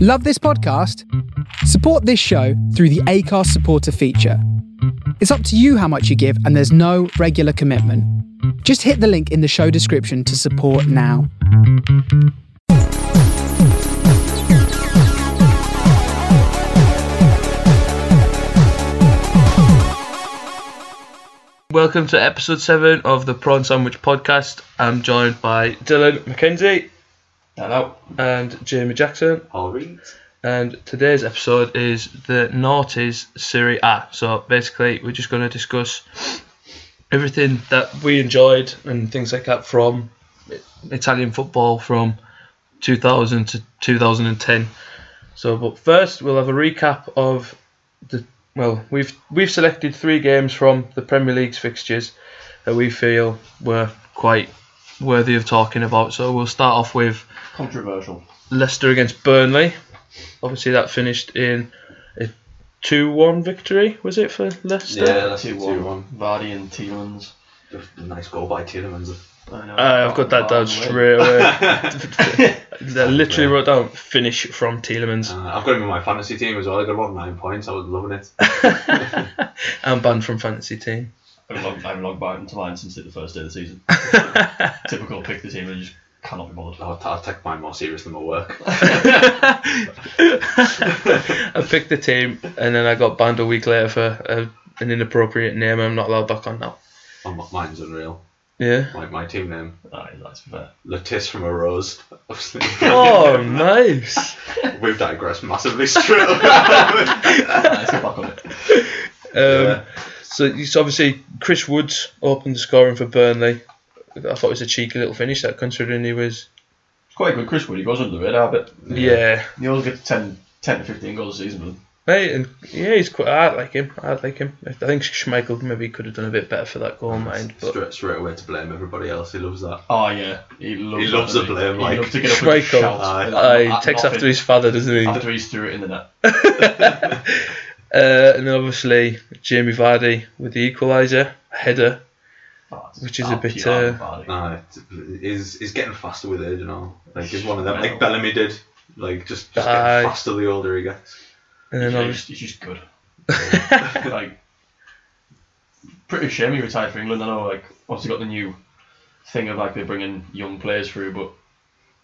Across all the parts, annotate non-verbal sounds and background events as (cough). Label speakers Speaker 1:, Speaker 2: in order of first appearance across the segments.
Speaker 1: Love this podcast? Support this show through the ACARS supporter feature. It's up to you how much you give, and there's no regular commitment. Just hit the link in the show description to support now.
Speaker 2: Welcome to episode seven of the Prawn Sandwich Podcast. I'm joined by Dylan McKenzie
Speaker 3: Hello.
Speaker 2: and Jamie Jackson,
Speaker 3: All right.
Speaker 2: and today's episode is the Naughties Serie A. So basically, we're just going to discuss everything that we enjoyed and things like that from Italian football from 2000 to 2010. So, but first we'll have a recap of the well, we've we've selected three games from the Premier League's fixtures that we feel were quite worthy of talking about. So we'll start off with
Speaker 3: Controversial.
Speaker 2: Leicester against Burnley. Obviously, that finished in a 2 1 victory, was it, for Leicester?
Speaker 4: Yeah, that's
Speaker 3: Two
Speaker 4: two
Speaker 3: one.
Speaker 4: one.
Speaker 3: Vardy and Tielemans.
Speaker 4: Just a nice goal by Tielemans.
Speaker 3: I know.
Speaker 2: Uh, I've got that down
Speaker 3: Vardy
Speaker 2: straight away. I literally wrote down finish from Tielemans
Speaker 4: Uh, I've got him in my fantasy team as well. I got about nine points. I was loving it.
Speaker 2: and banned from fantasy team.
Speaker 3: win. I've logged, I've logged back into mine since like the first day of
Speaker 2: (laughs)
Speaker 3: the season. Typical pick the team and just cannot be bothered.
Speaker 4: I'll, I'll take mine more serious than my work.
Speaker 2: I picked the team and then I got banned a week later for uh an inappropriate name I'm not allowed back on now.
Speaker 4: Oh, m- mine's unreal.
Speaker 2: Yeah.
Speaker 4: Like my team name,
Speaker 3: Aye, that's fair.
Speaker 4: Latisse from a Rose. (laughs)
Speaker 2: Oh, nice.
Speaker 4: We've digressed massively straight away.
Speaker 3: Let's get back on it.
Speaker 2: Um, So it's obviously Chris Woods opened the scoring for Burnley. I thought it was a cheeky little finish that, considering he was.
Speaker 3: It's quite good, Chris Wood. He goes under the radar, but
Speaker 2: Yeah.
Speaker 3: he always gets 10, 10 to 15 goals a season with him.
Speaker 2: Hey, and yeah, he's quite. I like him. I like him. I think Schmeichel maybe could have done a bit better for that goal, mind. But
Speaker 4: straight, straight away to blame everybody else. He loves that.
Speaker 3: Oh, yeah. He loves,
Speaker 4: He loves
Speaker 3: that,
Speaker 4: the blame,
Speaker 3: doesn't He
Speaker 4: like,
Speaker 3: loves to get up and
Speaker 2: Schmeichel.
Speaker 3: shout.
Speaker 4: Aye.
Speaker 3: at-
Speaker 2: Aye, he
Speaker 3: at
Speaker 2: takes
Speaker 3: nothing
Speaker 2: after his father, doesn't he?
Speaker 3: After he's threw it in the net.
Speaker 2: Uh, and then obviously Jamie Vardy with the equaliser header.
Speaker 3: Ah,
Speaker 2: Which is a bit, uh,
Speaker 4: Nah, it's- he's, he's getting faster with age and all. Like he's one of them. Like Bellamy did. Like just, just
Speaker 2: Aye.
Speaker 4: getting faster the older he gets.
Speaker 2: And then
Speaker 3: Yeah,
Speaker 2: obviously
Speaker 3: he's, he's just good. (laughs) like, pretty shame he retired for England. I know, like, obviously got the new thing of like they're bringing young players through, but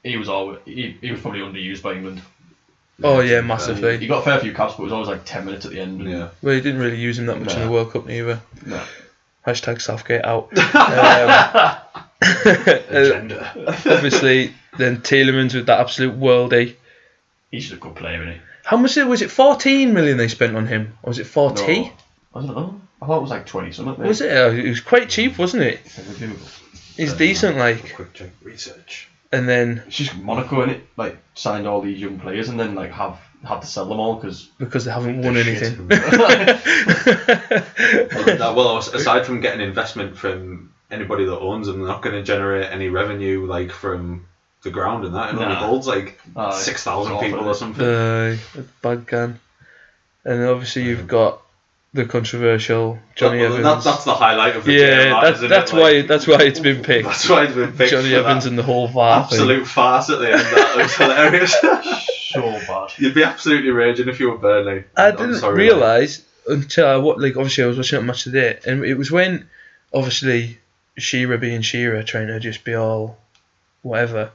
Speaker 3: he was always he, he was probably underused by England.
Speaker 2: oh yeah,
Speaker 3: He,
Speaker 2: massively.
Speaker 3: he got a fair few caps, but it was always like ten minutes at the end. and-
Speaker 4: Yeah.
Speaker 2: Well, he didn't really use him that much in the
Speaker 3: No.
Speaker 2: World Cup either.
Speaker 3: No.
Speaker 2: Hashtag Southgate out.
Speaker 3: (laughs)
Speaker 2: um, (laughs) Uh,
Speaker 4: Agenda.
Speaker 2: obviously, then Tielemans with that absolute worldie.
Speaker 3: he's just a good player, isn't
Speaker 2: How much was it? Fourteen million they spent on him, or was it
Speaker 3: he?
Speaker 2: forty?
Speaker 3: I don't know. I thought it was like twenty something.
Speaker 2: Was it? Uh, It was quite cheap, wasn't it? He's (laughs)
Speaker 3: Uh,
Speaker 2: decent, like.
Speaker 4: Quick check research.
Speaker 2: And then
Speaker 3: It's just Monaco in it, like signed all these young players and then like have had to sell them all because
Speaker 2: because they haven't won anything. (laughs)
Speaker 4: (laughs) that, well, as- aside from getting investment from anybody that owns them, they're not going to generate any revenue like from the ground and that. It only
Speaker 3: Nah.
Speaker 4: holds like
Speaker 3: Aye.
Speaker 4: six thousand
Speaker 3: It's awful,
Speaker 4: people
Speaker 3: isn't
Speaker 4: or
Speaker 3: it?
Speaker 4: something.
Speaker 2: Uh, bad can. And then obviously you've got the controversial Johnny
Speaker 4: Um, That- well,
Speaker 2: Evans.
Speaker 4: that- that's the highlight of the game,
Speaker 2: yeah,
Speaker 4: that,
Speaker 2: that's
Speaker 4: isn't
Speaker 2: that's
Speaker 4: it?
Speaker 2: why
Speaker 4: Like,
Speaker 2: that's why it's been picked.
Speaker 4: (laughs) that's why it's been picked
Speaker 2: Johnny
Speaker 4: for that
Speaker 2: Evans and the whole VAR thing.
Speaker 4: absolute farce at the end. That looks hilarious. (laughs)
Speaker 3: so bad.
Speaker 4: You'd be absolutely raging if you were Burnley.
Speaker 2: I
Speaker 4: I'm
Speaker 2: didn't
Speaker 4: sorry, like,
Speaker 2: realise until I what like obviously I was watching that match today, and it was when obviously Shearer being Shearer trying to just be all whatever.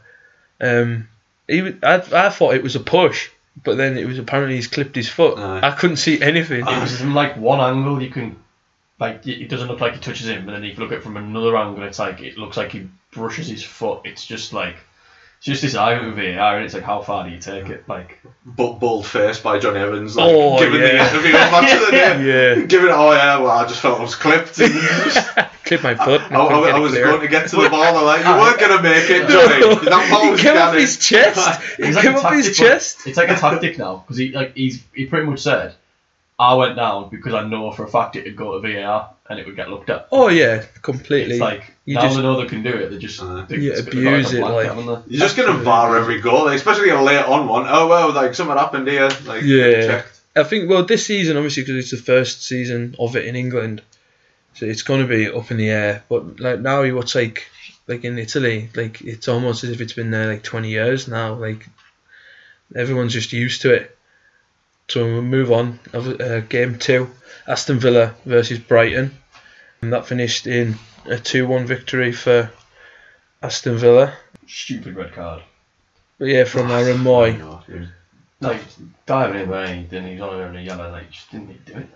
Speaker 2: Um, he wa- I I thought it was a push, but then it was apparently he's clipped his foot.
Speaker 4: Aye.
Speaker 2: I couldn't see anything.
Speaker 3: It was in like one angle you can, like it it doesn't look like he touches him, but then you can look at it from another angle. It's like it looks like he brushes his foot. It's just like it's just this eye with VAR, and it's like how far do you take it? Like
Speaker 4: bu- bold face by Johnny Evans, like
Speaker 2: Oh,
Speaker 4: giving
Speaker 2: yeah.
Speaker 4: the interview
Speaker 2: (laughs)
Speaker 4: on match of the day.
Speaker 2: Yeah,
Speaker 4: Giving it, oh yeah, well, I just felt I was clipped.
Speaker 2: (laughs) clip my foot.
Speaker 4: I, Oh, I- I was going to get to the ball, and I'm
Speaker 2: (laughs)
Speaker 4: like, you weren't going to make it, Johnny. That ball
Speaker 2: It
Speaker 4: was
Speaker 2: came off his
Speaker 4: going (laughs)
Speaker 2: chest. It
Speaker 3: it's like
Speaker 2: came
Speaker 3: a
Speaker 2: off his
Speaker 3: tactic, but
Speaker 2: chest.
Speaker 3: It's like a tactic now because he like he's he pretty much said, I went down because I know for a fact it would go to VAR and it would get looked at.
Speaker 2: Oh yeah, completely.
Speaker 3: It's like
Speaker 2: you
Speaker 3: now
Speaker 2: just-
Speaker 3: they know they can do it. They just
Speaker 4: Uh,
Speaker 3: they
Speaker 2: You
Speaker 3: spit the
Speaker 2: abuse
Speaker 3: ball
Speaker 2: it,
Speaker 3: blanket,
Speaker 2: like-
Speaker 3: haven't they?
Speaker 4: You're just going to VAR every goal, like, especially a late on one. Oh, well, like, something happened here. Like,
Speaker 2: Yeah.
Speaker 4: checked.
Speaker 2: I think well this season obviously because it's the first season of it in England, so it's going to be up in the air. But like now you watch like like in Italy, like it's almost as if it's been there like twenty years now. Like Everyone's just used to it. So we move on. Uh, game two, Aston Villa versus Brighton, and that finished in a two-one victory for Aston Villa.
Speaker 3: Stupid red card.
Speaker 2: But yeah, from Aaron
Speaker 4: I
Speaker 2: Moy.
Speaker 4: know, dude.
Speaker 3: Like diving in where he didn't. He was on every yellow. Like just didn't need to do it.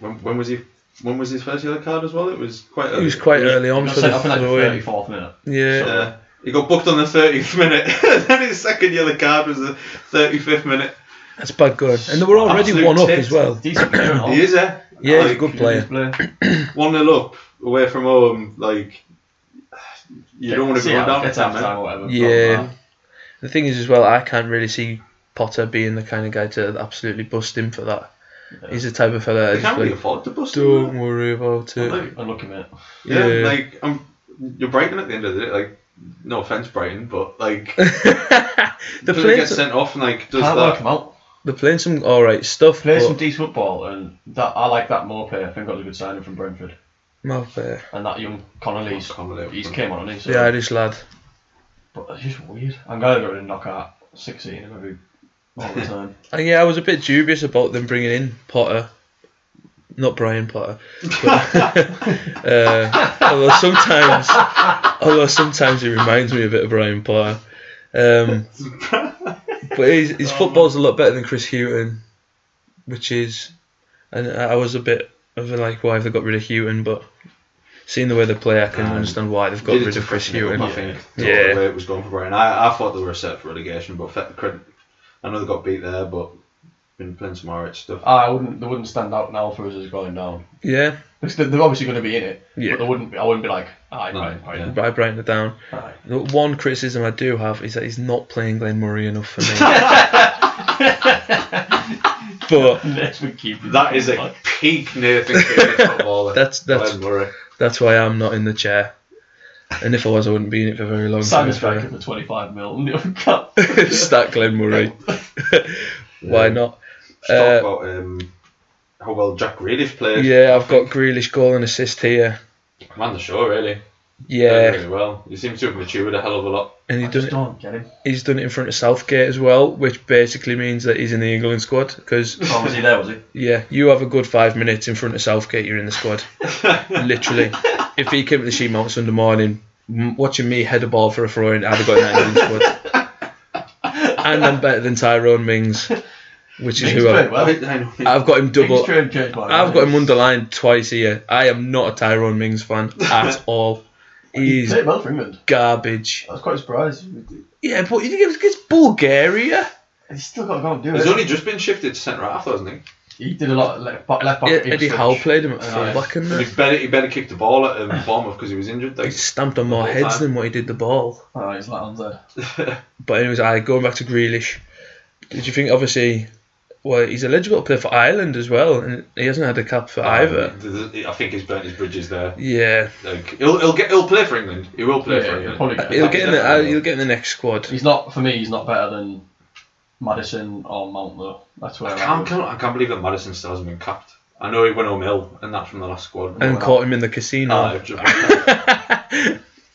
Speaker 4: When, when was he? When was his first yellow card as well? It was quite.
Speaker 2: It
Speaker 4: Early.
Speaker 2: was quite early on
Speaker 3: Got
Speaker 2: for
Speaker 3: sent
Speaker 2: the,
Speaker 3: off in
Speaker 2: for
Speaker 3: like
Speaker 2: the
Speaker 3: the thirty
Speaker 2: win.
Speaker 3: fourth minute.
Speaker 2: Yeah,
Speaker 4: Yeah. He got booked on the 30th minute, (laughs) and then his second yellow card was the 35th minute.
Speaker 2: that's bad going. And they were already
Speaker 4: Absolute
Speaker 2: one up
Speaker 4: tits.
Speaker 2: as well.
Speaker 3: Decent player. and all.
Speaker 4: He is, eh?
Speaker 2: Oh. Yeah, he's a
Speaker 4: Like,
Speaker 2: good player.
Speaker 4: One nil up away from home, like you don't want to
Speaker 3: See,
Speaker 4: go down
Speaker 3: it's
Speaker 4: to
Speaker 3: half
Speaker 4: that,
Speaker 3: time
Speaker 4: man.
Speaker 3: or whatever.
Speaker 2: Yeah. The thing is, as well, I can't really see Potter being the kind of guy to absolutely bust him for that. He's the type of fella.
Speaker 4: They
Speaker 2: that's
Speaker 4: can't really
Speaker 2: like,
Speaker 4: afford to bust him.
Speaker 2: Don't worry about
Speaker 4: Like,
Speaker 2: it.
Speaker 3: Unlucky minute.
Speaker 4: yeah,
Speaker 2: Yeah.
Speaker 4: like I'm, you're Brighton at the end of the day. Like, no offense, Brighton, but
Speaker 2: (laughs)
Speaker 4: like,
Speaker 2: They're
Speaker 4: does it
Speaker 2: playing,
Speaker 4: get
Speaker 2: some,
Speaker 4: sent off and like does
Speaker 3: Can't work him
Speaker 4: that?
Speaker 3: out.
Speaker 2: they're playing some alright stuff.
Speaker 3: Play some
Speaker 2: But
Speaker 3: decent football, and that I like that more player. I think that was a good signing from Brentford,
Speaker 2: my fair.
Speaker 3: and that young Connolly. He's,
Speaker 4: Connolly.
Speaker 3: he's came on, and he's
Speaker 2: The Irish lad.
Speaker 3: but it's just weird. I'm gonna go and knock out sixteen every all the time. (laughs)
Speaker 2: And yeah, I was a bit dubious about them bringing in Potter. Not Brian Potter. But, (laughs) uh, although sometimes, although sometimes he reminds me a bit of Brian Potter. Um, but his, his football's a lot better than Chris Hewton, which is, and I I was a bit of a, like, why have they got rid of Hewton? But seeing the way they play, I can
Speaker 4: Um,
Speaker 2: understand why they've got
Speaker 4: Did it
Speaker 2: rid
Speaker 4: to
Speaker 2: of Chris
Speaker 4: freshen it up,
Speaker 2: Hewton.
Speaker 4: I think.
Speaker 2: Yeah.
Speaker 4: the way it was going for Brighton, I, I thought they were a set for relegation, but fe- credit, I know they got beat there, but been playing some alright stuff.
Speaker 2: Ah.
Speaker 3: I wouldn't. They wouldn't stand out now for us as going down.
Speaker 2: Yeah,
Speaker 3: Because They're, they're obviously going to be in it,
Speaker 2: Yeah.
Speaker 3: but they wouldn't. Be, I wouldn't be like, aye,
Speaker 4: No,
Speaker 3: right, right,
Speaker 4: yeah.
Speaker 2: by Brighton are down.
Speaker 3: aye. (laughs)
Speaker 2: The one criticism I do have is that he's not playing Glenn Murray enough for me. but
Speaker 3: Let's we keep it.
Speaker 4: That is a peak Nathan
Speaker 2: (laughs)
Speaker 4: Kane footballer.
Speaker 2: That's- that's-
Speaker 4: Glenn eh. Murray.
Speaker 2: that's why I'm not in the chair. And if I was, I wouldn't be in it for very long.
Speaker 3: Simon's
Speaker 2: to be
Speaker 3: back at the 25 mil (laughs) and the other cup.
Speaker 2: fair. (laughs) Stack Glenn Murray. (laughs) why not?
Speaker 4: Just
Speaker 2: Uh,
Speaker 4: talk about um, how well Jack Grealish played.
Speaker 2: Yeah, I've got Grealish goal and assist here.
Speaker 4: Man, the show really. Played
Speaker 2: Yeah,
Speaker 4: really well. He seems to have matured a hell of a lot.
Speaker 2: and
Speaker 3: I
Speaker 2: he done
Speaker 3: just
Speaker 2: it,
Speaker 3: don't get him.
Speaker 2: he's done it in front of Southgate as well, which basically means that he's in the England squad. Because
Speaker 3: Oh, was he there, was he?
Speaker 2: (laughs) yeah, you have a good five minutes in front of Southgate, you're in the
Speaker 3: (laughs)
Speaker 2: squad. Literally, if he came to the sheet mount Sunday morning, m- watching me head a ball for a throw in, I'd have got an England squad. And I'm better than Tyrone Mings, which is
Speaker 3: Mings
Speaker 2: who I,
Speaker 3: played well.
Speaker 4: I, I know.
Speaker 2: I've got him double.
Speaker 3: Mings trained James Barnes.
Speaker 2: I've got him underlined twice here. I am not a Tyrone Mings fan
Speaker 3: (laughs)
Speaker 2: at all.
Speaker 3: He
Speaker 2: He's
Speaker 3: played well for England.
Speaker 2: garbage.
Speaker 3: I was quite surprised.
Speaker 2: Yeah, but it was against Bulgaria.
Speaker 3: He's still got to go and do
Speaker 4: He's
Speaker 3: it.
Speaker 4: only just been shifted to centre half, though, hasn't he?
Speaker 3: He did a lot of left back. Left back
Speaker 2: Yeah,
Speaker 3: he was
Speaker 2: Eddie
Speaker 3: such-
Speaker 2: Howe played him at
Speaker 3: Aye.
Speaker 2: fullback, and
Speaker 4: And
Speaker 2: he
Speaker 4: he better he better kick the ball at um, Bournemouth because he was injured. Like, (laughs)
Speaker 2: stamped on more heads than what he did the ball.
Speaker 3: Oh, he's like on there.
Speaker 2: But anyways, I going back to Grealish. Did you think obviously? Well, he's eligible to play for Ireland as well, and he hasn't had a cap for either.
Speaker 4: I think he's burnt his bridges there.
Speaker 2: Yeah,
Speaker 4: Like, he'll, he'll get he'll play for England. He will play for
Speaker 3: Yeah, he'll
Speaker 4: England.
Speaker 3: probably
Speaker 2: he'll
Speaker 3: back
Speaker 2: get in
Speaker 3: there.
Speaker 2: the uh, he'll get in the next squad.
Speaker 3: He's not for me. He's not better than Madison or Mount though. That's where
Speaker 4: I
Speaker 3: I
Speaker 4: can't,
Speaker 3: would-
Speaker 4: can't- I can't believe that Madison still hasn't been capped. I know he went home ill, and that's from the last squad.
Speaker 2: And
Speaker 3: wow.
Speaker 2: caught him in the casino.
Speaker 4: Ah, I've just- (laughs)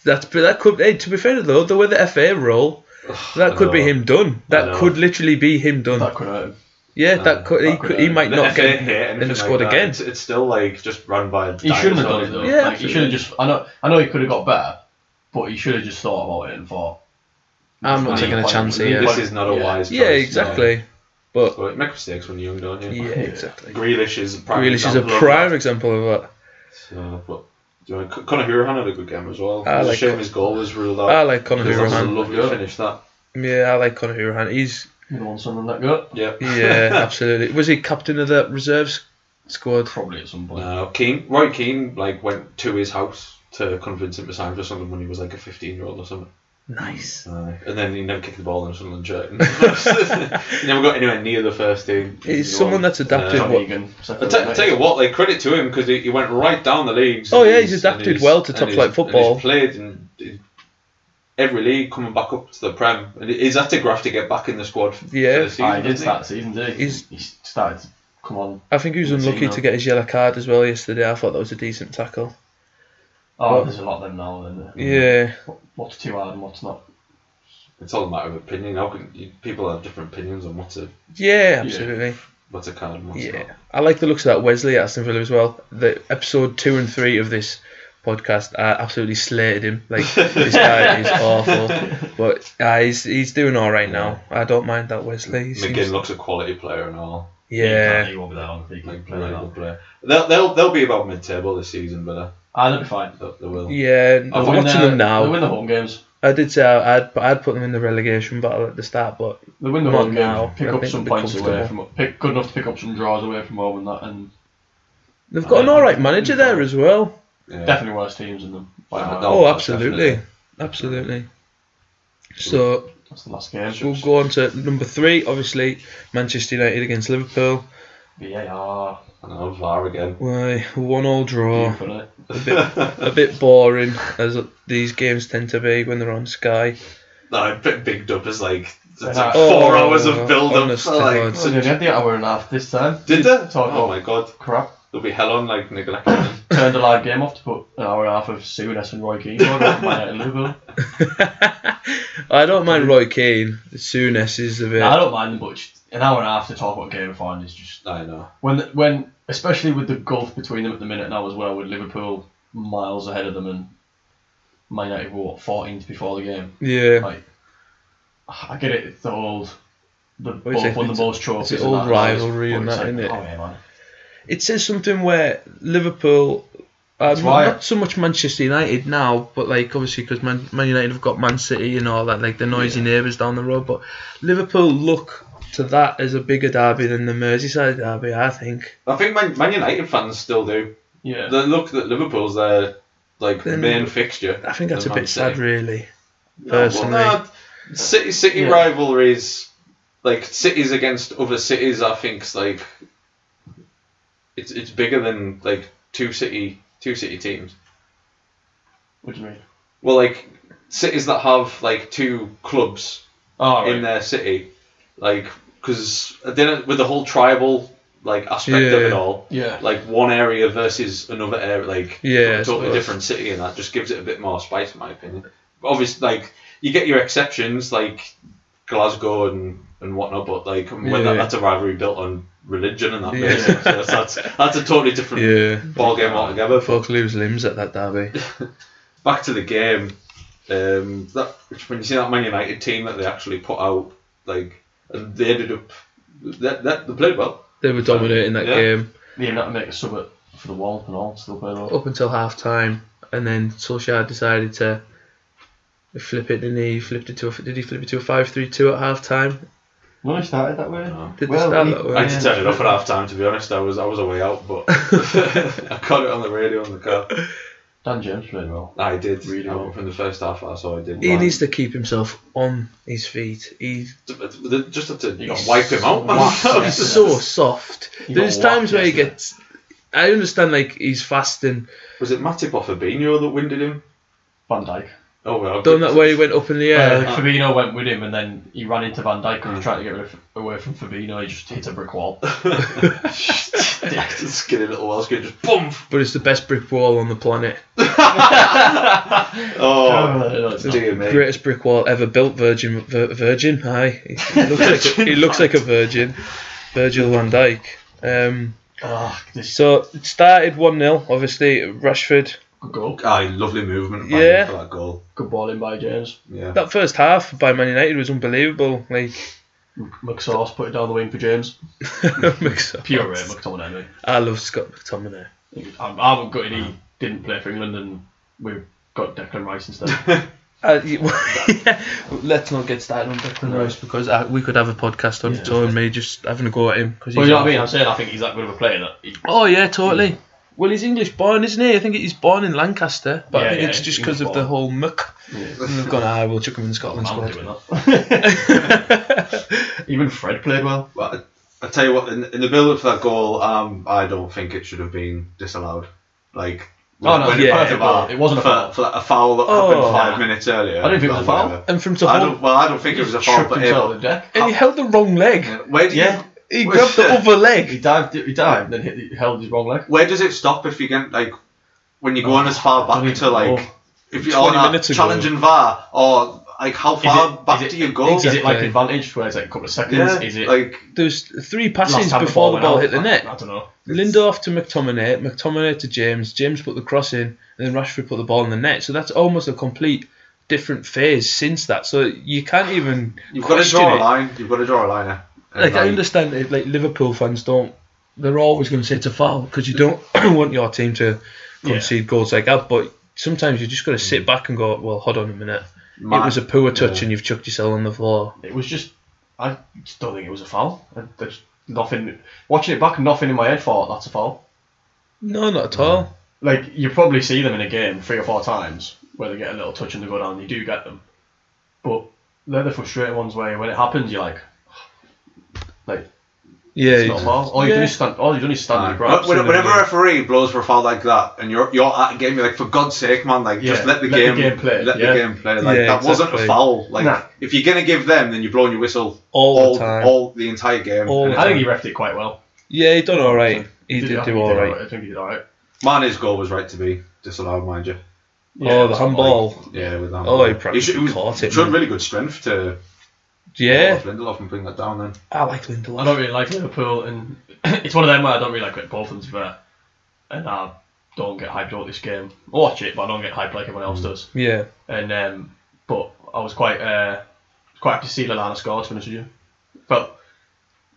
Speaker 2: That's but that could. Hey, to be fair though, the way the FA roll, that could be
Speaker 4: know.
Speaker 2: him done.
Speaker 4: I
Speaker 2: That
Speaker 4: know.
Speaker 2: could literally be him done.
Speaker 3: That could hurt him.
Speaker 2: yeah, that could. He
Speaker 3: that could
Speaker 2: could. He
Speaker 3: have-
Speaker 2: might
Speaker 4: The
Speaker 2: not
Speaker 4: FA
Speaker 2: get
Speaker 4: hate
Speaker 2: in
Speaker 4: anything
Speaker 2: the squad
Speaker 4: like that.
Speaker 2: again.
Speaker 4: It's, it's still like just run by. a
Speaker 3: He shouldn't have done it
Speaker 4: dinosaur,
Speaker 3: though.
Speaker 4: isn't
Speaker 2: Yeah,
Speaker 3: like, he should have just. I know. I know he could have got better, but he should have just thought about it and thought.
Speaker 2: I'm not taking a chance here.
Speaker 4: This is not a
Speaker 3: Yeah.
Speaker 4: wise.
Speaker 2: Yeah,
Speaker 4: choice, (laughs)
Speaker 2: exactly. But
Speaker 4: No. Well, you make mistakes when you're young, don't you?
Speaker 2: yeah, exactly.
Speaker 4: Grealish is a prime
Speaker 2: Grealish is a
Speaker 4: example of
Speaker 2: prime
Speaker 4: that.
Speaker 2: example of that.
Speaker 4: So, but do you know, C- Conor Hurahan had a good game as well.
Speaker 2: I
Speaker 4: It's a
Speaker 2: like
Speaker 4: shame
Speaker 2: it.
Speaker 4: his goal was ruled out.
Speaker 2: I like Conor
Speaker 4: Because that was a
Speaker 2: Hurahan.
Speaker 4: lovely
Speaker 3: Yeah.
Speaker 4: finish. That.
Speaker 2: Yeah, I like Conor Hurahan. He's
Speaker 3: You want someone that good?
Speaker 4: Yeah. (laughs)
Speaker 2: Yeah, (laughs) absolutely. Was he captain of the reserves squad?
Speaker 3: Probably at some point.
Speaker 4: No, Keane. Roy Keane like went to his house to convince him to sign for Sunderland when he was like a 15 year old or something. Uh,
Speaker 2: Nice.
Speaker 4: and then he never kicked the ball in a Sunderland shirt. (laughs) he never got anywhere near the first team.
Speaker 2: He's someone that's adapted
Speaker 4: Uh,
Speaker 2: well.
Speaker 3: Egan,
Speaker 4: I tell, I tell you what, like credit to him because he, he went right down the leagues.
Speaker 2: Oh,
Speaker 4: and
Speaker 2: yeah, he's adapted
Speaker 4: and
Speaker 2: well to
Speaker 4: and
Speaker 2: top
Speaker 4: he's-
Speaker 2: flight
Speaker 4: and
Speaker 2: football.
Speaker 4: He's played in, in every league, coming back up to the Prem, and he's had to graft to get back in the squad. for the
Speaker 2: Yeah.
Speaker 4: season,
Speaker 3: Ah, he did
Speaker 4: hasn't
Speaker 3: start the season, did he?
Speaker 2: He's-
Speaker 3: he started to come on.
Speaker 2: I think he was
Speaker 3: Good team,
Speaker 2: unlucky
Speaker 3: though.
Speaker 2: to get his yellow card as well yesterday. I thought that was a decent tackle.
Speaker 3: Oh,
Speaker 2: Well-
Speaker 3: Mm-hmm. there's a lot of them now, isn't there?
Speaker 2: Yeah.
Speaker 3: What's too hard and what's not?
Speaker 4: it's all a matter of opinion. How can you, people have different opinions on what's a
Speaker 2: Yeah, absolutely.
Speaker 4: what's a card and what's
Speaker 2: Yeah,
Speaker 4: not?
Speaker 2: I like the looks of that Wesley at Aston Villa as well. The episode two and three of this podcast, I absolutely slated him. Like this guy is awful, but uh, he's he's doing all right now. I don't mind that Wesley. He seems-
Speaker 4: McGinn looks a quality player and all.
Speaker 2: yeah,
Speaker 3: You won't be that long. You can
Speaker 4: Like,
Speaker 3: play like
Speaker 4: really good
Speaker 3: that.
Speaker 4: player. They'll, they'll, they'll be about mid table this season, Villa.
Speaker 3: Ah, they'll be fine.
Speaker 4: They, they will.
Speaker 2: yeah.
Speaker 3: They'll
Speaker 2: I'm
Speaker 3: win
Speaker 2: watching
Speaker 3: their-
Speaker 2: them
Speaker 3: They
Speaker 2: now.
Speaker 3: win the home games.
Speaker 2: I did say I'd I'd put them in the relegation battle at the start, but
Speaker 3: They win the
Speaker 2: Not
Speaker 3: home
Speaker 2: now.
Speaker 3: games. Pick
Speaker 2: I
Speaker 3: up
Speaker 2: think
Speaker 3: some
Speaker 2: they'll be
Speaker 3: points away from pick good enough to pick up some draws away from home and that, and
Speaker 2: they've got an all right manager there as well.
Speaker 4: Yeah.
Speaker 3: definitely worse teams than them. by
Speaker 4: Yeah,
Speaker 3: far.
Speaker 4: no.
Speaker 2: Oh, absolutely, absolutely. So
Speaker 3: That's the last game.
Speaker 2: We'll go on to number three, obviously Manchester United against Liverpool.
Speaker 3: VAR.
Speaker 4: I know, VAR again.
Speaker 2: Why one all draw,
Speaker 3: Beautiful, eh?
Speaker 2: a bit boring as these games tend to be when they're on Sky. (laughs)
Speaker 4: No, bit bigged up as like, it's like
Speaker 3: Oh,
Speaker 4: four hours of build up.
Speaker 2: honest to
Speaker 4: Like,
Speaker 2: God.
Speaker 3: So they had the hour and a half this time.
Speaker 4: did they?
Speaker 3: Talk
Speaker 4: Oh
Speaker 3: about
Speaker 4: my god.
Speaker 3: crap.
Speaker 4: They'll be hell on like neglecting them.
Speaker 3: Turned the live game off to put an hour and a half of Souness and Roy
Speaker 4: (laughs)
Speaker 3: Keane on at Man United and Liverpool.
Speaker 2: I don't mind Roy Keane. Souness is a bit.
Speaker 3: Nah, I don't mind them, but just an hour and a half to talk about a game of fine is
Speaker 4: (coughs)
Speaker 3: just
Speaker 4: I know.
Speaker 3: when when especially with the gulf between them at the minute now as well with Liverpool miles ahead of them and Man United were what 14th before the game.
Speaker 2: yeah,
Speaker 3: Like I get it, it's the old the
Speaker 2: Well, it's
Speaker 3: both
Speaker 2: a-
Speaker 3: won the
Speaker 2: it's a-
Speaker 3: most trophies.
Speaker 2: it's an
Speaker 3: and
Speaker 2: old
Speaker 3: that, and it's-
Speaker 2: rivalry
Speaker 3: but
Speaker 2: and
Speaker 3: it's
Speaker 2: that, innit?
Speaker 3: Oh yeah, man.
Speaker 2: it says something where Liverpool. Uh,
Speaker 3: That's why-
Speaker 2: not so much Manchester United now, but like obviously because Man, Man United have got Man City and all that, like the noisy neighbours down the road. But Liverpool look to that as a bigger derby than the Merseyside derby, I think.
Speaker 4: I think Man, Man United fans still do.
Speaker 3: Yeah.
Speaker 4: They look that Liverpool's their like
Speaker 2: Then-
Speaker 4: main fixture.
Speaker 2: I think that's a
Speaker 4: than Man
Speaker 2: bit sad,
Speaker 4: City.
Speaker 2: really.
Speaker 4: No, well,
Speaker 2: Personally,
Speaker 4: no, City City
Speaker 3: Yeah.
Speaker 4: rivalries, like cities against other cities, I think's like it's it's bigger than like two city two city teams.
Speaker 3: What do you mean?
Speaker 4: Well, like cities that have like two clubs
Speaker 3: Oh, right.
Speaker 4: in their city, like because then with the whole tribal like aspect of it
Speaker 2: Yeah.
Speaker 4: all,
Speaker 3: yeah.
Speaker 4: like one area versus another area, like
Speaker 2: Yeah,
Speaker 4: a totally
Speaker 2: I suppose.
Speaker 4: different city, and that just gives it a bit more spice, in my opinion. Obviously, like you get your exceptions like Glasgow and, and whatnot, but like when
Speaker 2: Yeah.
Speaker 4: that, that's a rivalry built on religion and that,
Speaker 2: Yeah.
Speaker 4: yeah. so that's, that's that's a totally different
Speaker 2: yeah,
Speaker 4: ball game altogether.
Speaker 2: folk lose limbs at that
Speaker 4: (laughs)
Speaker 2: derby.
Speaker 4: Back to the game, um, that when you see that Man United team that they actually put out, like and they ended up that that they played well.
Speaker 2: They were dominating that
Speaker 4: Yeah.
Speaker 2: game
Speaker 3: Yeah, not make a sub at- for the wall and all, still playing all.
Speaker 2: up until half time, and then Solskjaer decided to flip it. Didn't he He flipped it to a did he flip it to a five three two at half time?
Speaker 3: No, it started that way.
Speaker 4: No.
Speaker 2: Did
Speaker 3: Well,
Speaker 2: they start
Speaker 3: we-
Speaker 2: that way?
Speaker 4: I had to turn it off at half time. To be honest, I was I was away out, but (laughs) I caught it on the radio in the car.
Speaker 3: Dan James played well.
Speaker 4: I did
Speaker 3: Really
Speaker 4: I-
Speaker 3: well.
Speaker 4: from the first half. I saw I did.
Speaker 2: He
Speaker 4: Like,
Speaker 2: needs to keep himself on his feet. He's
Speaker 3: (laughs)
Speaker 4: they just have to you know,
Speaker 3: He's
Speaker 4: wipe him out, man.
Speaker 3: whacked,
Speaker 4: That (laughs)
Speaker 3: yeah.
Speaker 4: was just-
Speaker 2: so soft.
Speaker 3: He got
Speaker 2: There's times
Speaker 3: whacked
Speaker 2: where he
Speaker 3: yesterday.
Speaker 2: gets. I understand, like he's fasting.
Speaker 4: was it Matip or Fabinho that winded him?
Speaker 3: Van Dijk.
Speaker 4: Oh well,
Speaker 2: Done that way he went up in the
Speaker 3: Yeah,
Speaker 4: Uh,
Speaker 2: air.
Speaker 3: like Fabinho went with him, and then he ran into Van Dijk and was trying to get rid of, away from Fabinho. He just hit a brick wall.
Speaker 4: (laughs)
Speaker 3: (laughs)
Speaker 4: Skinny little Welsh kid just boom.
Speaker 2: But it's the best brick wall on the planet.
Speaker 4: Oh,
Speaker 3: no, it's not.
Speaker 4: dear me.
Speaker 2: Greatest brick wall ever built. Virgin, vir- virgin. Hi. He looks like a, he looks like a virgin. Virgil Van Dijk. Um,
Speaker 3: Ah, this
Speaker 2: so it started one 0 Obviously, Rashford.
Speaker 3: good goal.
Speaker 4: Aye, Ah, lovely movement by
Speaker 2: Yeah.
Speaker 4: him for that goal.
Speaker 3: Good ball in by James.
Speaker 4: Yeah.
Speaker 2: That first half by Man United was unbelievable. Like (laughs)
Speaker 3: McSauce put it down the wing for James.
Speaker 2: McSauce.
Speaker 3: Pure Ray McTominay.
Speaker 2: I love Scott McTominay.
Speaker 3: mate. I'm, I'm gutted he didn't play for England, and we got Declan Rice instead.
Speaker 2: Uh, (laughs) you- yeah. Let's not get started on Declan Rice because I, we could have a podcast on its own. Me just having a go at him because
Speaker 3: well, you know what I mean. I'm saying I think he's that good of a player that he,
Speaker 2: Oh yeah, totally. Well, he's English born, isn't he? I think he's born in Lancaster, but I
Speaker 3: Yeah,
Speaker 2: think
Speaker 3: yeah,
Speaker 2: it's just
Speaker 3: English
Speaker 2: because of the
Speaker 3: born.
Speaker 2: whole muck.
Speaker 3: yeah,
Speaker 4: (laughs)
Speaker 2: They've gone, ah, we'll chuck him in the Scotland
Speaker 3: I'm
Speaker 2: squad.
Speaker 3: doing that. (laughs) Even Fred played well.
Speaker 4: But I, I tell you what, in, in the build up for that goal, um, I don't think it should have been disallowed. Like,
Speaker 3: Oh, no,
Speaker 4: when
Speaker 3: it
Speaker 4: it
Speaker 3: was
Speaker 4: went
Speaker 3: a
Speaker 4: to
Speaker 3: foul.
Speaker 4: VAR
Speaker 3: It wasn't a
Speaker 4: for,
Speaker 3: foul.
Speaker 4: for that- a foul that
Speaker 2: Oh.
Speaker 4: happened five minutes earlier.
Speaker 3: I didn't think it was
Speaker 4: or
Speaker 3: a foul.
Speaker 4: whatever.
Speaker 2: (laughs) And from to
Speaker 4: I
Speaker 2: hold,
Speaker 4: don't. Well, I don't think it was a foul,
Speaker 3: Tripped
Speaker 4: but
Speaker 3: himself
Speaker 4: it,
Speaker 3: to the deck.
Speaker 2: and he held the wrong leg.
Speaker 4: where do
Speaker 3: Yeah.
Speaker 4: you,
Speaker 2: He grabbed the other
Speaker 3: He
Speaker 2: leg.
Speaker 3: dived, he dived, then hit, he held his wrong leg.
Speaker 4: where does it stop if you get like when you're going as far
Speaker 3: don't
Speaker 4: back
Speaker 3: even
Speaker 4: to like
Speaker 3: know.
Speaker 4: if you're on
Speaker 2: 20
Speaker 4: that
Speaker 2: minutes ago.
Speaker 4: challenging VAR or like how far
Speaker 3: is it-
Speaker 4: back
Speaker 3: is it-
Speaker 4: do you go?
Speaker 3: Is it like
Speaker 2: Exactly.
Speaker 3: advantage where it's like a couple of seconds?
Speaker 4: yeah,
Speaker 3: is it
Speaker 4: like
Speaker 2: There was three
Speaker 3: last
Speaker 2: passings
Speaker 3: time
Speaker 2: before the
Speaker 3: went
Speaker 2: ball
Speaker 3: out?
Speaker 2: hit the
Speaker 3: I-
Speaker 2: net.
Speaker 3: I, don't know.
Speaker 2: Lindelof to McTominay, McTominay to James, James put the cross in, and then Rashford put the ball in the net. So that's almost a complete different phase since that. So you can't even
Speaker 4: you've got to
Speaker 2: question
Speaker 4: draw
Speaker 2: it.
Speaker 4: a line. You've got to draw a line. eh? And,
Speaker 2: Like I understand it. Like Liverpool fans don't. They're always going to say it's a foul because you don't (clears throat) want your team to concede goals like that. But sometimes you just got to sit back and go, well, hold on a minute.
Speaker 4: my-
Speaker 2: it was a poor touch and you've chucked yourself on the floor.
Speaker 3: It was just. I just don't think it was a foul. I, there's nothing. Watching it back, nothing in my head thought that's a foul.
Speaker 2: No, not at all.
Speaker 3: Like you probably see them in a game three or four times where they get a little touch and they go down. You do get them, but they're the frustrating ones where when it happens, you're like, like it's not a
Speaker 2: Yeah,
Speaker 3: foul. All you do
Speaker 2: Yeah.
Speaker 3: is stand. All you do is stand.
Speaker 4: Aye.
Speaker 3: your ground.
Speaker 4: When- Uh, Whenever a referee blows for a foul like that, and you're you're at a game, you're like, for God's sake, man, like just
Speaker 3: Yeah,
Speaker 4: let the
Speaker 3: let
Speaker 4: game,
Speaker 3: the game play,
Speaker 4: Let
Speaker 3: yeah.
Speaker 4: the game play. Like
Speaker 2: Yeah,
Speaker 4: that wasn't a
Speaker 2: exactly.
Speaker 4: foul. Like
Speaker 3: Nah.
Speaker 4: if you're gonna give them, then you're blowing your whistle
Speaker 2: All the
Speaker 4: all
Speaker 2: time.
Speaker 4: all the entire game.
Speaker 2: All
Speaker 4: And uh,
Speaker 2: the
Speaker 3: I think he refed it quite well.
Speaker 2: yeah, he done all right. He
Speaker 3: I
Speaker 2: did
Speaker 3: think
Speaker 2: do all right.
Speaker 3: I think he did all right.
Speaker 4: Mane's goal was right to be disallowed, mind you.
Speaker 2: Oh, the handball.
Speaker 4: Yeah, with that.
Speaker 2: Oh, he
Speaker 4: he should,
Speaker 2: practically
Speaker 4: he was,
Speaker 2: caught it.
Speaker 4: showed
Speaker 2: man.
Speaker 4: really good strength to
Speaker 2: Yeah,
Speaker 4: Lindelof and bring that down. Then
Speaker 2: I like
Speaker 3: I
Speaker 2: Lindelof.
Speaker 3: don't really like Liverpool, and (clears throat) it's one of them where I don't really like it. Both of them, fair, and I don't get hyped about this game. I watch it, but I don't get hyped like everyone else does.
Speaker 2: Yeah,
Speaker 3: And um, but I was quite uh, quite happy to see Lallana score. To be honest with you, but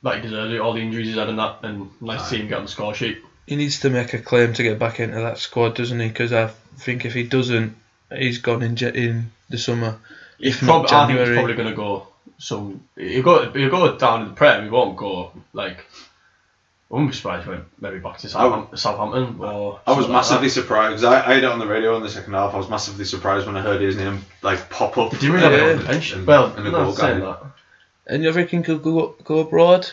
Speaker 3: like he deserved it. All the injuries he's had and that, and nice to see him get on the score sheet.
Speaker 2: he needs to make a claim to get back into that squad, doesn't he? Because I think if he doesn't, he's gone in ja- in the summer.
Speaker 3: He's
Speaker 2: If not
Speaker 3: prob- I think he's
Speaker 2: January.
Speaker 3: probably going to go some. He'll go. He'll go down in the Prem. He won't go like. I wouldn't be surprised if he went maybe back to Southam- Southampton or.
Speaker 4: I was
Speaker 3: something like that.
Speaker 4: massively surprised. I, I had it on the radio in the second half. I was massively surprised when I heard his name like pop up.
Speaker 3: Do you really
Speaker 4: and-
Speaker 3: have it on the
Speaker 4: and-
Speaker 3: bench?
Speaker 4: and-
Speaker 3: Well,
Speaker 4: and a
Speaker 3: no,
Speaker 4: goal
Speaker 3: saying
Speaker 4: guy.
Speaker 3: that.
Speaker 2: And you reckon he'll go go abroad?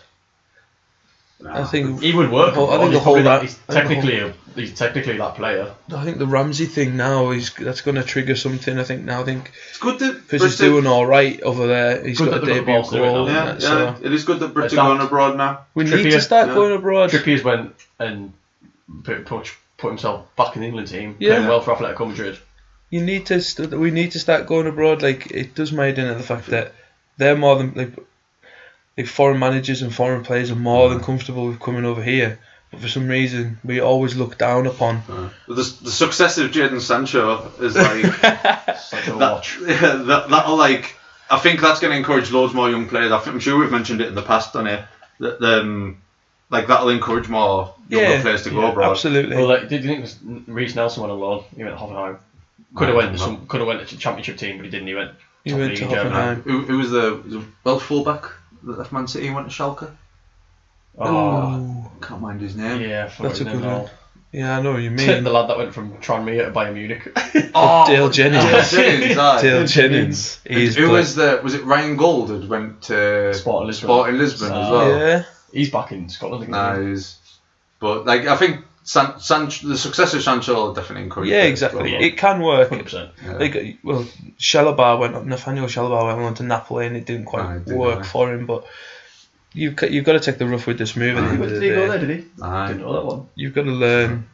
Speaker 4: Nah.
Speaker 2: I think
Speaker 3: He would work.
Speaker 2: Oh, I
Speaker 3: abroad.
Speaker 2: think
Speaker 3: He's
Speaker 2: the whole
Speaker 3: probably
Speaker 2: lot-
Speaker 3: that- He's
Speaker 2: I think the
Speaker 3: technically, a, he's technically that player.
Speaker 2: I think the Ramsey thing now is that's going to trigger something. I think now I think
Speaker 4: it's good that
Speaker 2: because he's
Speaker 4: Bristol-
Speaker 2: doing all right over there. He's
Speaker 3: Good
Speaker 2: got a
Speaker 3: that they've got
Speaker 2: debut
Speaker 3: balls to it now.
Speaker 2: goal. and
Speaker 4: Yeah,
Speaker 2: that,
Speaker 4: yeah.
Speaker 2: So
Speaker 4: It is good that Brits are
Speaker 3: Adapt.
Speaker 4: going abroad now.
Speaker 2: we need to
Speaker 3: Trippier,
Speaker 2: start
Speaker 4: yeah.
Speaker 2: going abroad.
Speaker 3: Trippier's went and pretty much put himself back in the England team.
Speaker 2: Yeah.
Speaker 3: Playing well for Athletic Madrid.
Speaker 2: You need to st- we need to start going abroad. Like it does my head in at the fact that they're more than like, like foreign managers and foreign players are more than comfortable with coming over here. But for some reason, we always look down upon.
Speaker 4: The, the success of Jadon Sancho is like
Speaker 3: Such a watch.
Speaker 4: that, that'll like I think that's going to encourage loads more young players. I think, I'm sure we've mentioned it in the past on it that um, like that'll encourage more younger
Speaker 2: Yeah,
Speaker 4: players to go
Speaker 3: yeah,
Speaker 4: abroad.
Speaker 2: Absolutely.
Speaker 3: Well, like, did you think it was Reece Nelson went alone? He went to Hoffenheim. Could have went to some. Could have went to the Championship team, but he didn't. He went.
Speaker 2: He
Speaker 3: top
Speaker 2: went
Speaker 3: league
Speaker 2: to
Speaker 3: in Germany.
Speaker 2: Hoffenheim.
Speaker 4: Uh, Who, who was the, was the Welsh fullback that left Man City and went to Schalke?
Speaker 3: Oh,
Speaker 4: Can't mind his name.
Speaker 3: yeah, for
Speaker 2: Oh, That's a good one. Yeah, I know what you
Speaker 3: the
Speaker 2: mean.
Speaker 3: lad that went from Tranmere to Bayern Munich.
Speaker 4: Oh,
Speaker 2: Dale Jennings.
Speaker 4: Dale Jennings, aye.
Speaker 2: Dale Jennings. He's
Speaker 4: Who
Speaker 2: black.
Speaker 4: was the was it Ryan Gold that went to
Speaker 3: Sporting Lisbon.
Speaker 4: Sporting Lisbon as
Speaker 3: So-
Speaker 4: well?
Speaker 2: Yeah.
Speaker 3: He's back in Scotland again.
Speaker 4: Nice. But like I think San, San, the success of Sancho will definitely encourage.
Speaker 2: Yeah,
Speaker 4: that.
Speaker 2: exactly.
Speaker 3: Yeah.
Speaker 2: It can work.
Speaker 3: 100%.
Speaker 2: Like, well, Shalabar went up. Nathaniel Shalabar went on to Napoli, and it didn't quite
Speaker 4: Aye, it didn't,
Speaker 2: work
Speaker 4: aye.
Speaker 2: for him. But you've got, you've got to take the rough with this move. At the end of the
Speaker 3: Did he go
Speaker 2: day.
Speaker 3: there? Did he?
Speaker 4: Aye.
Speaker 3: Didn't know that one.
Speaker 2: You've got to learn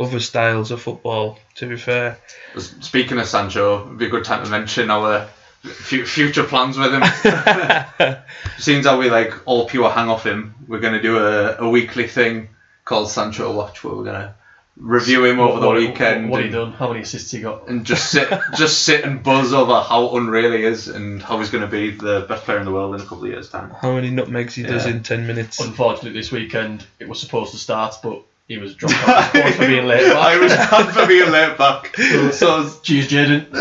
Speaker 2: other styles of football. To be fair,
Speaker 4: S- Speaking of Sancho, it'd be a good time to mention our fu- future plans with him.
Speaker 2: (laughs)
Speaker 4: (laughs) Seems how we like all pure hang off him. We're gonna do a, a weekly thing called Sancho Watch, where we're gonna review him over
Speaker 3: What-
Speaker 4: the
Speaker 3: what-
Speaker 4: weekend
Speaker 3: What, what he
Speaker 4: and,
Speaker 3: done? How many assists he got?
Speaker 4: and just sit just sit and buzz over how unreal he is and how he's gonna be the best player in the world in a couple of years' time.
Speaker 2: how many nutmegs he does
Speaker 4: Yeah.
Speaker 2: in ten
Speaker 3: (laughs)
Speaker 2: minutes.
Speaker 3: Unfortunately, this weekend it was supposed to start, but he was dropped out the squad for being
Speaker 4: (laughs)
Speaker 3: late.
Speaker 4: I was banned for being late back. So I was (laughs)
Speaker 3: Cheers, Jaden.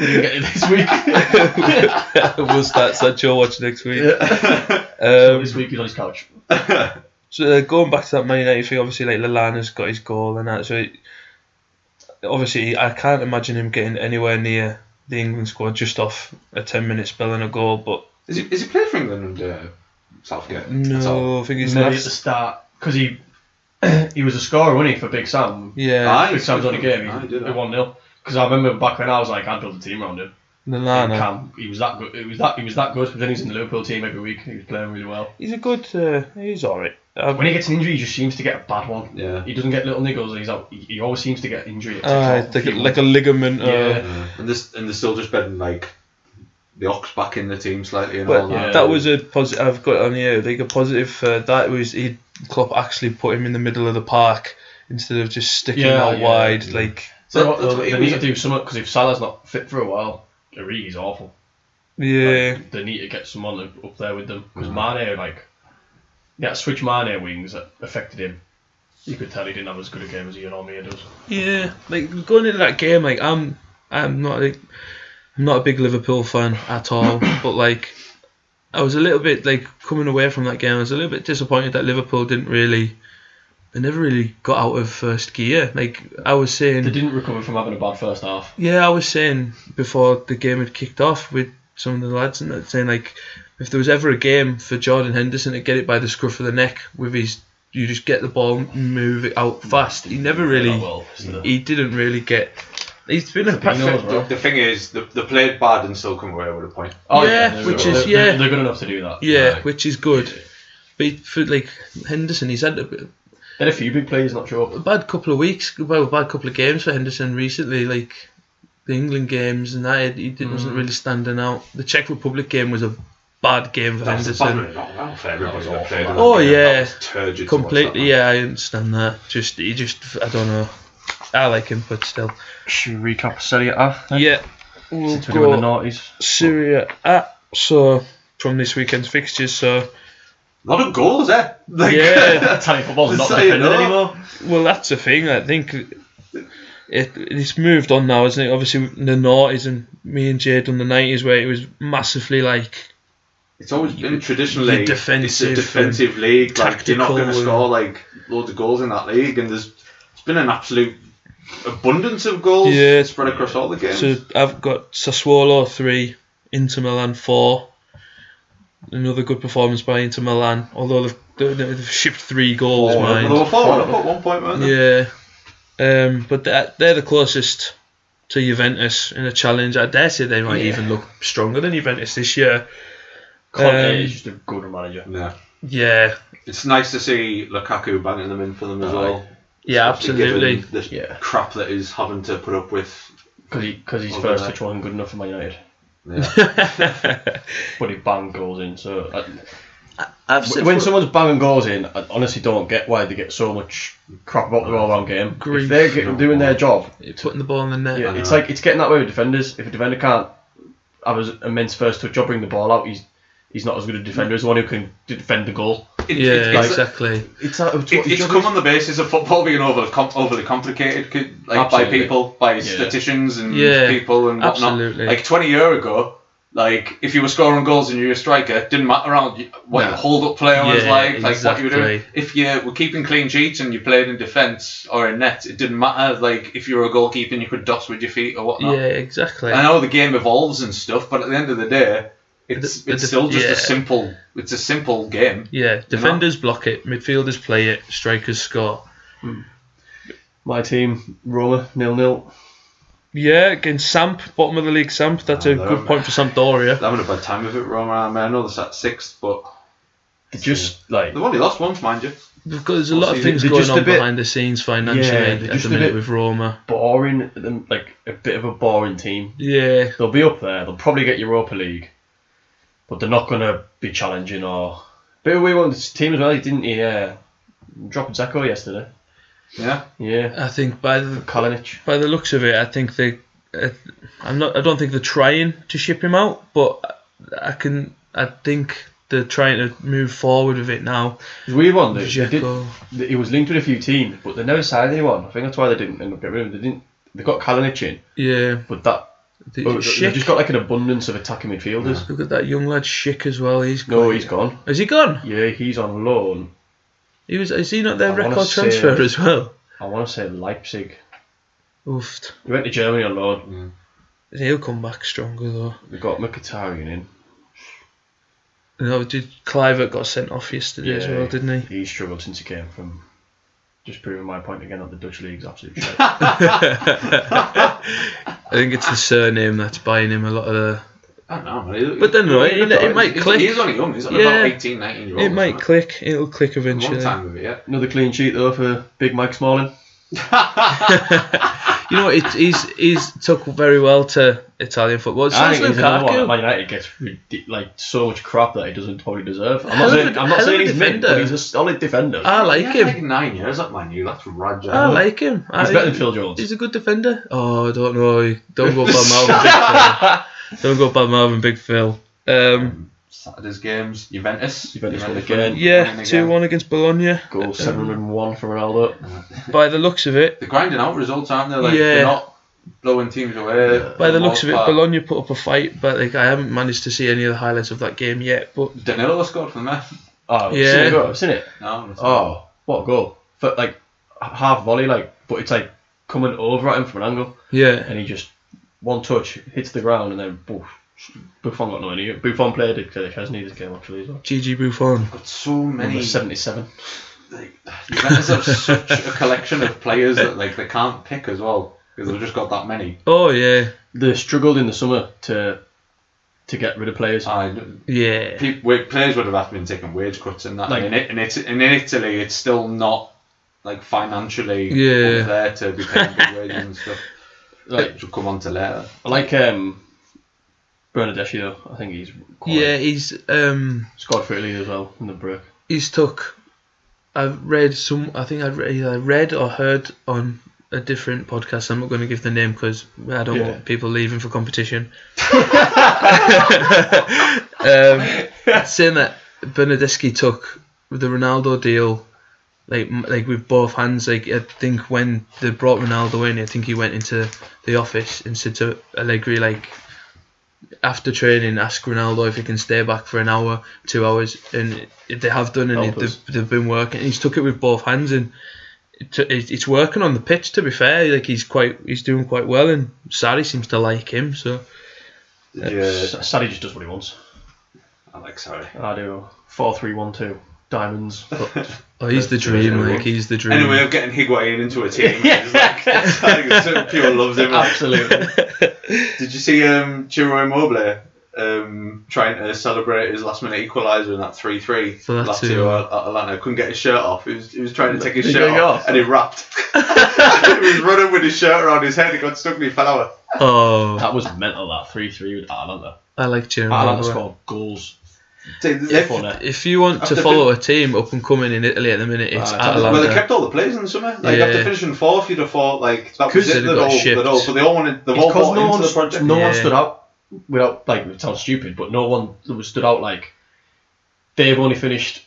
Speaker 3: Didn't get it this week.
Speaker 2: we'll start Sancho watch next week.
Speaker 3: So
Speaker 2: Um,
Speaker 3: this week he's on his couch.
Speaker 2: So uh, going back to that Man United thing, obviously like Lallana's got his goal and that, so it, obviously I can't imagine him getting anywhere near the England squad just off a ten minute spell and a goal. But
Speaker 4: Is he, is he played for England under Southgate? That's all.
Speaker 2: no, I think he's
Speaker 3: Maybe at the
Speaker 2: last.
Speaker 3: start because he (clears throat) he was a scorer, wasn't he, for Big Sam?
Speaker 2: Yeah,
Speaker 4: Aye.
Speaker 3: Big Sam's on the game.
Speaker 4: Aye, he
Speaker 3: He
Speaker 4: did, aye.
Speaker 3: one 0 Because I remember back when I was like, I'd build a team around him.
Speaker 2: Lallana.
Speaker 3: Cam, he was that good. It was that he was that good. But then he's in the Liverpool team every week. He was playing really well.
Speaker 2: He's a good. Uh, he's all right. Um,
Speaker 3: When he gets an injury, he just seems to get a bad one.
Speaker 4: Yeah.
Speaker 3: He doesn't get little niggles. He's out. He, he always seems to get an injury. It takes
Speaker 2: aye,
Speaker 3: (laughs) out
Speaker 2: Uh, like, a-
Speaker 3: people.
Speaker 2: like a ligament. uh,
Speaker 3: Yeah.
Speaker 4: And this and they're still just betting like the ox back in the team slightly and all
Speaker 2: But
Speaker 4: that.
Speaker 3: yeah.
Speaker 2: that was a positive. I've got on here. Like a positive for that was he Klopp actually put him in the middle of the park instead of just sticking
Speaker 3: Yeah,
Speaker 2: out
Speaker 3: yeah.
Speaker 2: wide. Like
Speaker 3: So
Speaker 4: That- that's what
Speaker 3: they
Speaker 4: it
Speaker 3: need to
Speaker 4: was-
Speaker 3: do something because if Salah's not fit for a while, Origi's awful.
Speaker 2: yeah,
Speaker 3: Like, they need to get someone up- up there with them because Mane like that switch Mane wings that affected him. You could tell he didn't have as good a game as Ian Almier does.
Speaker 2: yeah. Like going into that game, like I'm, I'm not, like, I'm not a big Liverpool fan at (coughs) all. but like, I was a little bit like coming away from that game. I was a little bit disappointed that Liverpool didn't really. They never really got out of first gear. Like I was saying,
Speaker 3: They didn't recover from having a bad first half.
Speaker 2: Yeah, I was saying before the game had kicked off with some of the lads and that, saying like if there was ever a game for Jordan Henderson to get it by the scruff of the neck with his you just get the ball move it out fast. He never really
Speaker 3: Not well, so-
Speaker 2: he didn't really get he's been a
Speaker 3: Fabinho as
Speaker 2: perfect
Speaker 3: well.
Speaker 4: The, the thing is, they, they played bad and still come away with a point.
Speaker 2: yeah,
Speaker 3: Oh, they're
Speaker 2: which
Speaker 3: good.
Speaker 2: is-
Speaker 3: They're-
Speaker 2: yeah.
Speaker 3: they're, they're good enough to do that.
Speaker 2: yeah,
Speaker 3: Like,
Speaker 2: which is good. But he- for like Henderson, he's had a bit-
Speaker 3: they had a few big plays, not
Speaker 2: a
Speaker 3: sure.
Speaker 2: bad couple of weeks, well, a bad couple of games for Henderson recently, like the England games and that. He didn't, wasn't
Speaker 4: Mm.
Speaker 2: really standing out. The Czech Republic game was a bad game for
Speaker 4: That's the
Speaker 2: Henderson.
Speaker 4: bad bit. Not well for everybody
Speaker 3: That was
Speaker 4: that
Speaker 3: awful.
Speaker 4: played in that
Speaker 2: Oh,
Speaker 4: game. That
Speaker 2: yeah.
Speaker 4: was turgid to watch that
Speaker 2: Completely,
Speaker 4: match.
Speaker 2: yeah, I understand that. Just he just I don't know. I like him, but still.
Speaker 3: Should we recap Serie A?
Speaker 2: Yeah, we'll go
Speaker 3: noughties.
Speaker 2: Syria at so from this weekend's fixtures. So
Speaker 4: A lot of goals, eh?
Speaker 2: (laughs)
Speaker 4: Like, (laughs)
Speaker 2: yeah,
Speaker 3: Italian football's
Speaker 4: Just
Speaker 3: not
Speaker 4: so you
Speaker 3: defended
Speaker 4: know.
Speaker 3: anymore.
Speaker 2: well that's the thing. I think it it's moved on now, isn't it? Obviously the noughties and me and Jay done the nineties where it was massively like
Speaker 4: It's always been traditionally
Speaker 2: you're defensive
Speaker 4: it's a defensive league. Like you're not
Speaker 2: tactical
Speaker 4: going to
Speaker 2: and-
Speaker 4: score like loads of goals in that league, and there's it's been an absolute abundance of goals
Speaker 2: Yeah.
Speaker 4: spread across all the games.
Speaker 2: So I've got Sassuolo three, Inter Milan four. Another good performance by Inter Milan, although they've, they've, they've shipped three goals.
Speaker 4: Four,
Speaker 2: mind.
Speaker 4: they were forward up at one point, weren't they?
Speaker 2: Yeah, um, but they're, they're the closest to Juventus in a challenge. I dare say they might
Speaker 3: Yeah.
Speaker 2: even look stronger than Juventus this year.
Speaker 3: Conte
Speaker 2: Um,
Speaker 3: is just a good manager.
Speaker 4: Yeah.
Speaker 2: Yeah,
Speaker 4: It's nice to see Lukaku banging them in for them as well.
Speaker 2: yeah,
Speaker 4: especially
Speaker 2: absolutely.
Speaker 4: Given the
Speaker 3: Yeah.
Speaker 4: crap that he's having to put up with.
Speaker 3: Because he, cause his
Speaker 4: Well,
Speaker 3: first
Speaker 4: they're-
Speaker 3: touch wasn't good enough for Man United.
Speaker 4: Yeah.
Speaker 3: (laughs) But he banged goals in. So uh,
Speaker 2: I've
Speaker 3: when someone's banging goals in, I honestly don't get why they get so much crap about the all round game.
Speaker 2: Grief.
Speaker 3: If they're get, doing their job,
Speaker 2: putting the ball in the net.
Speaker 3: yeah, it's like it's getting that way with defenders. If a defender can't have an immense first touch or bring the ball out, he's he's not as good a defender as the one who can defend the goal.
Speaker 4: It-
Speaker 2: Yeah,
Speaker 4: it's- it's-
Speaker 2: exactly.
Speaker 3: It's that. It's, what
Speaker 4: It,
Speaker 3: his
Speaker 4: it's
Speaker 3: job
Speaker 4: come
Speaker 3: is.
Speaker 4: on the basis of football being overly, com- overly complicated c- like, by
Speaker 3: Absolutely.
Speaker 4: people, by statisticians and
Speaker 2: Yeah,
Speaker 4: people and whatnot.
Speaker 2: absolutely.
Speaker 4: Like 20 year ago, like if you were scoring goals and you were a striker, didn't matter around you- what
Speaker 2: No.
Speaker 4: your hold up player was
Speaker 2: Yeah,
Speaker 4: like, like what you were doing.
Speaker 2: exactly.
Speaker 4: If you were keeping clean sheets and you played in defence or in net, it didn't matter. Like if you were a goalkeeper and you could dot with your feet or whatnot.
Speaker 2: Yeah, exactly.
Speaker 4: I know the game evolves and stuff, but at the end of the day, it's
Speaker 2: The- the
Speaker 4: it's still just
Speaker 2: def- yeah.
Speaker 4: a simple it's a simple game.
Speaker 2: Yeah, defenders block it, midfielders play it, strikers score.
Speaker 3: My team, Roma, nil nil.
Speaker 2: Yeah, against Samp, bottom of the league Samp. That's a
Speaker 4: Hello,
Speaker 2: good point for Sampdoria.
Speaker 4: They're having a bad time of it, Roma. I, mean, I know they're at sixth, but
Speaker 3: They just like
Speaker 4: they've only lost once, mind you.
Speaker 2: Because there's a lot of
Speaker 4: Obviously,
Speaker 2: things
Speaker 3: they're
Speaker 2: going
Speaker 3: just
Speaker 2: on
Speaker 3: a bit-
Speaker 2: behind the scenes financially
Speaker 3: Yeah, they're
Speaker 2: at
Speaker 3: just
Speaker 2: the
Speaker 3: a
Speaker 2: minute
Speaker 3: bit-
Speaker 2: with Roma.
Speaker 3: boring, at the- like a bit of a boring team.
Speaker 2: Yeah,
Speaker 3: They'll be up there. They'll probably get Europa League, but they're not gonna be challenging or. But we won this team as well, didn't he? Yeah, dropping Zeko yesterday.
Speaker 4: Yeah.
Speaker 3: Yeah,
Speaker 2: I think by the
Speaker 3: Kalinic.
Speaker 2: by the looks of it, I think they, uh, I'm not. I don't think they're trying to ship him out, but I can. I think they're trying to move forward with it now.
Speaker 3: It's a weird one. They, they did,
Speaker 2: Dzeko.
Speaker 3: they- he was linked with a few teams, but they never signed anyone. I think that's why they didn't end up getting rid of him. They didn't. They got Kalinic in,
Speaker 2: Yeah,
Speaker 3: but that
Speaker 2: the,
Speaker 3: oh, they
Speaker 2: Schick.
Speaker 3: they just got like an abundance of attacking midfielders.
Speaker 2: Look at that young lad Schick as well. He's gone.
Speaker 3: No, he's gone.
Speaker 2: Has he gone?
Speaker 3: Yeah, he's on loan.
Speaker 2: He was. Is he not their
Speaker 3: I wanna
Speaker 2: record
Speaker 3: say-
Speaker 2: transfer as well?
Speaker 3: I want to say Leipzig.
Speaker 2: Oofed.
Speaker 3: He went to Germany on loan.
Speaker 2: He'll come back stronger though.
Speaker 3: They got Mkhitaryan in.
Speaker 2: You know, did Clivert got sent off yesterday as well, didn't he? (laughs)
Speaker 3: He struggled since he came from. Just proving my point again that the Dutch league's
Speaker 2: (laughs)
Speaker 3: absolute shit.
Speaker 2: I think it's the surname that's buying him a lot of the
Speaker 4: I don't know. It,
Speaker 2: But then, right, it- it might
Speaker 4: he's,
Speaker 2: click.
Speaker 4: He's only young. He's
Speaker 2: Yeah.
Speaker 4: about 18, 19 year old.
Speaker 2: It might click. It'll click
Speaker 4: A long
Speaker 2: eventually.
Speaker 4: time with it, yeah.
Speaker 3: Another clean sheet though for Big Mike Smalling.
Speaker 2: You know, it, he's he's took very well to Italian football. So
Speaker 3: I
Speaker 2: is
Speaker 3: think he's another one that Man
Speaker 2: Lukaku.
Speaker 3: United gets ridic- like so much crap that he doesn't probably deserve. I'm not saying,
Speaker 2: of a-
Speaker 3: I'm
Speaker 2: hell
Speaker 3: not
Speaker 2: of
Speaker 3: saying
Speaker 2: a
Speaker 3: he's mid,
Speaker 2: defender.
Speaker 3: but he's a solid defender.
Speaker 2: I like
Speaker 4: He had like
Speaker 2: him.
Speaker 4: nine years at Man U. That's Raja.
Speaker 2: I like him.
Speaker 3: he's
Speaker 2: I-
Speaker 3: better than Phil Jones.
Speaker 2: He's a good defender. Oh, I don't know. Don't go bad mouthing
Speaker 3: (laughs)
Speaker 2: Big Phil. Don't go bad mouthing Big Phil. Um,
Speaker 4: Saturday's games. Juventus.
Speaker 3: Juventus won again.
Speaker 2: yeah,
Speaker 4: winning
Speaker 2: two one against Bologna.
Speaker 3: Goal 701 from Ronaldo.
Speaker 2: By the looks of it,
Speaker 4: They're grinding out results, aren't they? Like,
Speaker 2: Yeah.
Speaker 4: They're not blowing teams away.
Speaker 2: by the
Speaker 4: Most
Speaker 2: looks of it,
Speaker 4: part.
Speaker 2: Bologna put up a fight. But like, I haven't managed to see any of the highlights of that game yet. But
Speaker 4: Danilo scored for them. eh?
Speaker 3: Oh,
Speaker 2: Yeah.
Speaker 3: yeah. seen it, bro. I've seen it.
Speaker 4: No. it's-
Speaker 3: Oh, what a goal! For like h- half volley, like, but it's like coming over at him from an angle,
Speaker 2: yeah,
Speaker 3: and he just one touch hits the ground, and then boof. Buffon got no idea. Buffon played it because Chesney this game actually as well.
Speaker 2: Gigi Buffon.
Speaker 4: Got so many.
Speaker 3: Number 77.
Speaker 4: Like, Juventus have such
Speaker 3: (laughs)
Speaker 4: a collection of players that like they can't pick as well because they've just got that many.
Speaker 2: Oh yeah,
Speaker 3: They struggled in the summer to to get rid of players.
Speaker 4: And
Speaker 2: yeah.
Speaker 4: pe- wa- players would have had to been taking wage cuts and that.
Speaker 3: Like-
Speaker 4: and in, it, in, it, in Italy, it's still not like financially
Speaker 2: Yeah.
Speaker 4: up there to be paying big wages and stuff.
Speaker 3: Like,
Speaker 4: Which we'll come on to later.
Speaker 3: I like um, Bernadeschi though. I think he's quality.
Speaker 2: Yeah, he's um
Speaker 3: scored for Italy as well in the break.
Speaker 2: he's took. I've read some. I think I read, either read or heard on a different podcast. I'm not going to give the name because I don't
Speaker 3: Yeah.
Speaker 2: want people leaving for competition. (laughs) um, saying that Bernadeschi took the Ronaldo deal, like m- like with both hands. Like I think when they brought Ronaldo in, I think he went into the office and said to Allegri like after training, ask Ronaldo if he can stay back for an hour, two hours, and it- they have done, and
Speaker 3: Help
Speaker 2: it-
Speaker 3: us.
Speaker 2: they've, they've been working. He's took it with both hands, and it, it, it's working on the pitch. To be fair, like he's quite, he's doing quite well, and Sari seems to like him. So
Speaker 4: Yeah,
Speaker 3: S- Sadly, just does what he wants.
Speaker 4: I like sorry.
Speaker 3: I do four three one two diamonds. But
Speaker 2: oh, he's the dream, like he's the dream.
Speaker 4: Anyway, of getting Higuain into a team. It's like,
Speaker 3: (laughs)
Speaker 4: (laughs) it's like so people loves him.
Speaker 3: absolutely.
Speaker 4: (laughs) Did you see um, Chiro Immobile um, trying to celebrate his last minute equaliser in that 3 3
Speaker 2: For that
Speaker 4: Lazio
Speaker 2: too.
Speaker 4: at at Atlanta? Couldn't get his shirt off. He was, he was trying to take his
Speaker 3: Did he
Speaker 4: shirt
Speaker 3: get it
Speaker 4: off,
Speaker 3: off?
Speaker 4: and he
Speaker 3: (laughs)
Speaker 4: wrapped. he was running with his shirt around his head. He got stuck and he fell out.
Speaker 2: oh,
Speaker 3: That was mental. That three three with Atlanta.
Speaker 2: I like Jerome.
Speaker 3: Atlanta
Speaker 2: Bowen.
Speaker 3: scored goals.
Speaker 4: They- they-
Speaker 3: If on it.
Speaker 2: If you want to
Speaker 4: After
Speaker 2: follow a team up and coming in Italy at the minute, it's
Speaker 4: Ah, well, they
Speaker 2: Atalanta.
Speaker 4: kept all the players in the summer. Like
Speaker 2: Yeah.
Speaker 4: after finishing fourth, you'd have thought like that
Speaker 2: Could
Speaker 4: was it.
Speaker 2: have
Speaker 4: They'd
Speaker 2: got
Speaker 4: all,
Speaker 2: shipped.
Speaker 4: they'd all, but they all wanted. They've all
Speaker 3: Because
Speaker 4: bought
Speaker 3: no
Speaker 4: into
Speaker 3: one,
Speaker 4: the project.
Speaker 3: no one
Speaker 2: Yeah.
Speaker 3: stood out without like it sounds stupid, but no one that was stood out like they've only finished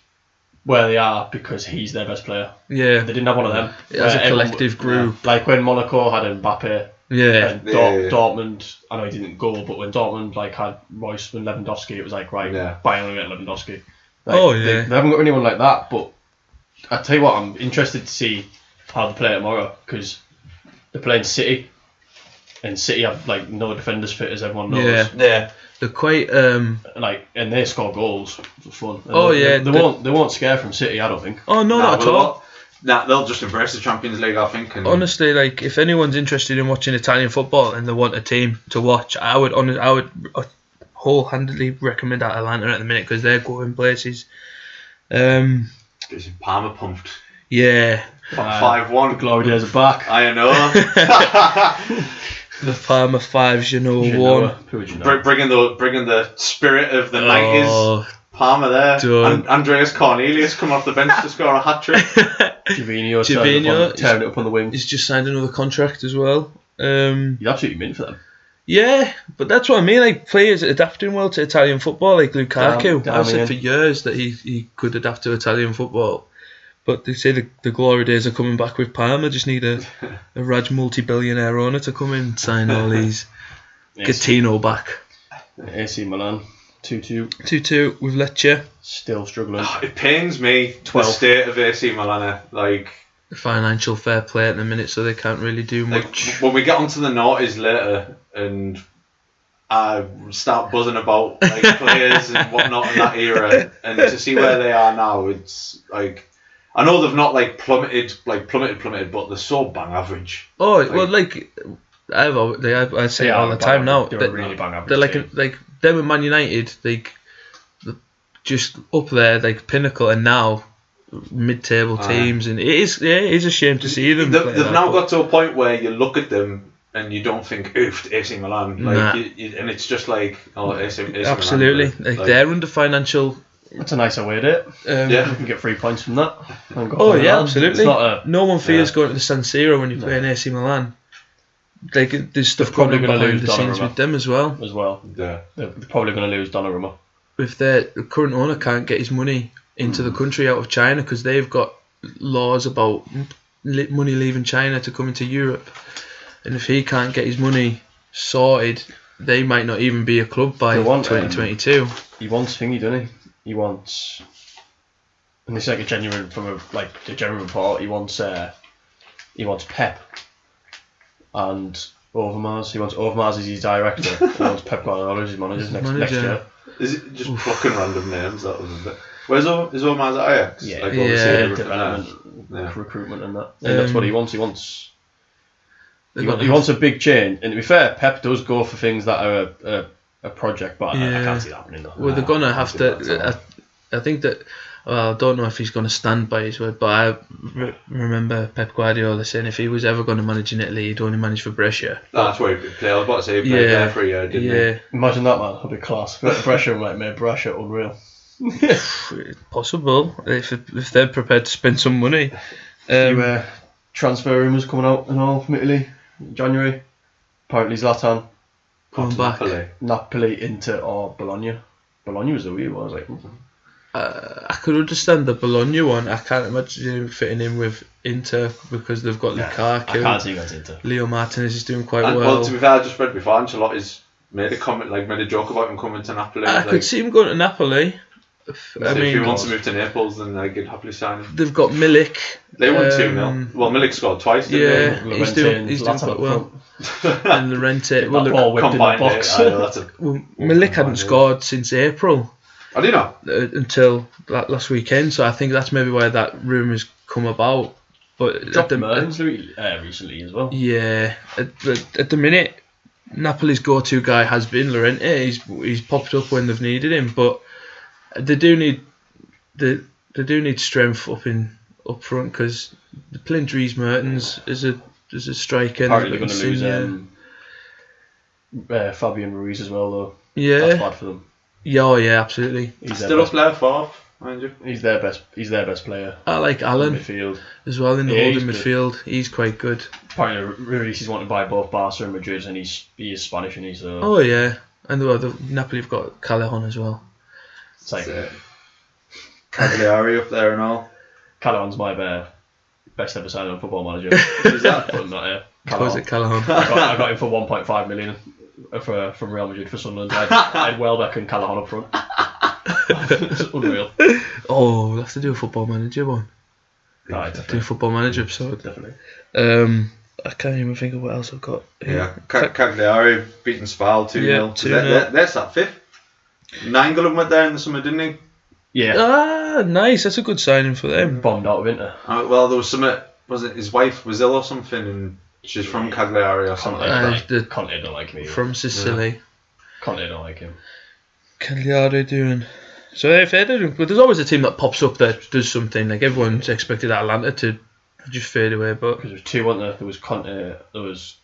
Speaker 3: where they are because he's their best player.
Speaker 2: Yeah,
Speaker 3: They didn't have one of them.
Speaker 2: Yeah, as a
Speaker 3: Where everyone-
Speaker 2: collective group.
Speaker 3: yeah. Like when Monaco had Mbappe
Speaker 2: yeah,
Speaker 3: and
Speaker 4: Yeah,
Speaker 3: Dort-
Speaker 4: yeah, yeah.
Speaker 3: Dortmund, I know he didn't go, but when Dortmund like had Royce and Lewandowski, it was like right,
Speaker 4: Yeah.
Speaker 3: Bayern will get Lewandowski. Like,
Speaker 2: Oh,
Speaker 3: they-
Speaker 2: yeah.
Speaker 3: they, haven't got anyone like that. But I tell you what, I'm interested to see how they play tomorrow because they're playing City, and City have like no defenders fit as everyone knows.
Speaker 2: yeah.
Speaker 4: Yeah,
Speaker 2: They're quite um.
Speaker 3: Like and they score goals for fun. And
Speaker 2: Oh,
Speaker 3: they-
Speaker 2: yeah, the-
Speaker 3: they, won't they won't scare from City. I don't think.
Speaker 2: Oh no,
Speaker 4: Nah,
Speaker 2: not at
Speaker 4: well,
Speaker 2: all.
Speaker 4: Nah, they'll just embrace the Champions League, I think. And
Speaker 2: honestly, like if anyone's interested in watching Italian football and they want a team to watch, I would on I would uh, wholeheartedly recommend Atlanta at the minute because they're going places. Um,
Speaker 4: Palmer pumped
Speaker 2: yeah,
Speaker 4: five one.
Speaker 3: Glory days are back.
Speaker 4: I
Speaker 2: (laughs)
Speaker 4: know.
Speaker 2: the Parma fives, you know, one.
Speaker 3: Genoa, who would you know?
Speaker 4: Br- bringing the bringing the spirit of the nineties.
Speaker 2: Oh,
Speaker 4: Palmer there.
Speaker 2: Done.
Speaker 4: And Andreas Cornelius coming off the bench to score a hat trick.
Speaker 3: Jovino tearing,
Speaker 2: Jovino
Speaker 3: it up on-
Speaker 2: is-
Speaker 3: tearing it up on the wing.
Speaker 2: he's just signed another contract as well. Um,
Speaker 3: He's absolutely mint for them.
Speaker 2: yeah, but that's what I mean. Like players adapting well to Italian football, like Lukaku.
Speaker 3: Damn-
Speaker 2: I've said
Speaker 3: Damian.
Speaker 2: for years that he, he could adapt to Italian football, but they say the, the glory days are coming back with Parma. Just need a, a Raj multi-billionaire owner to come in and sign all these. Gatino back.
Speaker 3: AC Milan, 2 2,
Speaker 2: Two two with Lecce.
Speaker 3: still struggling.
Speaker 2: Oh,
Speaker 4: it pains me the
Speaker 3: Twelve.
Speaker 4: state of AC Milan. Like,
Speaker 2: Financial fair play at the minute, so they can't really do
Speaker 4: like
Speaker 2: much.
Speaker 4: when we get onto the noughties later and I start buzzing about
Speaker 2: (laughs)
Speaker 4: like players and whatnot in that era, and to see where they are now, it's like. I know they've not like plummeted, like plummeted, plummeted, but they're so bang average.
Speaker 2: Oh well, like I've al- they, I, I say
Speaker 3: They
Speaker 2: it all the
Speaker 3: are bang
Speaker 2: time
Speaker 3: average.
Speaker 2: now.
Speaker 3: They're
Speaker 2: They-
Speaker 3: a really bang average
Speaker 2: They're like
Speaker 3: team.
Speaker 2: like them and Man United. They they're just up there like pinnacle, and now mid-table
Speaker 4: Aye.
Speaker 2: teams, and it is yeah, it is a shame to see them.
Speaker 4: Ah. They've,
Speaker 2: play
Speaker 4: they've
Speaker 2: like
Speaker 4: now
Speaker 2: that.
Speaker 4: got to a point where you look at them and you don't think, (laughs) oof, AC Milan. Like,
Speaker 2: Nah.
Speaker 4: you, you- and it's just like, oh, AC, AC
Speaker 2: absolutely.
Speaker 4: Milan.
Speaker 2: like, they're under financial.
Speaker 3: That's a nice away date.
Speaker 2: Um,
Speaker 4: Yeah.
Speaker 3: You can get three points from that. And go
Speaker 2: Oh
Speaker 3: on
Speaker 2: yeah,
Speaker 3: and on.
Speaker 2: absolutely.
Speaker 3: It's not a,
Speaker 2: no one fears
Speaker 4: yeah.
Speaker 2: going to the San Siro when you're playing AC Milan. They can, there's stuff
Speaker 3: probably
Speaker 2: probably
Speaker 3: gonna
Speaker 2: behind
Speaker 3: lose
Speaker 2: the scenes
Speaker 3: Donnarumma.
Speaker 2: with them as well.
Speaker 3: as well.
Speaker 4: Yeah.
Speaker 3: They're probably going to lose Donnarumma.
Speaker 2: if their the current owner can't get his money into
Speaker 3: Mm.
Speaker 2: the country out of China because they've got laws about li- money leaving China to come into Europe, and if he can't get his money sorted, they might not even be a club by
Speaker 3: They want, um,
Speaker 2: 2022.
Speaker 3: He wants thingy, doesn't he? He wants, and this is like a genuine from a like a genuine report. He wants, uh, he wants Pep and Overmars. He wants Overmars as his director. he wants Pep Guardiola as his manager next, next
Speaker 2: manager.
Speaker 3: year.
Speaker 4: Is it just fucking random names? That was it. Where's all, is all Mars at Ajax?
Speaker 3: Yeah.
Speaker 4: Like, obviously,
Speaker 2: Yeah,
Speaker 4: everything
Speaker 3: Development,
Speaker 4: else. Yeah.
Speaker 3: recruitment, and that. And that's what he wants. He wants
Speaker 2: They've
Speaker 3: He,
Speaker 2: Um, got
Speaker 3: wa- he
Speaker 2: the-
Speaker 3: wants a big change, and to be fair, Pep does go for things that are a, a, a project, but I, I
Speaker 2: Yeah.
Speaker 3: can't see that happening. Though.
Speaker 2: Well, they're gonna have
Speaker 4: that's
Speaker 2: to. I, I think that. Well, I don't know if he's gonna stand by his word, but I re- remember Pep Guardiola saying if he was ever gonna manage in Italy, he'd only manage for Brescia.
Speaker 4: That's where he could play. I was about to say he played there
Speaker 2: Yeah,
Speaker 4: for a year, didn't
Speaker 2: yeah,
Speaker 3: Imagine that man, that'd be class. Pressure like made Pressure unreal.
Speaker 2: possible if if they're prepared to spend some money. Um,
Speaker 3: New, uh, transfer rumours coming out and all from Italy, in January. Apparently Zlatan,
Speaker 2: coming
Speaker 4: he?
Speaker 2: back.
Speaker 4: Napoli.
Speaker 3: Napoli, Inter or Bologna. Bologna was the weird one. I was like, mm.
Speaker 2: Uh, I could understand the Bologna one. I can't imagine him fitting in with Inter because they've got
Speaker 3: I can't
Speaker 2: Lukaku.
Speaker 3: see you guys Inter.
Speaker 2: Leo Martinez is doing quite
Speaker 4: And, well,
Speaker 2: well.
Speaker 4: to be fair, I just read before Ancelotti's made a comment, like made a joke about him coming to Napoli.
Speaker 2: I
Speaker 4: like,
Speaker 2: could see him going to Napoli. If- I
Speaker 4: if he
Speaker 2: mean,
Speaker 4: wants to move to Naples, then like, he'd happily sign him.
Speaker 2: they've got Milik.
Speaker 4: They won
Speaker 2: Um,
Speaker 4: two 0 Well, Milik scored twice, didn't
Speaker 2: Yeah, he's doing he's doing quite well. (laughs)
Speaker 4: (laughs)
Speaker 2: And Lorente, well,
Speaker 3: that
Speaker 2: Lor-
Speaker 3: ball
Speaker 4: he?
Speaker 3: whipped in the
Speaker 4: Combined it.
Speaker 3: box.
Speaker 4: I know, that's
Speaker 3: (laughs)
Speaker 4: a,
Speaker 2: well, Milik hadn't
Speaker 4: Lorente.
Speaker 2: scored since April
Speaker 4: I do know.
Speaker 2: uh, until that last weekend, so I think that's maybe why that rumour's come about. But at
Speaker 3: Dropped
Speaker 2: the-
Speaker 3: Mertens re- uh, recently as well.
Speaker 2: Yeah, at the, at the minute, Napoli's go-to guy has been Lorente. He's he's popped up when they've needed him, but they do need they, they do need strength up in up front because the Plindries Mertens is a is a striker. and
Speaker 3: Apparently
Speaker 2: they've
Speaker 3: they're
Speaker 2: got
Speaker 3: going to lose
Speaker 2: Insigne.
Speaker 3: um, uh, Fabian Ruiz as well, though. That's
Speaker 2: yeah,
Speaker 3: bad for them.
Speaker 2: yeah, oh, yeah, absolutely.
Speaker 3: He's their,
Speaker 4: Still up
Speaker 3: best,
Speaker 4: there, fourth, mind you.
Speaker 3: he's their best. He's their best player.
Speaker 2: I like Allen
Speaker 3: Midfield.
Speaker 2: as well in the
Speaker 3: Yeah,
Speaker 2: holding
Speaker 3: he's
Speaker 2: midfield. He's quite good.
Speaker 3: Apparently, Ruiz is wanted by both Barca and Madrid, and he's he is Spanish, and he's uh,
Speaker 2: Oh yeah, and the, the Napoli have got Callejon as well.
Speaker 3: it's like
Speaker 4: So, Cagliari up there and all.
Speaker 3: Callahan's my uh, best ever signing on
Speaker 2: (laughs)
Speaker 3: Football Manager.
Speaker 4: Who's
Speaker 3: (laughs)
Speaker 4: that?
Speaker 3: but not here.
Speaker 2: Was
Speaker 3: Callahan.
Speaker 2: it
Speaker 3: (laughs)
Speaker 2: Callejon?
Speaker 3: I got, I got him for 1.5 million for, from Real Madrid for Sunderland. I had, I had Welbeck and Callahan up front.
Speaker 2: (laughs)
Speaker 3: it's unreal.
Speaker 2: oh, we'll have to do a football manager one.
Speaker 3: Right,
Speaker 2: Do a
Speaker 3: definitely.
Speaker 2: football manager episode.
Speaker 3: definitely.
Speaker 2: Um, I can't even think of what else I've got.
Speaker 4: Yeah, Ca- Cagliari beating Spal 2 0.
Speaker 2: Yeah, 2-0.
Speaker 4: They're, they're sat fifth. Nangolan went there in the summer, didn't he?
Speaker 3: Yeah.
Speaker 2: Ah, nice. That's a good signing for them.
Speaker 3: Bombed out of Inter.
Speaker 4: Uh, well, there was some. Was it his wife was ill or something, and she's from Cagliari or
Speaker 3: Conte,
Speaker 4: something?
Speaker 2: Uh,
Speaker 3: like,
Speaker 2: the-
Speaker 3: Conte don't like me.
Speaker 2: From Sicily.
Speaker 3: Conte don't like him.
Speaker 2: Cagliari doing. So if they're doing good, there's always a team that pops up that does something. Like everyone's expected Atlanta to just fade away, but
Speaker 3: Because there was two, weren't there? There was Conte, there was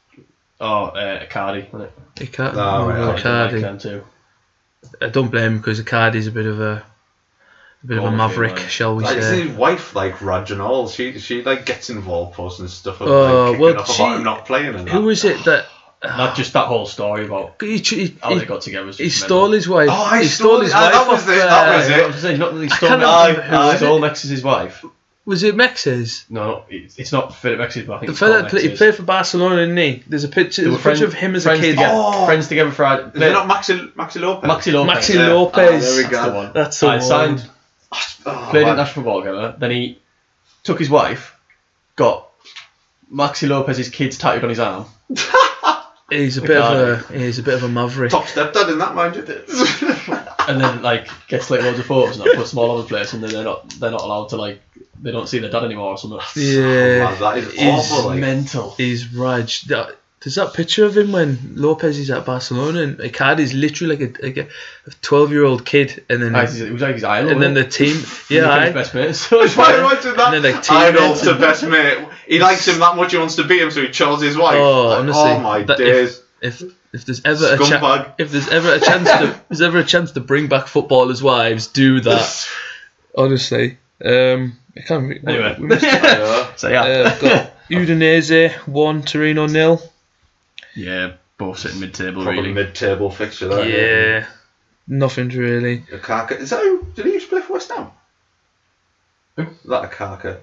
Speaker 3: oh, uh, Icardi, wasn't it?
Speaker 2: they can't.
Speaker 4: Ah, right,
Speaker 2: well,
Speaker 4: right.
Speaker 3: Conte
Speaker 2: Oh, Icardi.
Speaker 3: liked them too.
Speaker 2: I don't blame him because Icardi's a bit of a, a bit of a
Speaker 3: Quality,
Speaker 2: maverick,
Speaker 3: like-
Speaker 2: shall we
Speaker 4: Like, isn't
Speaker 2: say?
Speaker 4: his wife like Raj and all? She she like gets involved posting stuff of
Speaker 2: Oh,
Speaker 4: like kicking
Speaker 2: well,
Speaker 4: off
Speaker 2: she-
Speaker 4: about him not playing and that.
Speaker 2: Who was it that
Speaker 3: Not just that whole story about
Speaker 2: he he,
Speaker 3: how
Speaker 2: he,
Speaker 3: they got together. Was
Speaker 2: he stole his wife?
Speaker 4: Oh, he stole
Speaker 2: his
Speaker 4: it. Ah,
Speaker 2: wife.
Speaker 4: that was
Speaker 2: off,
Speaker 4: it, that
Speaker 2: uh,
Speaker 4: was it.
Speaker 3: He's not really stole
Speaker 2: can't
Speaker 3: Mex-
Speaker 4: remember who
Speaker 3: who
Speaker 4: was
Speaker 3: stole Mex's wife.
Speaker 2: Was it Mexes?
Speaker 3: No, no, it's it's not Philip Mex's, but I think
Speaker 2: The
Speaker 3: it's
Speaker 2: fella
Speaker 3: Paul
Speaker 2: that pl- he
Speaker 3: Mex's.
Speaker 2: played for Barcelona, didn't he? There's a picture,
Speaker 3: They
Speaker 2: there's
Speaker 3: were
Speaker 2: a picture
Speaker 3: friend-
Speaker 2: of him as a
Speaker 3: friends
Speaker 2: kid.
Speaker 3: Together,
Speaker 4: Oh.
Speaker 3: Friends together for
Speaker 4: Is it not Maxi Maxi Lopez?
Speaker 3: Maxi Lopez.
Speaker 2: Maxi
Speaker 3: yeah.
Speaker 4: Oh,
Speaker 2: Lopez.
Speaker 4: there we
Speaker 3: That's the
Speaker 4: go.
Speaker 3: one.
Speaker 2: That's the
Speaker 3: I
Speaker 2: one.
Speaker 3: signed,
Speaker 4: Oh,
Speaker 3: played
Speaker 4: man.
Speaker 3: international football together. Then he took his wife, got Maxi Lopez's kids tattooed on his arm.
Speaker 2: He's a bit of a he's a bit of a maverick.
Speaker 4: Top stepdad in
Speaker 2: (laughs)
Speaker 4: that mind you.
Speaker 3: and then like gets like loads of photos and that puts them all over the place, and then they're not they're not allowed to like they don't see their dad anymore or something.
Speaker 2: Yeah,
Speaker 4: Oh, man, that is
Speaker 2: he's
Speaker 4: awful. like.
Speaker 3: (laughs) mental.
Speaker 2: he's Raj. That- There's that picture of him when Lopez is at Barcelona and Icardi's literally like a like a twelve year old kid, and then
Speaker 3: Like, it was like his idol.
Speaker 2: and then the
Speaker 3: wasn't
Speaker 2: team, yeah,
Speaker 3: it? He was
Speaker 2: aye.
Speaker 3: his best mate. (laughs) So it's
Speaker 4: Why
Speaker 3: like,
Speaker 4: do I do that?
Speaker 2: And then, like,
Speaker 4: Idol's
Speaker 2: teammates
Speaker 4: the
Speaker 2: and-
Speaker 4: best mate. He likes him that much. He wants to beat him, so he chose his wife.
Speaker 2: Oh,
Speaker 4: Like,
Speaker 2: honestly,
Speaker 4: oh my
Speaker 2: that-
Speaker 4: (laughs) days.
Speaker 2: If if there's ever a
Speaker 4: Scumbag.
Speaker 2: cha- if there's ever a chance to if there's ever a chance to bring back footballers' wives, do that. Honestly, um, I can't. re-
Speaker 3: Anyway. (laughs)
Speaker 2: we must-
Speaker 4: I know.
Speaker 3: so yeah,
Speaker 2: uh,
Speaker 3: (laughs)
Speaker 2: I've got Udinese one, Torino nil.
Speaker 3: yeah, both sitting mid-table
Speaker 4: Proper
Speaker 3: really.
Speaker 4: mid-table fixture there.
Speaker 2: Yeah, nothing really.
Speaker 4: Lukaku. Is that who? Did he used to play for West Ham?
Speaker 3: Who?
Speaker 4: Is that Lukaku?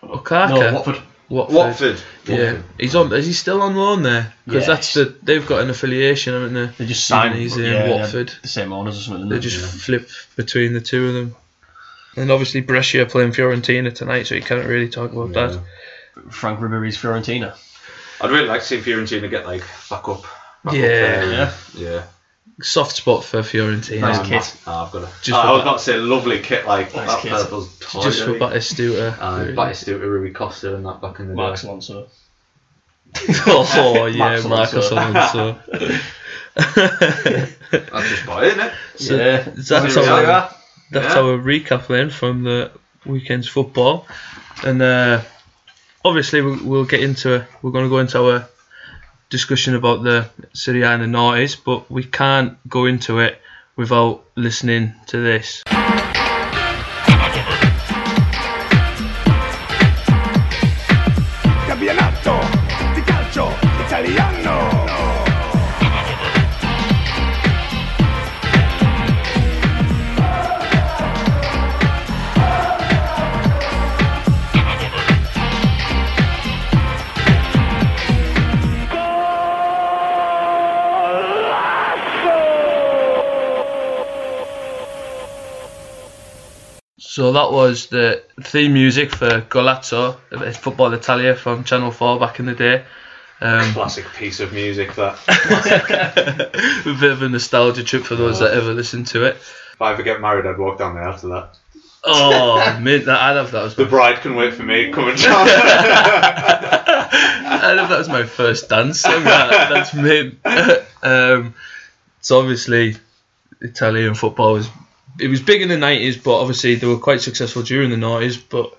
Speaker 2: Okaka,
Speaker 3: no, Watford.
Speaker 2: Watford.
Speaker 4: Watford.
Speaker 2: Yeah, he's on. Is he still on loan there? Because
Speaker 3: Yeah,
Speaker 2: that's the they've got an affiliation, haven't they?
Speaker 3: They just signed.
Speaker 2: Udinese
Speaker 3: yeah,
Speaker 2: and
Speaker 3: they had
Speaker 2: Watford.
Speaker 3: The same owners or something.
Speaker 2: They
Speaker 3: didn't
Speaker 2: just
Speaker 3: Yeah.
Speaker 2: flip between the two of them. And obviously Brescia playing Fiorentina tonight, so you can't really talk about that.
Speaker 3: Frank Ribery's Fiorentina.
Speaker 4: I'd really like to see Fiorentina get like back up.
Speaker 2: Yeah.
Speaker 4: Back Up there.
Speaker 3: Yeah.
Speaker 4: Yeah.
Speaker 2: Soft spot for Fiorentina.
Speaker 3: Nice
Speaker 4: Um,
Speaker 3: kit.
Speaker 4: ah, I've got a,
Speaker 2: Just
Speaker 4: Ah,
Speaker 2: for
Speaker 4: I was
Speaker 2: that-
Speaker 4: about to say lovely kit like
Speaker 3: Nice
Speaker 4: that
Speaker 3: kit.
Speaker 4: purple's toy.
Speaker 2: Just for Batistuta.
Speaker 4: Uh, Batistuta, Rui Costa, and that back in the day.
Speaker 3: Mark Alonso.
Speaker 2: (laughs) oh yeah,
Speaker 4: Marcos
Speaker 2: Marcos Alonso.
Speaker 4: That's just by, isn't it?
Speaker 2: So
Speaker 3: yeah.
Speaker 2: that's
Speaker 4: Something like
Speaker 2: our
Speaker 4: that.
Speaker 2: that's
Speaker 4: Yeah.
Speaker 2: our recap then from the weekend's football, and uh, obviously we'll, we'll get into we're going to go into our discussion about the Serie A and the noughties, but we can't go into it without listening to this.
Speaker 5: campionato di calcio italiano.
Speaker 2: So that was the theme music for Golazzo, uh, Football Italia from Channel 4 back in the day. Um, (laughs)
Speaker 4: Classic piece of music that.
Speaker 2: a bit of a nostalgia trip for those that ever listened to it.
Speaker 4: If I ever get married, I'd walk down there after that.
Speaker 2: Oh, mate, that, I love that. Was
Speaker 4: The
Speaker 2: my,
Speaker 4: bride can wait for me. Come and (laughs) shout.
Speaker 2: I love that was my first dance. song, that- that's mint. (laughs) um, so obviously, Italian football was it was big in the nineties, but obviously they were quite successful during the nineties. But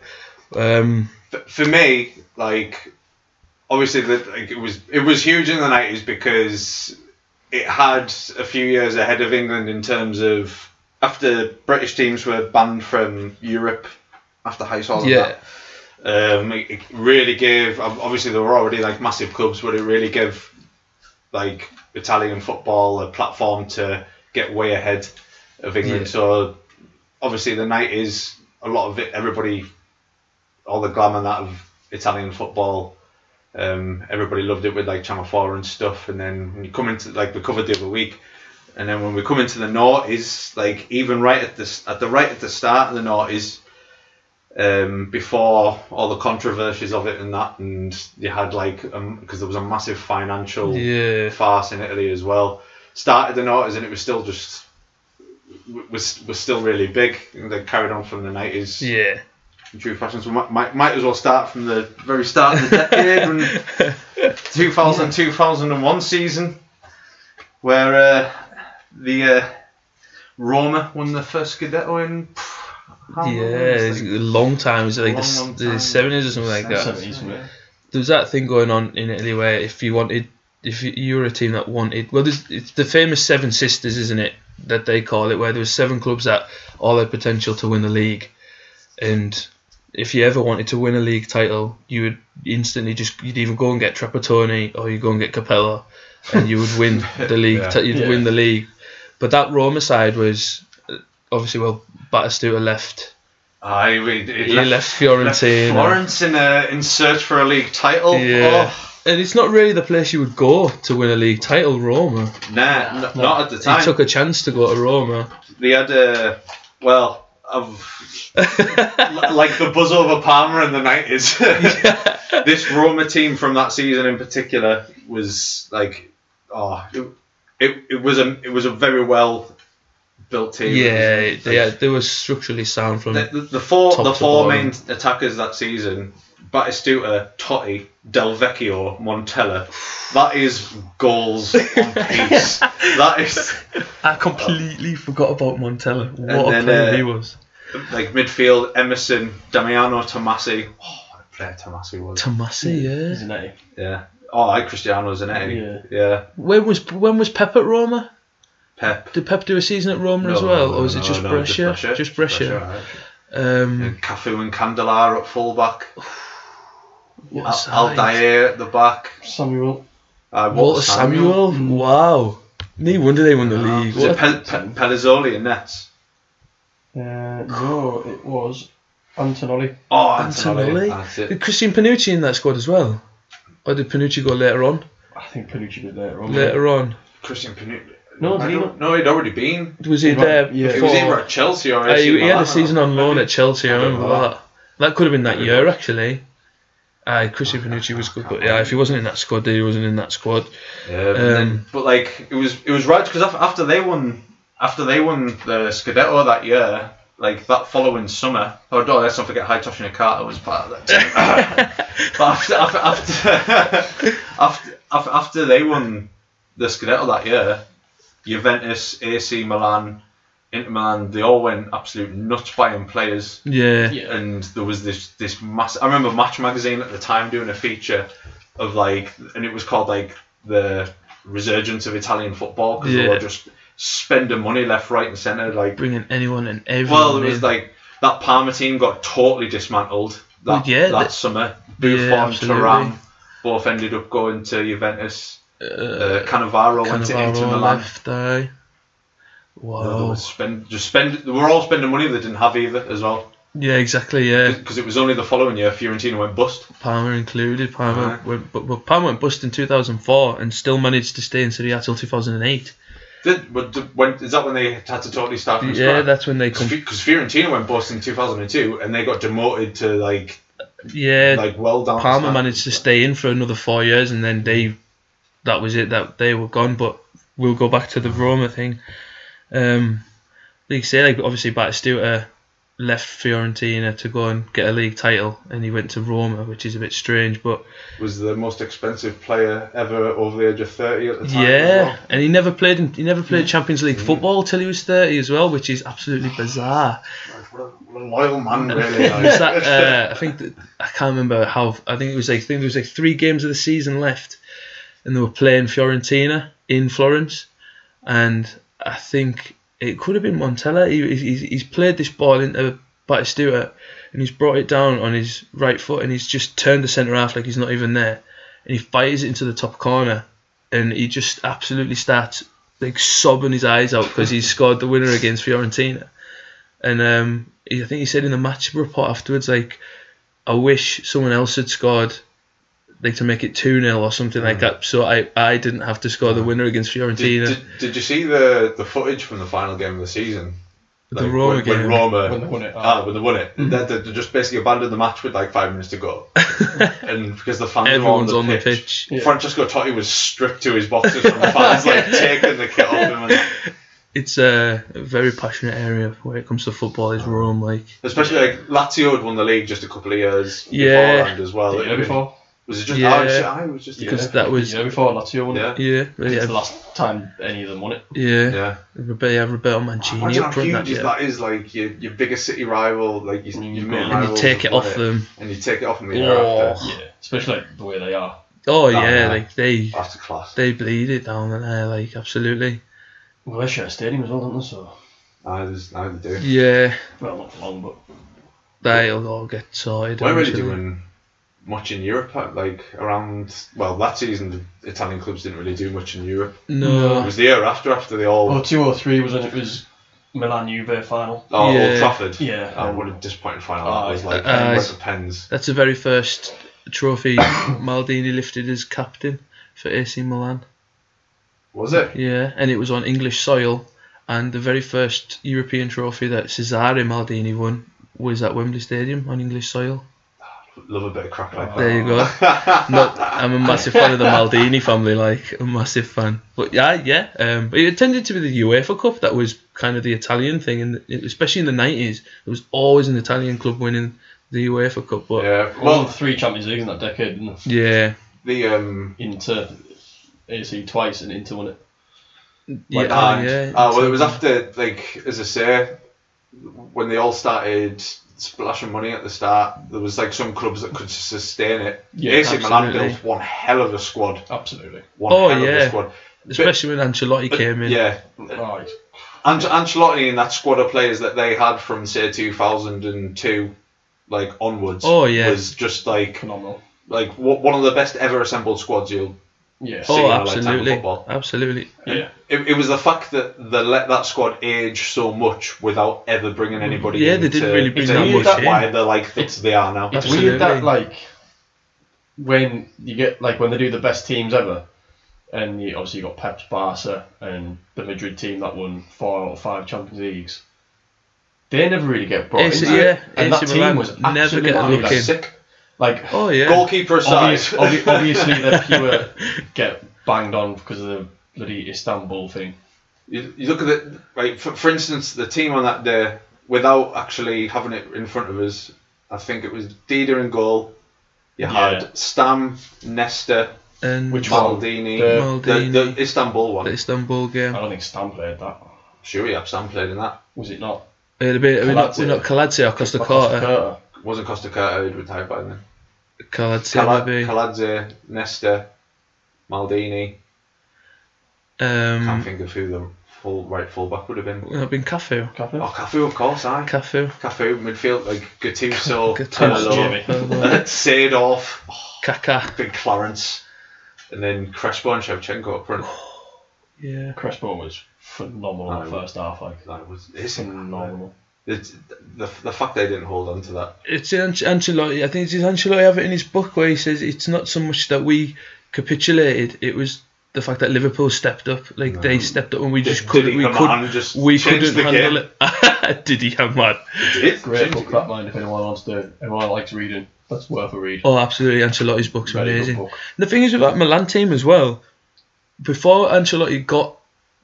Speaker 2: um,
Speaker 4: for me, like, obviously, the, like, it was it was huge in the nineties because it had a few years ahead of England in terms of after British teams were banned from Europe after high school. and
Speaker 2: yeah,
Speaker 4: that, um, it it really gave. ob- Obviously, there were already like massive clubs, but it really gave like Italian football a platform to get way ahead of England.
Speaker 2: Yeah.
Speaker 4: So obviously, the nineties, a lot of it, everybody, all the glamour and that of Italian football. Um, everybody loved it with like Channel Four and stuff, and then when you come into like we covered the other week, and then when we come into the noughties, like even right at this at the right at the start of the noughties, um, before all the controversies of it and that, and you had like because there was a massive financial
Speaker 2: yeah,
Speaker 4: farce in Italy as well. Started the noughties and it was still just w- was was still really big. And They carried on from the nineties.
Speaker 2: yeah.
Speaker 4: True fashion. So might, might might as well start from the very start of the decade when
Speaker 2: (laughs)
Speaker 4: 2000 2001 season where uh, the uh, Roma won the first Scudetto in. pff, how long
Speaker 2: Yeah, it's
Speaker 4: was
Speaker 2: a
Speaker 4: it?
Speaker 2: long time. It's like
Speaker 4: Long, long
Speaker 2: the, the
Speaker 4: time.
Speaker 2: 70s or something like that.
Speaker 3: Seventies, wasn't it?
Speaker 2: there's that thing going on in Italy where if you wanted, if you- you were a team that wanted, well, there's it's the famous Seven Sisters, isn't it? That they call it, where there was seven clubs that all had potential to win the league, and if you ever wanted to win a league title, you would instantly just you'd even go and get Trapattoni or you go and get Capella, and you would win the league. ti- you'd
Speaker 3: Yeah.
Speaker 2: win the league, but that Roma side was uh, obviously well, Battistuta left.
Speaker 4: I it, it
Speaker 2: He left, Fiorentina.
Speaker 4: Florence in a, in search for a league title.
Speaker 2: Yeah.
Speaker 4: Oh,
Speaker 2: And it's not really the place you would go to win a league title, Roma.
Speaker 4: nah, n- not at the time.
Speaker 2: He took a chance to go to Roma.
Speaker 4: they had a well,
Speaker 2: (laughs)
Speaker 4: of like the buzz over Palmer in the nineties. (laughs) this Roma team from that season in particular was like, oh, it, it, it was a it was a very well built team.
Speaker 2: Yeah, they, had- they were structurally sound from
Speaker 4: The, the, the four
Speaker 2: Top
Speaker 4: the
Speaker 2: to
Speaker 4: four
Speaker 2: bottom.
Speaker 4: main attackers that season Battistuta, Totti, Del Vecchio, Montella. That is goals
Speaker 2: (laughs)
Speaker 4: on pace. that is
Speaker 2: I completely forgot about Montella. What a
Speaker 4: then,
Speaker 2: player
Speaker 4: uh,
Speaker 2: he was.
Speaker 4: like midfield. Emerson, Damiano, Tomasi. Oh, what a player Tomasi was.
Speaker 2: Tomasi, yeah.
Speaker 3: Isn't it?
Speaker 4: yeah. Oh, I like Cristiano Zanetti. Yeah. yeah.
Speaker 2: When was when was Pep at Roma?
Speaker 4: Pep.
Speaker 2: Did Pep do a season at Roma as well, or was it
Speaker 4: no,
Speaker 2: just
Speaker 4: no,
Speaker 2: Brescia? Just Brescia.
Speaker 4: alright.
Speaker 2: Um,
Speaker 4: Cafu and Candelar at fullback.
Speaker 2: what a
Speaker 4: Al
Speaker 2: side.
Speaker 4: Aldair at the back.
Speaker 3: Samuel.
Speaker 4: Uh,
Speaker 2: Walter Samuel. Wow. No wonder they won the league.
Speaker 4: Was it
Speaker 2: What?
Speaker 4: Pe- Pe- Pelizzoli and Nets?
Speaker 3: (sighs) Uh, no, it was Antonelli.
Speaker 4: Oh,
Speaker 2: Antonelli.
Speaker 4: Antonelli. That's
Speaker 2: Did
Speaker 4: it.
Speaker 2: Christian Panucci in that squad as well? Or did Panucci go later on?
Speaker 3: I think Panucci did later on.
Speaker 2: Later on.
Speaker 4: Christian Panut.
Speaker 3: No,
Speaker 4: I
Speaker 3: did he
Speaker 4: don't-
Speaker 3: not?
Speaker 4: No, he'd already been.
Speaker 2: Was he
Speaker 3: Right,
Speaker 2: there
Speaker 3: yeah.
Speaker 4: He was either
Speaker 2: before?
Speaker 4: at Chelsea or
Speaker 2: Uh,
Speaker 4: AC
Speaker 2: he, he had
Speaker 4: Milan,
Speaker 2: a season
Speaker 4: I
Speaker 2: on loan
Speaker 4: think.
Speaker 2: at Chelsea. I
Speaker 4: don't
Speaker 2: remember
Speaker 4: know.
Speaker 2: that. That could have been that year actually. Aye, Christian Panucci was good, but yeah, if he wasn't in that squad, he wasn't in that squad.
Speaker 4: Yeah, but, Um, then, but like it was, it was right because after they won, after they won the Scudetto that year, like that following summer. Oh, no, let's not forget Hitoshi Nakata was part of that team. but after after after, (laughs) after after after they won the Scudetto that year, Juventus, AC Milan, Inter Milan, they all went absolute nuts buying players
Speaker 2: Yeah.
Speaker 3: Yeah.
Speaker 4: and there was this this mass. I remember Match Magazine at the time doing a feature of like, and it was called like the resurgence of Italian football because they
Speaker 2: Yeah.
Speaker 4: were just spending money left, right, and centre. Like,
Speaker 2: bringing anyone and everyone.
Speaker 4: well, it was
Speaker 2: in.
Speaker 4: like that Parma team got totally dismantled that
Speaker 2: Well, yeah,
Speaker 4: that
Speaker 2: that-
Speaker 4: summer.
Speaker 2: Yeah,
Speaker 4: Buffon, and
Speaker 2: absolutely.
Speaker 4: Thuram both ended up going to Juventus. Uh, Cannavaro, went to Inter
Speaker 2: Cannavaro
Speaker 4: Milan.
Speaker 2: left Oh. eye. Wow.
Speaker 4: They were spend, just spend. They were all spending money they didn't have either, as well,
Speaker 2: yeah, exactly. Yeah,
Speaker 4: because it was only the following year Fiorentina went bust.
Speaker 2: Palmer included. Palmer
Speaker 4: Alright.
Speaker 2: went, but, but Palmer went bust in 2004 and still managed to stay in Serie A till 2008.
Speaker 4: Did, but did, when, is that when they had to totally start from
Speaker 2: Yeah,
Speaker 4: scratch?
Speaker 2: that's when they come.
Speaker 4: because Fiorentina went bust in 2002 and they got demoted to like
Speaker 2: Yeah,
Speaker 4: like well down.
Speaker 2: Palmer
Speaker 4: south.
Speaker 2: managed to stay in for another four years, and then they, that was it. That they were gone. But we'll go back to the Roma thing. Um, like you say, like obviously Battistuta left Fiorentina to go and get a league title, and he went to Roma, which is a bit strange. But
Speaker 4: was the most expensive player ever over the age of 30 at the time. as
Speaker 2: yeah,
Speaker 4: well.
Speaker 2: and he never played. In, he never played Champions League football till he was thirty as well, which is absolutely bizarre.
Speaker 4: What a- what a loyal
Speaker 2: (laughs)
Speaker 4: man really.
Speaker 2: Was
Speaker 4: like.
Speaker 2: that, uh, I think that, I can't remember how. I think it was like I think there was like three games of the season left, and they were playing Fiorentina in Florence, and I think it could have been Montella. He, he's, he's played this ball into Battistuta, and he's brought it down on his right foot, and he's just turned the centre half like he's not even there, and he fires it into the top corner, and he just absolutely starts like sobbing his eyes out because he scored the winner against Fiorentina. And um, he- I think he said in the match report afterwards, like, I wish someone else had scored, like to make it two 0 or something like that, so I, I didn't have to score the winner against Fiorentina.
Speaker 4: did, did, did you see the, the footage from the final game of the season?
Speaker 2: The Roma
Speaker 4: when, when
Speaker 2: game. Mm-hmm.
Speaker 4: Roma
Speaker 3: When they won it.
Speaker 4: Ah, when they won it, they, they, they just basically abandoned the match with like five minutes
Speaker 2: (laughs)
Speaker 4: to go, and because the fans
Speaker 2: Everyone's
Speaker 4: were
Speaker 2: on the pitch.
Speaker 4: pitch.
Speaker 3: Yeah.
Speaker 4: Francesco Totti was stripped to his boxes from the fans,
Speaker 2: (laughs)
Speaker 4: like taking the kit off him. And,
Speaker 2: It's a very passionate area when it comes to football. Is Rome like?
Speaker 4: especially like Lazio had won the league just a couple of years
Speaker 2: Yeah.
Speaker 4: beforehand as well.
Speaker 3: The year before.
Speaker 4: Was it just?
Speaker 2: Yeah.
Speaker 4: Yeah. I was just.
Speaker 2: Because
Speaker 4: Yeah.
Speaker 2: that was-
Speaker 3: The year before Lazio won
Speaker 4: Yeah.
Speaker 3: it.
Speaker 2: Yeah,
Speaker 3: It's the
Speaker 2: yeah,
Speaker 3: last time any of them won it.
Speaker 2: yeah.
Speaker 4: yeah.
Speaker 2: Roberto, yeah, Roberto Mancini
Speaker 4: Imagine
Speaker 2: up
Speaker 4: how
Speaker 2: front
Speaker 4: huge
Speaker 2: that
Speaker 4: is
Speaker 2: year.
Speaker 4: that is like your, your biggest city rival, like your, your
Speaker 3: Mm, yeah.
Speaker 4: main
Speaker 3: And
Speaker 2: you
Speaker 4: rivals
Speaker 2: take
Speaker 4: have
Speaker 2: it
Speaker 4: won
Speaker 2: off them.
Speaker 4: and you take it off them. the
Speaker 2: Oh.
Speaker 4: year after.
Speaker 3: Yeah. Especially like the way they are.
Speaker 2: Oh yeah,
Speaker 4: yeah.
Speaker 2: like they
Speaker 4: That's class.
Speaker 2: they bleed it down there, like absolutely.
Speaker 3: Well, they share a stadium as well, don't they? So,
Speaker 4: I just, I do.
Speaker 2: Yeah,
Speaker 3: well, not for long, but
Speaker 2: they'll all get sorted.
Speaker 4: We're really
Speaker 2: eventually.
Speaker 4: doing much in Europe, uh, like around. Well, that season the Italian clubs didn't really do much in Europe. It
Speaker 2: No,
Speaker 4: was the year after after they all.
Speaker 3: well, two or three was when it was Milan Juve final.
Speaker 4: Oh, Old
Speaker 2: Yeah.
Speaker 4: Trafford.
Speaker 3: Yeah.
Speaker 4: Oh, what a disappointing final
Speaker 3: Oh,
Speaker 4: that was. Like,
Speaker 2: yeah. Uh,
Speaker 4: uh,
Speaker 2: it's-
Speaker 4: the pens.
Speaker 2: that's the very first trophy (coughs) Maldini lifted as captain for AC Milan.
Speaker 4: Was it?
Speaker 2: Yeah, and it was on English soil. And the very first European trophy that Cesare Maldini won was at Wembley Stadium on English soil.
Speaker 4: Love a bit of crack like
Speaker 2: There you
Speaker 4: (laughs)
Speaker 2: go. Not, I'm a massive fan of the Maldini family, like a massive fan. But yeah, yeah. Um, but it tended to be the UEFA Cup that was kind of the Italian thing, and especially in the nineties, there was always an Italian club winning the UEFA Cup, but yeah,
Speaker 4: Yeah.
Speaker 3: Well,
Speaker 4: Well,
Speaker 3: three Champions Leagues in that decade, didn't they?
Speaker 2: yeah,
Speaker 4: the um.
Speaker 3: Inter, AC twice, and Inter won it.
Speaker 2: yeah,
Speaker 4: ah,
Speaker 2: yeah.
Speaker 4: ah, well, it was after like as I say, when they all started splashing money at the start, there was like some clubs that could sustain it.
Speaker 3: Yeah,
Speaker 4: AC Milan
Speaker 2: absolutely.
Speaker 4: built one hell of a squad.
Speaker 3: Absolutely.
Speaker 4: One
Speaker 2: Oh,
Speaker 4: hell of
Speaker 2: yeah.
Speaker 4: a squad.
Speaker 2: especially when Ancelotti came in.
Speaker 4: Yeah.
Speaker 3: Right.
Speaker 4: Ant- Ancelotti and that squad of players that they had from say 2002, like onwards.
Speaker 2: Oh, yeah.
Speaker 4: was just like
Speaker 3: Phenomenal.
Speaker 4: like w- one of the best ever assembled squads. You'll.
Speaker 3: Yeah.
Speaker 4: See,
Speaker 2: Oh,
Speaker 4: I like tackle
Speaker 2: absolutely,
Speaker 4: football.
Speaker 2: absolutely.
Speaker 3: yeah.
Speaker 4: It, it was the fact that they let that squad age so much without ever bringing anybody.
Speaker 2: Mm. Yeah,
Speaker 4: in
Speaker 2: they didn't
Speaker 4: to-
Speaker 2: really bring
Speaker 4: to
Speaker 3: that
Speaker 4: make
Speaker 3: much
Speaker 4: that
Speaker 2: in.
Speaker 4: Why they're like that
Speaker 3: It's-
Speaker 4: they are now.
Speaker 3: It's
Speaker 2: Absolutely.
Speaker 3: weird that like when you get like when they do the best teams ever, and you obviously you got Pep's Barca and the Madrid team that won four out of five Champions Leagues. They never really get brought
Speaker 2: AC
Speaker 3: into it.
Speaker 2: yeah,
Speaker 3: and
Speaker 2: AC
Speaker 3: that team
Speaker 2: Milan
Speaker 3: was
Speaker 2: never
Speaker 3: absolutely
Speaker 2: get a look
Speaker 4: That's
Speaker 2: in.
Speaker 3: amazing.
Speaker 4: sick.
Speaker 3: like
Speaker 2: Oh yeah,
Speaker 4: Goalkeeper aside.
Speaker 3: obvious, obvi- (laughs) obviously they're pure (laughs) get banged on because of the bloody Istanbul thing.
Speaker 4: (laughs) you, you look at it right for, for instance the team on that day without actually having it in front of us i think it was dida in goal you
Speaker 3: Yeah.
Speaker 4: had stam nesta
Speaker 2: and
Speaker 3: Which one?
Speaker 4: maldini
Speaker 3: The-
Speaker 4: the,
Speaker 2: Mm. Maldini,
Speaker 4: the istanbul one
Speaker 2: the Istanbul game.
Speaker 4: Uh,
Speaker 3: I don't think Stan played that.
Speaker 4: sure yeah stam played in that
Speaker 3: Was it not?
Speaker 2: It'll be, we're not,
Speaker 3: Calazio.
Speaker 2: we're not Calazio, Costa Corta.
Speaker 3: Carter.
Speaker 4: wasn't costa curta who'd retired by then
Speaker 2: Calazio,
Speaker 4: Cala-
Speaker 2: maybe.
Speaker 4: Kaladze, nesta maldini can't
Speaker 2: Um,
Speaker 4: think of who the full right full back would have been
Speaker 2: it'll have been Cafu.
Speaker 3: Cafu?
Speaker 4: oh cafu of course i
Speaker 2: Cafu.
Speaker 4: cafu midfield like gattuso
Speaker 2: (laughs) Gattuso.
Speaker 4: Pirlo, (laughs) Seedorf.
Speaker 2: Kaka.
Speaker 4: big Clarence, and then Crespo and Shevchenko
Speaker 2: (sighs)
Speaker 4: up front.
Speaker 2: Yeah.
Speaker 3: Crespo was phenomenal in
Speaker 4: Oh.
Speaker 3: the first half, like
Speaker 4: That was it's incredible.
Speaker 3: phenomenal.
Speaker 4: It's, the, the fact they didn't hold on to that.
Speaker 2: It's in Ance- Ancelotti. I think it's Ancelotti have it in his book where he says it's not so much that we capitulated, it was the fact that Liverpool stepped up. Like they stepped up and we just
Speaker 4: Did-
Speaker 2: couldn't.
Speaker 4: did he
Speaker 2: we
Speaker 4: come
Speaker 2: could,
Speaker 4: on and just
Speaker 2: we
Speaker 4: change
Speaker 2: couldn't
Speaker 4: the
Speaker 2: handle it. (laughs) Did he Oh, have mad?
Speaker 4: It's
Speaker 3: Great book, that mind if anyone wants to, anyone likes reading, that's worth a read.
Speaker 2: Oh, absolutely. Ancelotti's book's
Speaker 3: Very good
Speaker 2: amazing.
Speaker 3: book.
Speaker 2: The thing is with that Milan team as well, before Ancelotti got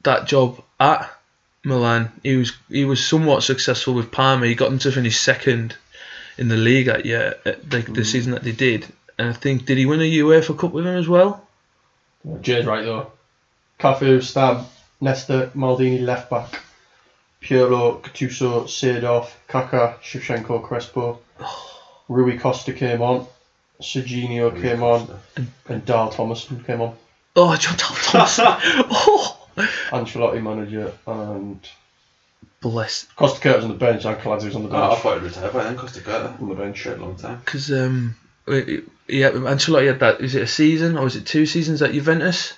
Speaker 2: that job at Milan, he was he was somewhat successful with Parma. He got them to finish second in the league that year, uh, like
Speaker 3: Mm.
Speaker 2: the season that they did. And I think did he win a UEFA Cup with him as well?
Speaker 3: Jay's right though. Cafu, Stam, Nesta, Maldini left back, Piero, Gattuso, Seedorf, Kaka, Shevchenko, Crespo, Rui Costa came on, Serginho came
Speaker 4: (laughs)
Speaker 3: on, and Dal Thomason came on.
Speaker 2: Oh, (laughs) John Tal Thompson. oh,
Speaker 3: Ancelotti manager and
Speaker 2: bless.
Speaker 3: Costa Curtis on the bench and Calazzi was on the bench.
Speaker 4: Oh, I thought he'd retired by then, Costa Curta.
Speaker 3: on the bench.
Speaker 4: A long time.
Speaker 2: Because um, yeah, Ancelotti had that. Is it a season or was it two seasons at Juventus?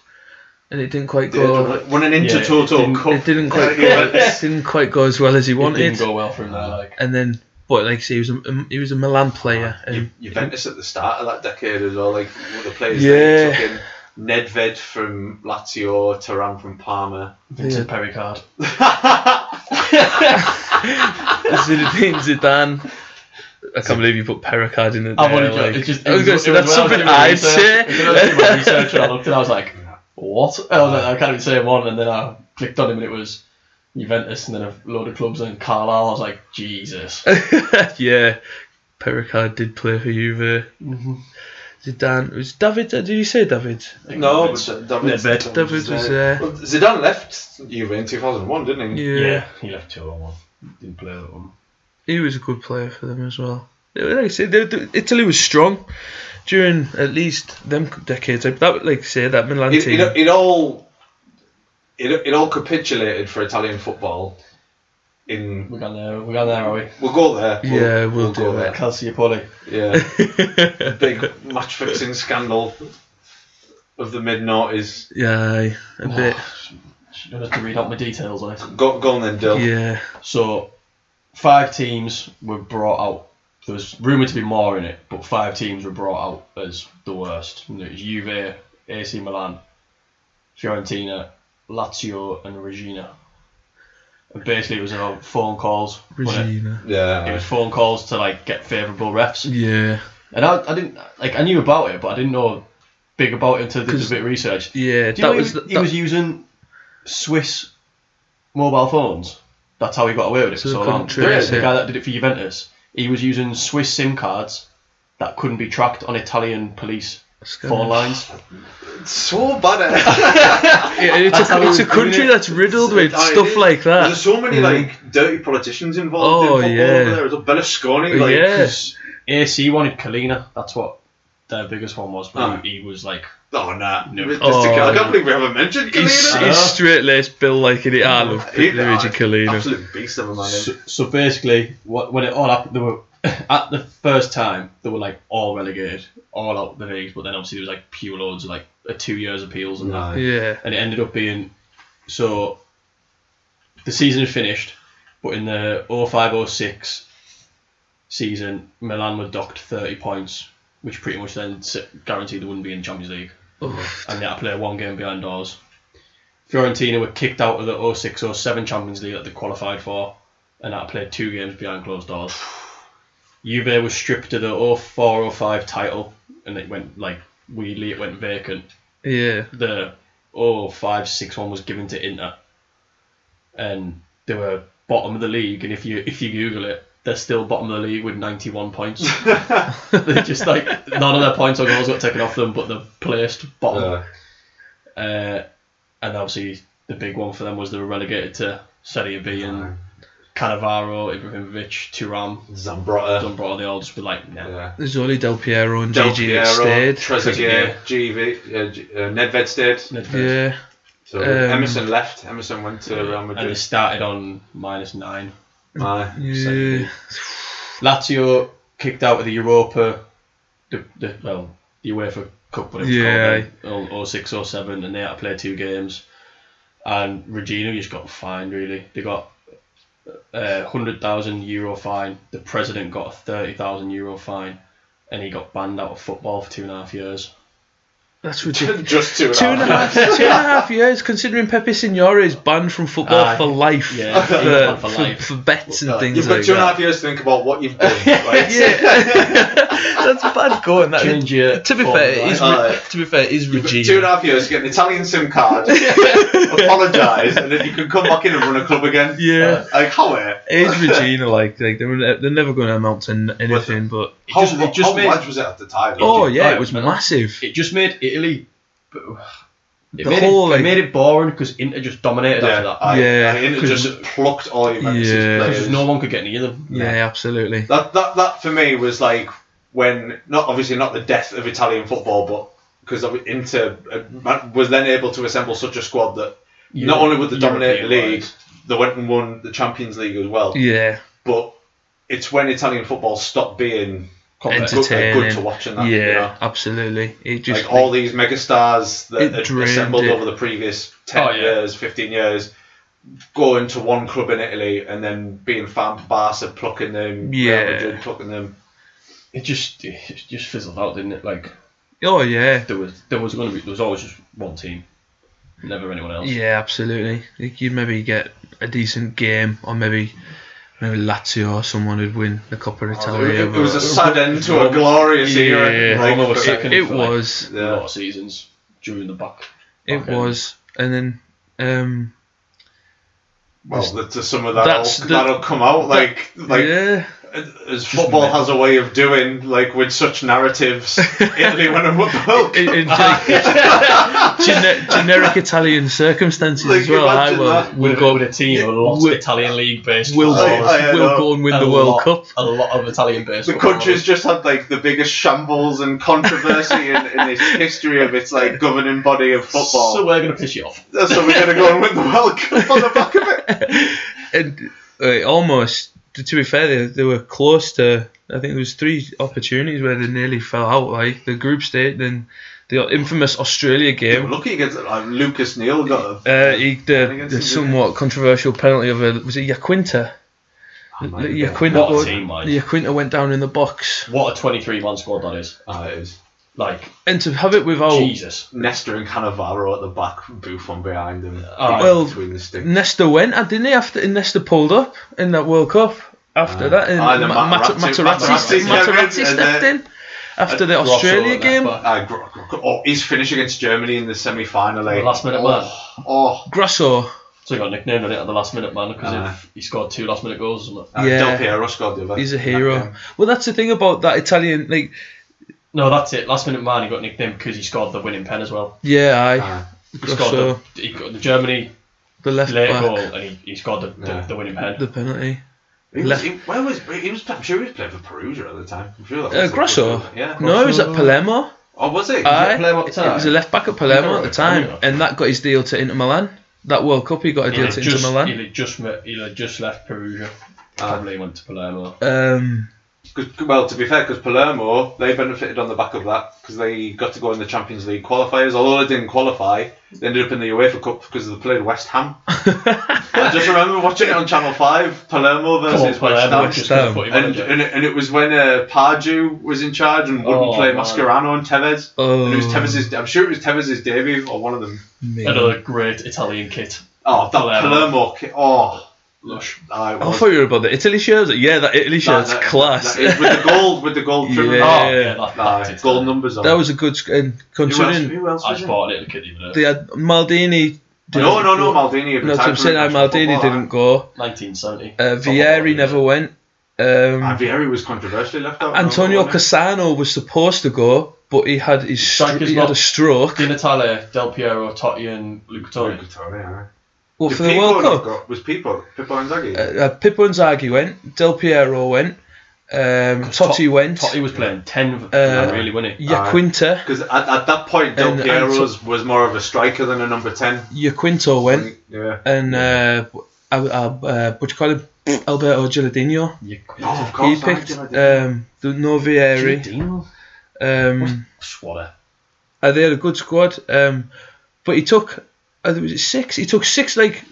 Speaker 2: And it didn't quite go.
Speaker 4: Well, won an
Speaker 3: yeah, it
Speaker 4: intertotal
Speaker 3: didn't-
Speaker 4: cup.
Speaker 2: it didn't quite go, (laughs) it didn't quite go as well as he
Speaker 3: It
Speaker 2: wanted.
Speaker 3: didn't go well for him there. Like
Speaker 2: And then, but like I say, he was a um, he was a Milan player.
Speaker 4: Ju-
Speaker 2: And
Speaker 4: Juventus at the start of that decade as well, like all the players
Speaker 2: Yeah.
Speaker 4: that he took in. Nedved from Lazio, Taran from Parma.
Speaker 3: Vincent Pericard.
Speaker 2: Zinedine (laughs) Zidane. I can't believe you put Pericard in there.
Speaker 3: I wanted
Speaker 2: like-
Speaker 3: to. It just,
Speaker 2: I was going to say that's something I'd
Speaker 3: I
Speaker 2: say.
Speaker 3: research and I looked and I was like, what? I was like, I can't even say one. And then I clicked on him and it was Juventus and then a load of clubs and Carlisle. I was like,
Speaker 2: (laughs)
Speaker 3: Jesus.
Speaker 2: yeah, Pericard did play for Juve.
Speaker 3: Mm-hmm.
Speaker 2: Zidane was David. uh, Did you say David?
Speaker 4: No, but David,
Speaker 3: Nedved.
Speaker 2: David was there.
Speaker 4: Well, Zidane left Juve in 2001, didn't he?
Speaker 2: Yeah.
Speaker 3: yeah, he left two on one. Didn't play that one.
Speaker 2: he was a good player for them as well. Like I said, they, they, Italy was strong during at least them decades. Like, That like I say that Milan
Speaker 4: it,
Speaker 2: team.
Speaker 4: it, it all it, it all capitulated for Italian football. In
Speaker 3: We got there. We got there, are we?
Speaker 4: we'll go there. We'll,
Speaker 2: Yeah, we'll do
Speaker 4: go
Speaker 2: that.
Speaker 3: Calciopoli.
Speaker 4: there.
Speaker 2: (laughs)
Speaker 4: Yeah, big match fixing scandal of the mid noughties.
Speaker 2: yeah, aye, a bit.
Speaker 3: You don't have to read out my details on it.
Speaker 4: Go, go on then, Dill.
Speaker 2: Yeah.
Speaker 3: So, five teams were brought out. There was rumoured to be more in it, but five teams were brought out as the worst. And it was Juve, AC Milan, Fiorentina, Lazio, and Regina. And basically, it was about phone calls. wasn't it?
Speaker 2: Regina.
Speaker 3: It
Speaker 4: Yeah.
Speaker 3: was phone calls to like get favourable refs,
Speaker 2: Yeah.
Speaker 3: and I, I didn't like I knew about it, but I didn't know big about it until I did a
Speaker 2: 'Cause-
Speaker 3: bit of research.
Speaker 2: Yeah, that
Speaker 3: Do you know
Speaker 2: was
Speaker 3: he, was,
Speaker 2: that,
Speaker 3: he was using Swiss mobile phones. That's how he got away with it
Speaker 2: So
Speaker 3: for
Speaker 2: they
Speaker 3: so
Speaker 2: couldn't
Speaker 3: long.
Speaker 2: trace
Speaker 3: the
Speaker 2: it.
Speaker 3: guy that did it for Juventus, he was using Swiss SIM cards that couldn't be tracked on Italian police phone lines.
Speaker 4: So bad.
Speaker 2: (laughs) Yeah, it's,
Speaker 3: how
Speaker 2: a, it's a
Speaker 3: we- I mean,
Speaker 2: country
Speaker 3: it-
Speaker 2: that's riddled with
Speaker 4: Oh, it
Speaker 2: stuff
Speaker 4: is.
Speaker 2: like
Speaker 4: There's
Speaker 2: that.
Speaker 4: so many like dirty politicians involved
Speaker 2: Oh,
Speaker 4: in football
Speaker 2: yeah.
Speaker 4: over there. There's a Berlusconi. Like,
Speaker 2: Yeah.
Speaker 3: AC wanted Kalina. That's what their biggest one was. But
Speaker 4: Ah.
Speaker 3: he, he was like,
Speaker 4: Oh nah.
Speaker 3: No.
Speaker 4: Mr.
Speaker 2: Oh,
Speaker 4: Cal- I
Speaker 2: yeah.
Speaker 4: can't believe we haven't mentioned
Speaker 2: He's,
Speaker 4: Kalina.
Speaker 2: he's straight laced, Bill like it. I love
Speaker 4: He-
Speaker 2: Luigi
Speaker 4: ah,
Speaker 2: Colina.
Speaker 4: Absolute beast of a man.
Speaker 3: so, so basically, what when it all happened, they were (laughs) at the first time they were like all relegated, all out the leagues. But then obviously there was like pure loads of like uh, two years appeals and that.
Speaker 2: Yeah.
Speaker 3: and it ended up being so the season had finished but in the 0506 season Milan were docked 30 points which pretty much then s- guaranteed they wouldn't be in the Champions League
Speaker 2: Oh,
Speaker 3: and they had to play one game behind ours Fiorentina were kicked out of the 06 07 Champions League that they qualified for and had to play two games behind closed doors Juve was stripped of the 04 05 title and it went like weirdly it went vacant
Speaker 2: Yeah.
Speaker 3: the oh five six one was given to Inter, and they were bottom of the league. And if you if you Google it, they're still bottom of the league with ninety one points. they just like none of their points or goals got taken off them, but they're placed bottom. Uh, and obviously the big one for them was they were relegated to Serie B and Cannavaro, Ibrahimovic, Turam,
Speaker 4: Zambrata.
Speaker 3: Dumbrata. They all just be like, nah.
Speaker 4: Yeah.
Speaker 2: There's only Del Piero and
Speaker 4: Del
Speaker 2: Gigi that
Speaker 4: Piero,
Speaker 2: stayed.
Speaker 4: Trezeguet, GV, uh, G- uh, Nedved stayed.
Speaker 3: Nedved.
Speaker 2: Yeah.
Speaker 4: So
Speaker 2: Um,
Speaker 4: Emerson left. Emerson went to Real
Speaker 3: And they
Speaker 4: Madrid.
Speaker 3: started on minus nine.
Speaker 4: Aye.
Speaker 3: Serie
Speaker 2: Yeah.
Speaker 3: B. Lazio kicked out of the Europa, the, the well, the UEFA Cup, whatever
Speaker 2: Yeah,
Speaker 3: it's eh, oh, called, then, 06, 07, and they had to play two games. And Regina just got fined, really. They got a €100,000 Euro fine. The president got a €30,000 Euro fine, and he got banned out of football for two and a half years.
Speaker 2: That's ridiculous.
Speaker 4: (laughs) Just two,
Speaker 2: Two and a half, two and a half years, considering Pepe Signore is banned from football
Speaker 3: Aye.
Speaker 2: for life,
Speaker 3: Yeah, he's banned
Speaker 2: for,
Speaker 3: for
Speaker 2: for,
Speaker 3: life.
Speaker 2: for bets and
Speaker 3: Well,
Speaker 2: things
Speaker 4: You've
Speaker 2: like
Speaker 4: got two and a
Speaker 2: that.
Speaker 4: half years to think about what
Speaker 2: (laughs)
Speaker 4: you've done. Right?
Speaker 2: That's bad going. That
Speaker 3: Change your
Speaker 2: to be
Speaker 3: form
Speaker 2: fair,
Speaker 3: of
Speaker 2: it
Speaker 3: life.
Speaker 2: is,
Speaker 4: Aye.
Speaker 2: re- to be fair, it is
Speaker 4: You've got Two and a
Speaker 2: Regina.
Speaker 4: half years to get an Italian
Speaker 2: (laughs)
Speaker 4: SIM card, apologise, and then you can come back in and run a club again.
Speaker 2: Yeah.
Speaker 4: Like, how eh?
Speaker 2: It
Speaker 4: (laughs)
Speaker 2: is Regina. Like, like they're, ne- they're never going to amount to n- anything. But
Speaker 4: How,
Speaker 3: just- it just
Speaker 4: how
Speaker 3: made-
Speaker 4: large was it at the time?
Speaker 2: oh
Speaker 4: Like,
Speaker 2: yeah,
Speaker 3: aye,
Speaker 2: it was
Speaker 3: but-
Speaker 2: massive.
Speaker 3: It just made Italy. It
Speaker 2: The
Speaker 3: made,
Speaker 2: whole,
Speaker 3: it,
Speaker 2: like-
Speaker 3: it made it boring because Inter just dominated after that.
Speaker 4: I,
Speaker 2: Yeah,
Speaker 4: I mean, it
Speaker 2: 'cause-
Speaker 4: just plucked all your Manchester
Speaker 2: Yeah. 'Cause
Speaker 3: Because
Speaker 4: players.
Speaker 3: no one could get near them.
Speaker 2: Yeah, absolutely.
Speaker 4: That, that that for me was like when not obviously not the death of Italian football, but because Inter uh, man- was then able to assemble such a squad that not only would they dominate the league,
Speaker 3: European-wise.
Speaker 4: they went and won the Champions League as well.
Speaker 2: Yeah,
Speaker 4: But it's when Italian football stopped being good,
Speaker 2: entertaining.
Speaker 4: good to watch and
Speaker 2: yeah,
Speaker 4: that. you know?
Speaker 2: absolutely. It just
Speaker 4: like all these megastars
Speaker 2: It
Speaker 4: that had
Speaker 2: drained
Speaker 4: assembled
Speaker 2: it.
Speaker 4: over the previous 10
Speaker 3: Oh, yeah.
Speaker 4: years, 15 years, going to one club in Italy and then being fan Barca plucking them,
Speaker 2: Yeah.
Speaker 4: Real Madrid plucking them.
Speaker 3: It just it just fizzled out, didn't it? Like
Speaker 2: oh yeah,
Speaker 3: there was there was going to be there was always just one team, never anyone else.
Speaker 2: Yeah, absolutely. Like you'd maybe get a decent game, or maybe maybe Lazio or someone would win the Coppa Italia.
Speaker 4: Oh, It, it was a
Speaker 2: but-
Speaker 4: sad end to a glorious era.
Speaker 2: Yeah.
Speaker 4: Like,
Speaker 3: Roma was
Speaker 4: but-
Speaker 3: second.
Speaker 2: it
Speaker 3: for,
Speaker 2: was.
Speaker 3: like, a lot of seasons during the back.
Speaker 2: It
Speaker 3: back end.
Speaker 2: was, and then um,
Speaker 4: well, the, to some of that,
Speaker 2: That's
Speaker 4: will
Speaker 2: the-
Speaker 4: that'll come out. Like, like (laughs)
Speaker 2: yeah,
Speaker 4: as football has a way of doing, like with
Speaker 2: (laughs)
Speaker 4: such narratives, Italy won a world.
Speaker 2: in, in like,
Speaker 4: (laughs)
Speaker 2: (laughs) gene- generic Italian circumstances
Speaker 4: Like,
Speaker 2: as well. I
Speaker 4: imagine
Speaker 2: will
Speaker 4: that.
Speaker 2: we'll
Speaker 3: With,
Speaker 2: go
Speaker 3: with a team with a lot of Italian league based.
Speaker 2: we'll,
Speaker 4: I-
Speaker 2: go-
Speaker 4: I
Speaker 2: we'll
Speaker 4: know.
Speaker 2: go and win the World Cup. (laughs)
Speaker 3: A lot of Italian based.
Speaker 4: the country's just had like the biggest shambles and controversy in, in its history of its like governing body of football.
Speaker 3: So we're gonna piss you off.
Speaker 4: That's why we're gonna go and win the World Cup on the back of it.
Speaker 2: And uh, almost to to be fair, they, they were close to. I think there was three opportunities where they nearly fell out, like the group stage, then the infamous Australia
Speaker 4: Yeah,
Speaker 2: game.
Speaker 4: lucky against like, Lucas Neal got a
Speaker 2: Uh, he, the,
Speaker 4: against
Speaker 2: the
Speaker 4: the-
Speaker 2: somewhat controversial penalty of a was it Yaquinta? Yaquinta,
Speaker 3: What a
Speaker 2: wa-
Speaker 3: team, mate.
Speaker 2: Yaquinta went down in the box,
Speaker 3: What a twenty three man squad that is.
Speaker 4: uh, it was
Speaker 3: Like
Speaker 2: and to have it without
Speaker 3: Jesus.
Speaker 4: Nestor and Cannavaro at the back, Buffon behind them,
Speaker 3: Oh,
Speaker 2: well,
Speaker 4: between the sticks.
Speaker 2: Nesta went, uh, didn't he? After and Nesta pulled up in that World Cup after that, and
Speaker 4: Ah, the
Speaker 2: Ma- Mat-
Speaker 4: Materazzi-
Speaker 2: Materazzi,
Speaker 4: Materazzi came in,
Speaker 2: Materazzi
Speaker 4: and
Speaker 2: stepped
Speaker 4: then-
Speaker 2: in after the
Speaker 3: Rosso
Speaker 2: Australia
Speaker 3: at that
Speaker 2: game.
Speaker 3: back.
Speaker 4: Uh, Gro- Gro- Gro- oh, his finish against Germany in the semi final.
Speaker 3: The
Speaker 4: Eh?
Speaker 3: last minute man.
Speaker 4: Oh,
Speaker 2: Grasso.
Speaker 3: So he got nicknamed on it at the last minute, man, because
Speaker 4: Aye.
Speaker 3: he scored two last minute goals. And that.
Speaker 4: Uh,
Speaker 2: Yeah.
Speaker 4: Del Piero scored the other.
Speaker 2: He's a
Speaker 4: that
Speaker 2: hero.
Speaker 4: game.
Speaker 2: Well, that's the thing about that Italian. Like,
Speaker 3: No, that's it. Last minute man, he got nicknamed because he scored the winning pen as well.
Speaker 2: yeah, I
Speaker 4: Uh,
Speaker 3: He
Speaker 2: Gosh,
Speaker 3: scored
Speaker 2: so-
Speaker 3: the, he got the Germany
Speaker 2: the left
Speaker 3: late
Speaker 2: back,
Speaker 3: goal and he, he scored the, the,
Speaker 4: Yeah.
Speaker 3: the winning pen.
Speaker 2: the penalty. Uh,
Speaker 4: he was,
Speaker 2: Left-
Speaker 4: he, where was he was? I'm sure he was playing for Perugia at the time. I'm sure that
Speaker 2: Uh,
Speaker 4: was a
Speaker 2: Grosso.
Speaker 4: good- Yeah.
Speaker 2: No, he was at Palermo.
Speaker 4: Oh, was it?
Speaker 2: Aye.
Speaker 3: at Palermo at the
Speaker 2: He was a
Speaker 3: time?
Speaker 2: left back at Palermo at the
Speaker 3: Palermo,
Speaker 2: time,
Speaker 3: Palermo.
Speaker 2: and that got his deal to Inter Milan. That World Cup, he got a
Speaker 3: He
Speaker 2: deal
Speaker 3: had
Speaker 2: to Inter
Speaker 3: just,
Speaker 2: Milan. Ah.
Speaker 3: he had just, met, he had just left Perugia. Probably went to Palermo.
Speaker 2: Um,
Speaker 4: 'Cause- well, to be fair, because Palermo they benefited on the back of that because they got to go in the Champions League qualifiers. Although they didn't qualify, they ended up in the UEFA Cup because they played
Speaker 2: (laughs)
Speaker 4: West Ham. I just remember watching it on Channel Five, Palermo
Speaker 3: Come on,
Speaker 4: versus West
Speaker 3: Palermo,
Speaker 4: Ham.
Speaker 3: just
Speaker 2: Stam.
Speaker 3: put him on
Speaker 4: And,
Speaker 3: it.
Speaker 4: and, it, and it was when uh, Pardew was in charge and wouldn't
Speaker 3: Oh,
Speaker 4: play
Speaker 3: man.
Speaker 4: Mascherano and Tevez. And it was
Speaker 2: Oh.
Speaker 4: Tevez's. I'm sure it was Tevez's debut or one of them.
Speaker 2: me.
Speaker 3: Another great Italian kit.
Speaker 4: Oh, that
Speaker 3: Palermo.
Speaker 4: Palermo. ki- Oh,
Speaker 3: Lush.
Speaker 4: aye, it
Speaker 2: I
Speaker 4: was.
Speaker 2: thought you were about the Italy shirt. Yeah, that Italy
Speaker 4: That-
Speaker 2: shirt's
Speaker 4: that-
Speaker 2: class.
Speaker 4: that is- with the gold, with the
Speaker 2: (laughs)
Speaker 4: gold
Speaker 2: Yeah.
Speaker 4: trim. Oh,
Speaker 3: Yeah, that,
Speaker 4: aye,
Speaker 3: that's
Speaker 4: gold
Speaker 3: it.
Speaker 4: numbers on.
Speaker 2: That was a good. sc- And
Speaker 4: who else,
Speaker 2: considering
Speaker 4: who else
Speaker 3: I
Speaker 4: was
Speaker 3: just
Speaker 4: it?
Speaker 3: bought it at the kid the other day.
Speaker 2: they had Maldini.
Speaker 4: No, no, no, Maldini.
Speaker 2: No, I'm saying uh, Maldini didn't go.
Speaker 3: 1970.
Speaker 2: Uh, Vieri never went. Um,
Speaker 4: Vieri uh, was controversially left out.
Speaker 2: Antonio
Speaker 4: wasn't
Speaker 2: Cassano was supposed to go, but he had his str-
Speaker 3: Strikers
Speaker 2: he had
Speaker 3: not-
Speaker 2: a stroke.
Speaker 3: Di Natale, Del Piero, Totti, and Luca
Speaker 4: he?
Speaker 3: Toni.
Speaker 4: Victoria,
Speaker 2: Well,
Speaker 4: aye.
Speaker 2: Oh, for
Speaker 4: Did
Speaker 2: the
Speaker 4: Pippo
Speaker 2: World
Speaker 4: not
Speaker 2: Cup,
Speaker 4: go- was Pippo Pippo Inzaghi.
Speaker 2: uh, uh, Pippo Inzaghi went, Del Piero went, um, Totti
Speaker 3: Tot-
Speaker 2: went,
Speaker 3: Totti was playing 10 for
Speaker 2: Uh,
Speaker 3: really winning.
Speaker 2: Iaquinta,
Speaker 4: Because at, at that point, Del
Speaker 2: And
Speaker 4: Piero
Speaker 2: Anto-
Speaker 4: was, was more of a striker than a number ten.
Speaker 2: Iaquinto went,
Speaker 4: Yeah.
Speaker 2: and uh, uh, uh, what do you call him? Alberto Gilardino.
Speaker 3: You
Speaker 4: Oh, of
Speaker 2: He
Speaker 4: course. I
Speaker 2: picked
Speaker 4: did, I did.
Speaker 2: um, the no Vieri. Um,
Speaker 3: Swatter.
Speaker 2: Uh, they had a good squad, um, but he took uh, was it six. He took six like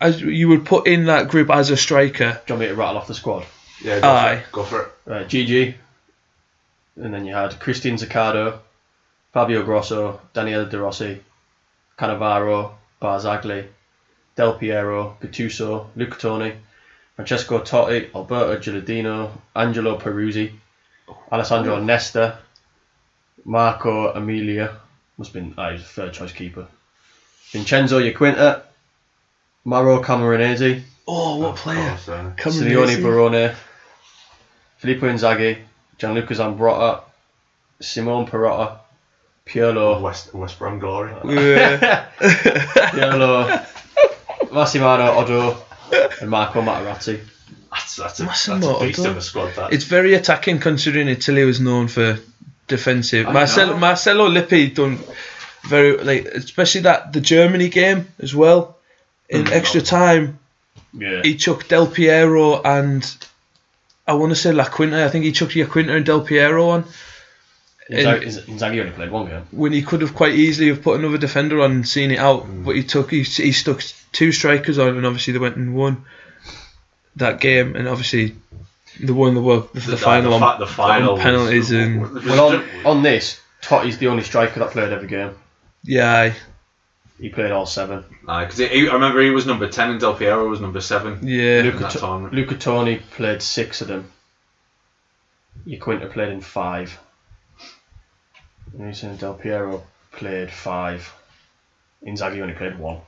Speaker 2: as you would put in that group as a striker.
Speaker 3: Do you want me to rattle off the squad?
Speaker 4: yeah, go
Speaker 2: aye.
Speaker 4: For it. Go for it.
Speaker 3: Right, GG. Uh, And then you had Christian Zaccardo, Fabio Grosso, Daniele De Rossi, Cannavaro, Barzagli, Del Piero, Gattuso, Luca Toni, Francesco Totti, Alberto Gilardino, Angelo Peruzzi, Alessandro Nesta, Marco Amelia, must have been ah, he was third choice keeper, Vincenzo Iaquinta, Mauro Camoranesi,
Speaker 2: Oh, what player!
Speaker 4: Of course, uh,
Speaker 3: Simeone
Speaker 2: Cameron
Speaker 3: Barone, Filippo Inzaghi, Gianluca Zambrotta, Simone Perotta, Pirlo,
Speaker 4: West West Brom glory.
Speaker 2: yeah.
Speaker 3: Pirlo, Massimano Oddo, and Marco Materazzi.
Speaker 4: That's that's a, that's
Speaker 2: Massimo
Speaker 4: a beast
Speaker 2: Oddo.
Speaker 4: of a squad. That.
Speaker 2: It's very attacking considering Italy was known for defensive.
Speaker 4: I
Speaker 2: Marcelo
Speaker 4: know.
Speaker 2: Marcelo Lippi done very like especially that the Germany game as well. In extra time,
Speaker 3: Yeah.
Speaker 2: he took Del Piero and I want to say La Quinta. I think he took Iaquinta and Del Piero on.
Speaker 3: Inzaghi, Inzaghi only played one game.
Speaker 2: when he could have quite easily have put another defender on and seen it out,
Speaker 4: Mm.
Speaker 2: but he took he, he stuck two strikers on, and obviously they went and won that game, and obviously they won the world the, final
Speaker 4: the,
Speaker 2: on,
Speaker 4: fa- the final
Speaker 2: on penalties
Speaker 4: was-
Speaker 2: and
Speaker 4: was
Speaker 3: Well, on,
Speaker 4: ju-
Speaker 3: on this, Totti's the only striker that played every game.
Speaker 2: yeah, aye.
Speaker 3: He played all seven.
Speaker 4: Aye, because I remember he was number 10 and Del Piero was number 7.
Speaker 2: yeah.
Speaker 4: In that tournament.
Speaker 3: Luca Toni played six of them. Iaquinta played in five. Mason Del Piero played five. Inzaghi only played one.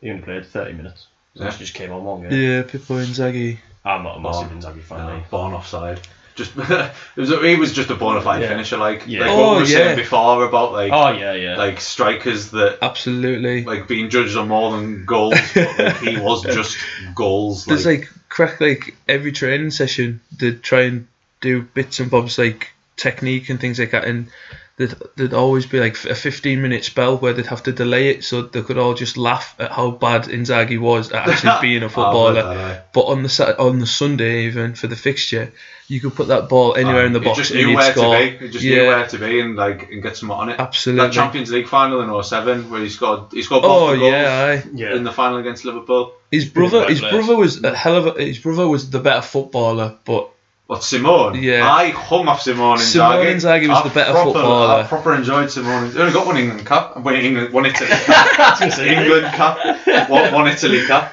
Speaker 3: He only played 30 minutes. So
Speaker 4: Yeah.
Speaker 3: he just came on one game.
Speaker 2: yeah, Pippo Inzaghi.
Speaker 3: I'm not a massive
Speaker 4: Born.
Speaker 3: Inzaghi fan.
Speaker 4: No,
Speaker 3: eh?
Speaker 4: born offside. Just (laughs) it was, he was just a bona fide
Speaker 3: Yeah.
Speaker 4: finisher, like,
Speaker 3: Yeah.
Speaker 4: like
Speaker 2: Oh,
Speaker 4: what we were
Speaker 2: yeah.
Speaker 4: saying before about like
Speaker 3: Oh, yeah, yeah.
Speaker 4: like strikers that
Speaker 2: Absolutely.
Speaker 4: like being judged on more
Speaker 2: (laughs)
Speaker 4: than goals. But, like, he was just goals.
Speaker 2: There's
Speaker 4: like,
Speaker 2: like crack like every training session they try and do bits and bobs like technique and things like that and there'd, there'd always be like a 15 minute spell where they'd have to delay it so they could all just laugh at how bad Inzaghi was at
Speaker 4: (laughs)
Speaker 2: actually being a footballer
Speaker 4: Oh, I know.
Speaker 2: but on the Sat- on the Sunday even for the fixture you could put that ball anywhere in the
Speaker 4: He
Speaker 2: box
Speaker 4: just
Speaker 2: and
Speaker 4: knew
Speaker 2: he'd
Speaker 4: where
Speaker 2: score
Speaker 4: to be. He just knew
Speaker 2: yeah
Speaker 4: where to be and like and get someone on it.
Speaker 2: Absolutely.
Speaker 4: That Champions League final in 07 where he scored he scored both
Speaker 2: oh
Speaker 4: the goals
Speaker 2: yeah aye.
Speaker 3: yeah.
Speaker 4: in the final against Liverpool.
Speaker 2: his brother
Speaker 3: bad
Speaker 2: his
Speaker 3: player.
Speaker 2: brother was a hell of a, his brother was the better footballer but
Speaker 4: What Simone?
Speaker 2: Yeah.
Speaker 4: I hung off Simone Inzaghi.
Speaker 2: Simone Inzaghi was
Speaker 4: I
Speaker 2: the better
Speaker 4: proper,
Speaker 2: footballer.
Speaker 4: I proper enjoyed Simone. He only got one England cap. One England, one Italy cap.
Speaker 2: (laughs)
Speaker 4: England cap. One, one Italy cap.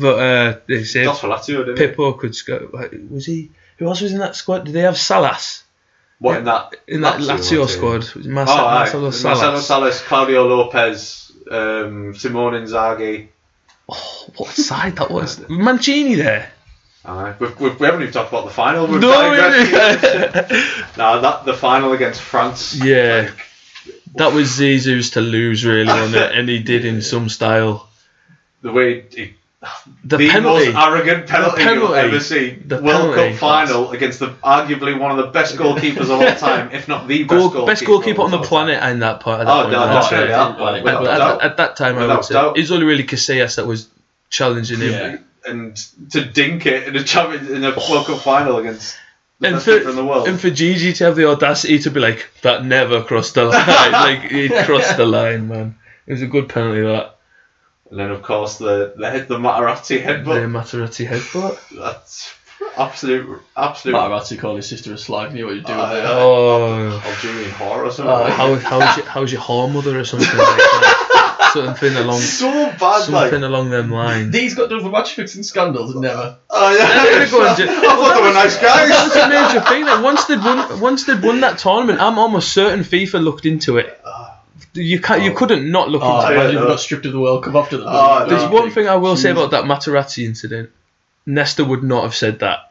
Speaker 2: but uh they say
Speaker 4: That's for Lazio, didn't it?
Speaker 2: Pippo could score. Was he? Who else was in that squad? Did they have Salas
Speaker 4: What in that?
Speaker 2: in that Lazio,
Speaker 4: team?
Speaker 2: squad?
Speaker 4: Oh,
Speaker 2: Marcelo,
Speaker 4: aye.
Speaker 2: Marcelo
Speaker 4: Marcelo
Speaker 2: Salas.
Speaker 4: Salas, Claudio Lopez, um, Simone Inzaghi.
Speaker 2: What side that
Speaker 4: (laughs)
Speaker 2: was? Mancini there.
Speaker 4: Uh, we've, we've, we haven't even talked about the final. We've
Speaker 2: No,
Speaker 4: digressed.
Speaker 2: really.
Speaker 4: Nah, that the final against France.
Speaker 2: (laughs) yeah. That was Zizou's to lose, really, wasn't it? And he did in some style.
Speaker 4: The way he,
Speaker 2: The,
Speaker 4: the
Speaker 2: penalty.
Speaker 4: most arrogant penalty, you'll
Speaker 2: penalty.
Speaker 4: ever see.
Speaker 2: The
Speaker 4: World
Speaker 2: penalty.
Speaker 4: Cup final against the arguably one of the best goalkeepers
Speaker 2: (laughs)
Speaker 4: of all time, if not the best
Speaker 2: Goal-
Speaker 4: goalkeeper.
Speaker 2: best goalkeeper on the
Speaker 4: of all time.
Speaker 2: planet in that part. At that
Speaker 4: Oh
Speaker 2: point,
Speaker 4: no,
Speaker 2: I'd
Speaker 3: that's
Speaker 2: say.
Speaker 4: definitely. that
Speaker 3: right.
Speaker 4: one,
Speaker 2: at,
Speaker 4: without
Speaker 2: at-
Speaker 4: doubt.
Speaker 2: at that time, I
Speaker 4: Without
Speaker 2: would say
Speaker 4: doubt.
Speaker 2: it's only really Casillas that was challenging him.
Speaker 3: Yeah.
Speaker 4: and to dink it in a champion in a World Cup final against the
Speaker 2: And
Speaker 4: best
Speaker 2: for,
Speaker 4: keeper in the world.
Speaker 2: and for Gigi to have the audacity to be like, that never crossed the
Speaker 4: (laughs)
Speaker 2: line. like, it crossed the line, man. It was a good penalty, that.
Speaker 4: and then of course the the, head, the Materazzi
Speaker 2: The
Speaker 4: headbutt.
Speaker 2: Materazzi
Speaker 4: (laughs)
Speaker 2: headbutt.
Speaker 4: That's absolute absolute
Speaker 3: Matarazzi called his sister a slag. Knew what you're doing
Speaker 4: Uh,
Speaker 3: there.
Speaker 2: Oh.
Speaker 4: Algerian horror or something.
Speaker 2: Oh, how, how's, your, how's your whoremother or something like
Speaker 4: (laughs)
Speaker 2: that? something along
Speaker 4: so bad,
Speaker 2: something
Speaker 4: like.
Speaker 2: along them lines.
Speaker 3: These got done for match fixing scandals and never.
Speaker 4: Oh, yeah.
Speaker 2: They're gonna go and do-
Speaker 4: (laughs) I thought they were nice guys.
Speaker 2: That's a major thing. That once they'd won, once they'd won that tournament, I'm almost certain FIFA looked into it.
Speaker 4: Uh,
Speaker 2: You can't, you couldn't not look
Speaker 3: Oh,
Speaker 2: into it.
Speaker 3: imagine
Speaker 4: no.
Speaker 3: we got stripped of the World Cup after that.
Speaker 4: Oh,
Speaker 2: There's
Speaker 4: no.
Speaker 2: one thing I will say about that Materazzi incident. Nesta would not have said that.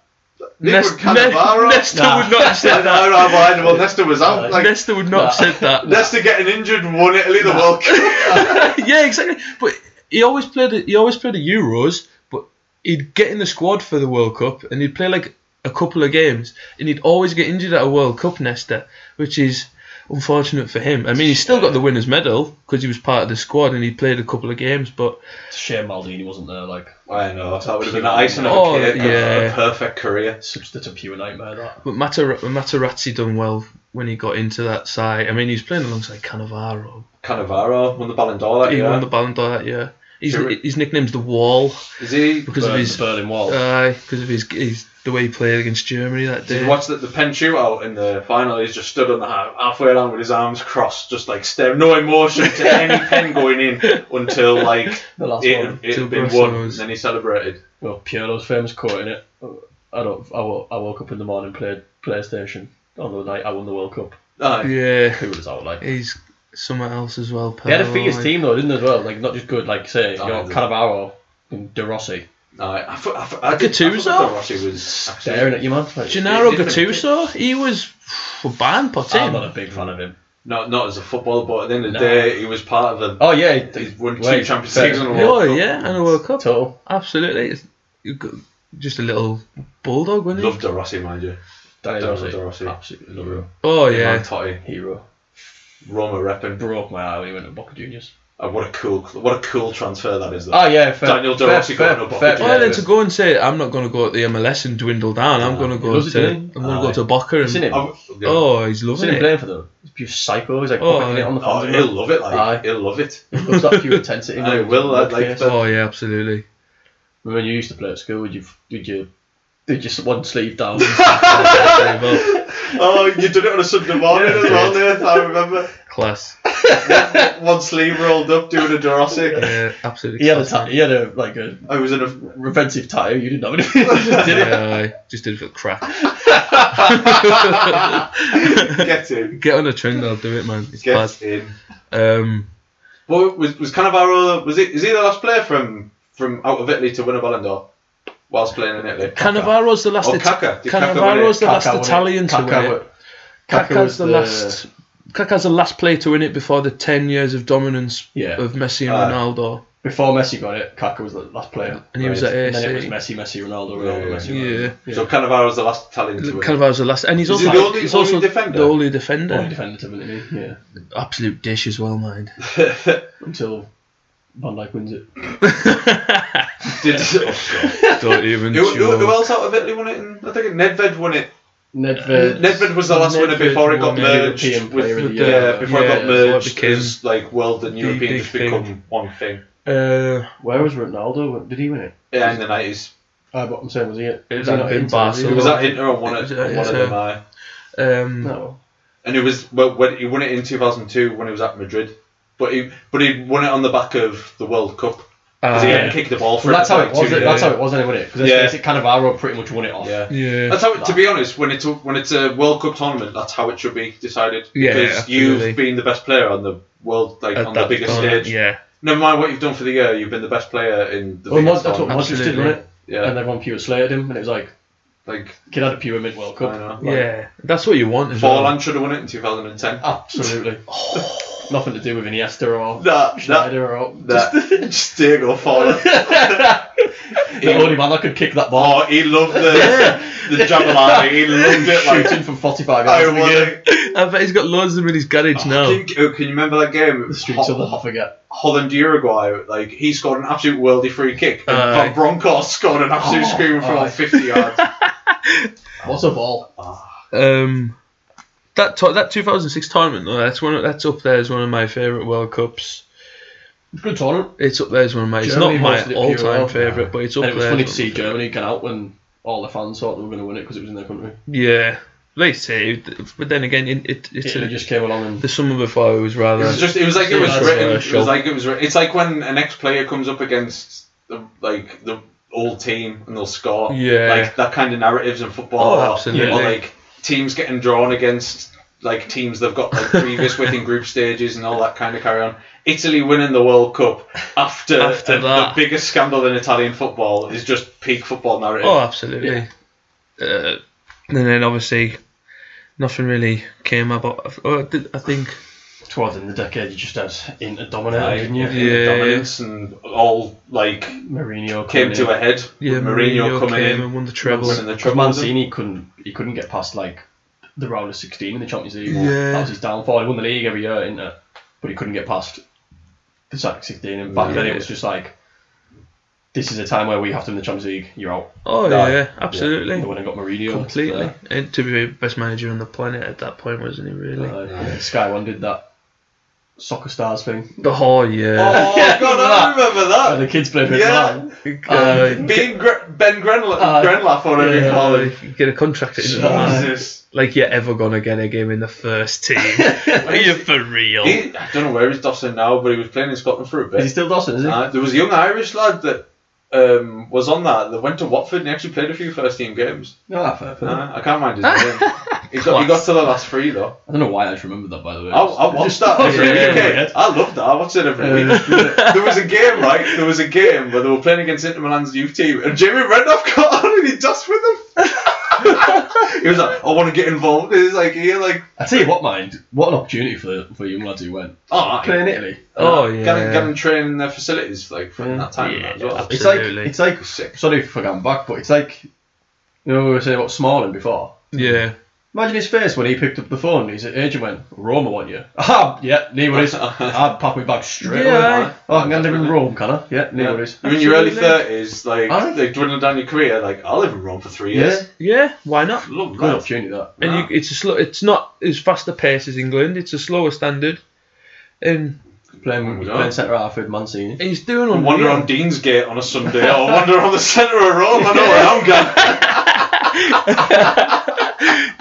Speaker 4: Nick
Speaker 2: Nest-
Speaker 4: Cannavaro.
Speaker 2: Ne- Nesta
Speaker 3: Nah.
Speaker 2: would not have
Speaker 4: I (laughs)
Speaker 2: said
Speaker 4: know,
Speaker 2: that.
Speaker 4: I know, behind him. Well, Nesta was out. Like,
Speaker 2: Nesta would not have said
Speaker 4: (laughs)
Speaker 2: that.
Speaker 4: Nesta getting injured won Italy the
Speaker 2: (laughs)
Speaker 4: World Cup.
Speaker 2: yeah, exactly. But he always played. He always played the Euros, but he'd get in the squad for the World Cup, and he'd play like a couple of games, and he'd always get injured at a World Cup, Nesta, which is unfortunate for him. I mean, he's still got the winners' medal because he was part of the squad and he played a couple of games, but
Speaker 3: It's a shame Maldini wasn't there. Like,
Speaker 4: I know. That would have been an icing on
Speaker 2: Oh,
Speaker 4: a cake.
Speaker 2: yeah.
Speaker 4: A perfect career.
Speaker 3: such that's a pure nightmare. That.
Speaker 2: but Mater- Materazzi done well when he got into that side. I mean, he was playing alongside Cannavaro.
Speaker 4: Cannavaro won the Ballon d'Or that
Speaker 2: He
Speaker 4: year.
Speaker 2: won the Ballon d'Or that year. He's,
Speaker 4: Sure.
Speaker 2: his nickname's the Wall
Speaker 4: Is he?
Speaker 2: because of
Speaker 3: Berlin,
Speaker 2: his
Speaker 3: the Berlin Wall.
Speaker 4: uh,
Speaker 2: Aye, because of his, his the way he played against Germany that
Speaker 4: Did
Speaker 2: day.
Speaker 4: you watch the, the pen shootout in the final? He's just stood on the half, halfway around with his arms crossed, just like staring, no emotion
Speaker 2: (laughs)
Speaker 4: to any pen going in until like
Speaker 3: the last
Speaker 4: it
Speaker 3: one.
Speaker 4: it
Speaker 2: Till
Speaker 4: had been
Speaker 2: Brussels.
Speaker 4: won, and then he celebrated.
Speaker 3: Well, Piero's famous quote in it. I don't. I woke, I woke up in the morning, played PlayStation. On the night I won the World Cup.
Speaker 4: Aye.
Speaker 2: yeah,
Speaker 3: Who was out like?
Speaker 2: he's somewhere else as well.
Speaker 3: They had a
Speaker 2: Pirlo,
Speaker 3: fierce
Speaker 2: like-
Speaker 3: team though, didn't they? As well, like not just good. Like say, you
Speaker 4: Oh,
Speaker 3: got
Speaker 4: yeah.
Speaker 3: Cannavaro and De Rossi
Speaker 4: Aye. I, thought- I, thought- I, did- I,
Speaker 2: Gattuso?
Speaker 4: thought that Rossi was actually-
Speaker 3: staring at you, man. Like,
Speaker 2: Gennaro
Speaker 4: Yeah, different.
Speaker 2: Gattuso, he was a banned by
Speaker 3: I'm not a
Speaker 2: team.
Speaker 3: big fan of him.
Speaker 4: not not as a footballer, but at the end of the
Speaker 3: No.
Speaker 4: day, he was part of a.
Speaker 3: Oh yeah,
Speaker 4: He's won two
Speaker 3: Wait,
Speaker 4: Champions
Speaker 3: fair.
Speaker 4: Leagues in a row.
Speaker 2: Oh
Speaker 4: World Cup.
Speaker 2: yeah, and a World Cup.
Speaker 3: Total.
Speaker 2: Absolutely, It's- you got just a little bulldog, wasn't he?
Speaker 4: Loved De Rossi, mind you.
Speaker 3: Danny
Speaker 4: Donald
Speaker 3: Rossi,
Speaker 4: De Rossi.
Speaker 3: absolutely love him.
Speaker 2: Oh
Speaker 4: Man,
Speaker 2: yeah,
Speaker 4: Totti,
Speaker 3: hero.
Speaker 4: Roma repping.
Speaker 3: Broke my eye when he went to Boca Juniors.
Speaker 4: Oh, what a cool, what a cool transfer that is. Though.
Speaker 3: Oh yeah, fair.
Speaker 4: Daniel De
Speaker 3: fair-
Speaker 4: Rossi
Speaker 3: fair-
Speaker 4: going to Boca
Speaker 3: fair-
Speaker 4: Juniors.
Speaker 2: Well,
Speaker 3: fair-
Speaker 2: then to go and say I'm not going to go to the MLS and dwindle down. I'm going to go
Speaker 3: loves it,
Speaker 2: to
Speaker 3: doesn't
Speaker 2: I'm going to
Speaker 4: Aye.
Speaker 3: he?
Speaker 2: go to Boca
Speaker 3: Seen
Speaker 2: and
Speaker 3: him.
Speaker 4: Oh, yeah.
Speaker 2: oh, he's
Speaker 3: Seen
Speaker 2: loving
Speaker 3: him
Speaker 2: it.
Speaker 3: playing for them. He's pure psycho. He's like
Speaker 2: Oh,
Speaker 3: pocketing it on the
Speaker 4: Oh,
Speaker 3: fans.
Speaker 4: he'll love it. Like
Speaker 3: Aye.
Speaker 4: he'll
Speaker 2: (laughs)
Speaker 4: love it.
Speaker 3: Loves that pure
Speaker 4: (laughs)
Speaker 3: intensity.
Speaker 4: I
Speaker 3: man.
Speaker 4: will, I'd
Speaker 3: Mud
Speaker 4: like
Speaker 3: face.
Speaker 4: that.
Speaker 2: Oh yeah, absolutely.
Speaker 3: When you used to play at school, would you did you did you one sleeve down?
Speaker 2: Very
Speaker 3: (laughs)
Speaker 2: well.
Speaker 4: Oh, you did it on a Sunday morning as well, Nath, I remember.
Speaker 2: Class.
Speaker 4: One sleeve rolled up doing a Dorossi.
Speaker 2: Yeah, absolutely.
Speaker 3: he had a
Speaker 2: class,
Speaker 3: ta- (laughs)
Speaker 2: man.
Speaker 3: he had a like a
Speaker 4: I was in a.
Speaker 3: repensive tattoo. You didn't
Speaker 4: (laughs)
Speaker 3: have anything. Just did it.
Speaker 2: Yeah, I just did it for crack.
Speaker 4: Get in.
Speaker 2: Get on a trend, I'll do it, man. It's bad.
Speaker 4: Get in.
Speaker 2: Um,
Speaker 4: Well, was, was Cannavaro. uh, Was he, is he the last player from, from out of Italy to win a Ballon d'Or whilst playing in Italy?
Speaker 2: Cannavaro's the last.
Speaker 4: Oh,
Speaker 2: It-
Speaker 4: Kaká. Did Kaká
Speaker 2: Cannavaro's the
Speaker 4: win it?
Speaker 2: last
Speaker 3: Kaká won it.
Speaker 2: Italian to
Speaker 3: Kaká
Speaker 2: win
Speaker 3: won-
Speaker 2: it.
Speaker 3: Kaká
Speaker 2: Kaká's
Speaker 3: was
Speaker 2: the
Speaker 3: the-
Speaker 2: last. Kaká's the last player to win it before the ten years of dominance
Speaker 3: Yeah.
Speaker 2: of Messi and
Speaker 4: Aye.
Speaker 2: Ronaldo,
Speaker 3: Before Messi got it, Kaká was the last player.
Speaker 2: and he was
Speaker 4: Right.
Speaker 2: at
Speaker 3: And then it was
Speaker 2: AC.
Speaker 3: Messi, Messi, Ronaldo,
Speaker 4: Yeah,
Speaker 3: Ronaldo,
Speaker 4: yeah.
Speaker 3: Messi. Ronaldo.
Speaker 2: Yeah,
Speaker 4: So Cannavaro's the last Italian to win. it.
Speaker 2: Cannavaro's the last, and he's
Speaker 4: Is he
Speaker 2: also
Speaker 4: the only-
Speaker 2: he's
Speaker 4: only
Speaker 2: also
Speaker 4: defender?
Speaker 2: the only defender.
Speaker 3: Only defender to win it, yeah.
Speaker 2: Absolute dish as well, mind.
Speaker 3: Until Van Dijk wins it.
Speaker 4: Uh,
Speaker 2: (laughs)
Speaker 4: Did,
Speaker 2: Oh,
Speaker 4: who,
Speaker 2: Don't even.
Speaker 4: who, who else out of Italy won it? In, I think Nedved won it.
Speaker 3: Nedved.
Speaker 4: Nedved was the last winner
Speaker 2: Nedved
Speaker 4: before it got
Speaker 2: won it.
Speaker 4: merged.
Speaker 3: European
Speaker 4: with-
Speaker 3: player of the
Speaker 2: with the-
Speaker 3: year.
Speaker 4: yeah, before
Speaker 2: Yeah,
Speaker 4: it got
Speaker 2: before it
Speaker 4: merged,
Speaker 2: became
Speaker 4: because like world and European
Speaker 2: big
Speaker 4: just
Speaker 2: thing.
Speaker 4: become one thing.
Speaker 2: Uh,
Speaker 3: Where was Ronaldo? Did he win it?
Speaker 4: Yeah, in the nineties.
Speaker 3: Uh, but I'm saying, was he it?
Speaker 2: It was
Speaker 3: he
Speaker 2: at
Speaker 3: not
Speaker 2: Bin
Speaker 3: Inter? Was he
Speaker 2: Barcelona.
Speaker 4: It was
Speaker 3: not-
Speaker 4: that Inter on one
Speaker 2: It
Speaker 4: of
Speaker 2: was,
Speaker 4: on
Speaker 2: uh,
Speaker 4: one
Speaker 2: yes,
Speaker 4: of
Speaker 2: uh,
Speaker 4: them. aye.
Speaker 2: um,
Speaker 3: No.
Speaker 4: And it was well when he won it in two thousand two when he was at Madrid, but he but he won it on the back of the World Cup because he
Speaker 2: uh,
Speaker 4: hadn't kicked the ball for
Speaker 3: Well, that's
Speaker 4: it,
Speaker 3: how
Speaker 4: like
Speaker 3: it was.
Speaker 4: two
Speaker 3: it- That's
Speaker 4: years.
Speaker 3: how it was, anyway. Because let's
Speaker 4: Yeah.
Speaker 3: face it, Cannavaro pretty much won it off.
Speaker 4: Yeah.
Speaker 2: yeah.
Speaker 4: That's how. it- To be honest, when it's a, when it's a World Cup tournament, that's how it should be decided.
Speaker 2: Yeah,
Speaker 4: because
Speaker 2: absolutely.
Speaker 4: you've been the best player on the world, like
Speaker 2: At
Speaker 4: on the
Speaker 2: that
Speaker 4: biggest
Speaker 2: time,
Speaker 4: stage.
Speaker 2: Yeah.
Speaker 4: Never mind what you've done for the year. You've been the best player in the.
Speaker 3: Well,
Speaker 4: biggest
Speaker 3: Mod, that's what
Speaker 4: tournament.
Speaker 3: Modric did, wasn't it? And
Speaker 4: Yeah,
Speaker 3: everyone pure slated him, and it was like,
Speaker 4: like
Speaker 3: kid had a pure mid World
Speaker 4: I
Speaker 3: Cup.
Speaker 4: know. Like,
Speaker 2: yeah, that's what you want. as well.
Speaker 4: Forlan should have won it in 2010.
Speaker 3: Uh,
Speaker 4: (laughs)
Speaker 3: Absolutely. Nothing to do with Iniesta or
Speaker 4: Oh. That that
Speaker 3: Schneider or.
Speaker 4: (laughs) that just Diego Forlan.
Speaker 3: (laughs) The only man that could kick that ball.
Speaker 4: Oh, he loved the the javelin. He loved it. Oh, Like
Speaker 3: (laughs) Shooting from 45
Speaker 4: I
Speaker 3: yards.
Speaker 4: want
Speaker 3: again.
Speaker 4: it.
Speaker 2: I bet he's got loads of them in his garage now.
Speaker 4: Can you, can you remember that game?
Speaker 3: The streets of the
Speaker 4: Ho-
Speaker 3: half again.
Speaker 4: Holland Uruguay, like he scored an absolute worldy free kick, and
Speaker 2: Aye.
Speaker 4: Van Bronckhorst scored an absolute
Speaker 3: Oh,
Speaker 4: screamer from
Speaker 3: aye.
Speaker 4: like
Speaker 2: (laughs)
Speaker 4: 50 yards.
Speaker 3: What a ball.
Speaker 2: Um, that to- that 2006 tournament though, that's one. Of, that's up there as one of my favourite World Cups.
Speaker 3: Good tournament.
Speaker 2: It's up there as one of my. It's
Speaker 3: Germany
Speaker 2: not my
Speaker 3: hosted it
Speaker 2: all
Speaker 3: pretty well.
Speaker 2: time favourite, but it's up
Speaker 3: And it was
Speaker 2: there.
Speaker 3: funny
Speaker 2: as
Speaker 3: to
Speaker 2: one-
Speaker 3: see Germany get out when all the fans thought they were going to win it because it was in their country.
Speaker 2: Yeah, they say, but then again, it, it, it's
Speaker 3: Italy just came along and
Speaker 2: the summer before it was rather.
Speaker 4: It was just. It was like it was
Speaker 2: Yeah, that's
Speaker 4: written.
Speaker 2: a
Speaker 4: It
Speaker 2: shock.
Speaker 4: was like it was. writ- It's like when an ex-player comes up against the like the old team and they'll score.
Speaker 2: Yeah.
Speaker 4: Like that kind of narratives in football.
Speaker 2: Oh,
Speaker 4: Or-
Speaker 2: absolutely.
Speaker 4: Or like teams getting drawn against like teams they've got like previous within group stages and all that kind of carry on. Italy winning the World Cup after,
Speaker 2: After
Speaker 4: the-
Speaker 2: that.
Speaker 4: the biggest scandal in Italian football is just peak football narrative.
Speaker 2: Oh, absolutely. Uh, and then obviously, nothing really came up. I did- I think
Speaker 3: towards the end of the decade you just had Inter dominating, didn't you?
Speaker 2: Yeah.
Speaker 4: Dominance and all like
Speaker 3: Mourinho
Speaker 4: came to a
Speaker 3: coming
Speaker 4: head.
Speaker 2: yeah,
Speaker 4: with Mourinho, coming
Speaker 2: came
Speaker 4: in.
Speaker 2: and won the treble.
Speaker 4: Wilson, the
Speaker 3: in.
Speaker 4: treble.
Speaker 3: Mancini couldn't he couldn't get past like the round of sixteen in the Champions League.
Speaker 2: Yeah.
Speaker 3: That was his downfall. He won the league every year, Inter, but he couldn't get past the sack sixteen. And back then
Speaker 2: Yeah.
Speaker 3: it was just like, this is a time where we have to win the Champions League. You're out.
Speaker 2: Oh
Speaker 4: No,
Speaker 2: yeah, absolutely,
Speaker 3: When I got Mourinho,
Speaker 2: completely.
Speaker 3: uh,
Speaker 2: And to be the best manager on the planet at that point, wasn't he? Really.
Speaker 3: uh, Sky One did that soccer stars thing.
Speaker 2: the whole yeah.
Speaker 4: Oh god, I remember that.
Speaker 3: And the kids played with Um,
Speaker 4: Yeah.
Speaker 3: Milan.
Speaker 4: Oh,
Speaker 2: Uh,
Speaker 4: Being Gre- Ben Grenla-
Speaker 3: Uh,
Speaker 4: Grenlaff or whatever you
Speaker 3: yeah.
Speaker 4: call
Speaker 2: oh,
Speaker 4: him.
Speaker 2: get a contract. It
Speaker 3: Sure.
Speaker 4: Jesus.
Speaker 2: like you're ever gonna get a game in the first team.
Speaker 4: (laughs)
Speaker 2: (laughs) Are you for real?
Speaker 4: He, I don't know where he's Dawson now, but he was playing in Scotland for a
Speaker 3: Is he
Speaker 4: bit.
Speaker 3: still Dawson? Is he?
Speaker 4: Uh, there was a young Irish lad that um, was on that that went to Watford and he actually played a few first team games.
Speaker 3: no, fair, fair.
Speaker 4: Uh, I can't mind his name. He got, he got to the last three though.
Speaker 3: I don't know why I just remembered that, by the way.
Speaker 4: I, I watched that every
Speaker 2: yeah,
Speaker 4: weekend.
Speaker 3: yeah.
Speaker 4: I loved that. I watched it every
Speaker 3: Yeah.
Speaker 4: week. (laughs) there was a game, right? There was a game where they were playing against Inter Milan's youth team, and Jamie Redknapp (laughs) got on and he danced with them. (laughs) he was like, "I want to get involved." He's like, "He like,
Speaker 3: I tell you what, mind, what an opportunity for for young lads who went.
Speaker 4: oh,
Speaker 3: Play in Italy.
Speaker 2: oh
Speaker 4: Get
Speaker 2: yeah.
Speaker 4: them, get them training in their facilities like from
Speaker 3: Yeah.
Speaker 4: that time
Speaker 2: Yeah,
Speaker 4: as well.
Speaker 2: absolutely.
Speaker 3: It's like
Speaker 2: Absolutely.
Speaker 3: it's like
Speaker 4: Sick.
Speaker 3: sorry for going back, but it's like you know we were saying about Smalling before.
Speaker 2: yeah.
Speaker 3: Imagine his face when he picked up the phone. His agent went, "Roma want you." (laughs) Ah, yeah, no worries. I'd pack my bag straight
Speaker 2: Yeah.
Speaker 3: away. Oh, I can live in Rome, can I? Yeah, no worries.
Speaker 4: You're in your early
Speaker 2: Absolutely.
Speaker 4: thirties, like
Speaker 3: Aye.
Speaker 4: they dwindle down your career. Like I'll live in Rome for three
Speaker 3: Yeah,
Speaker 4: years.
Speaker 2: Yeah. Why not?
Speaker 4: Love
Speaker 3: good
Speaker 4: that.
Speaker 3: opportunity that.
Speaker 2: and
Speaker 4: Ah.
Speaker 2: you, it's a slow. It's not as fast a pace as England. It's a slower standard, and
Speaker 3: Playing,
Speaker 4: yeah.
Speaker 3: playing centre half with Mancini.
Speaker 2: he's doing
Speaker 4: I
Speaker 2: on
Speaker 4: Wander on Deansgate on a Sunday, or wander on the centre of Rome. I know where I'm going.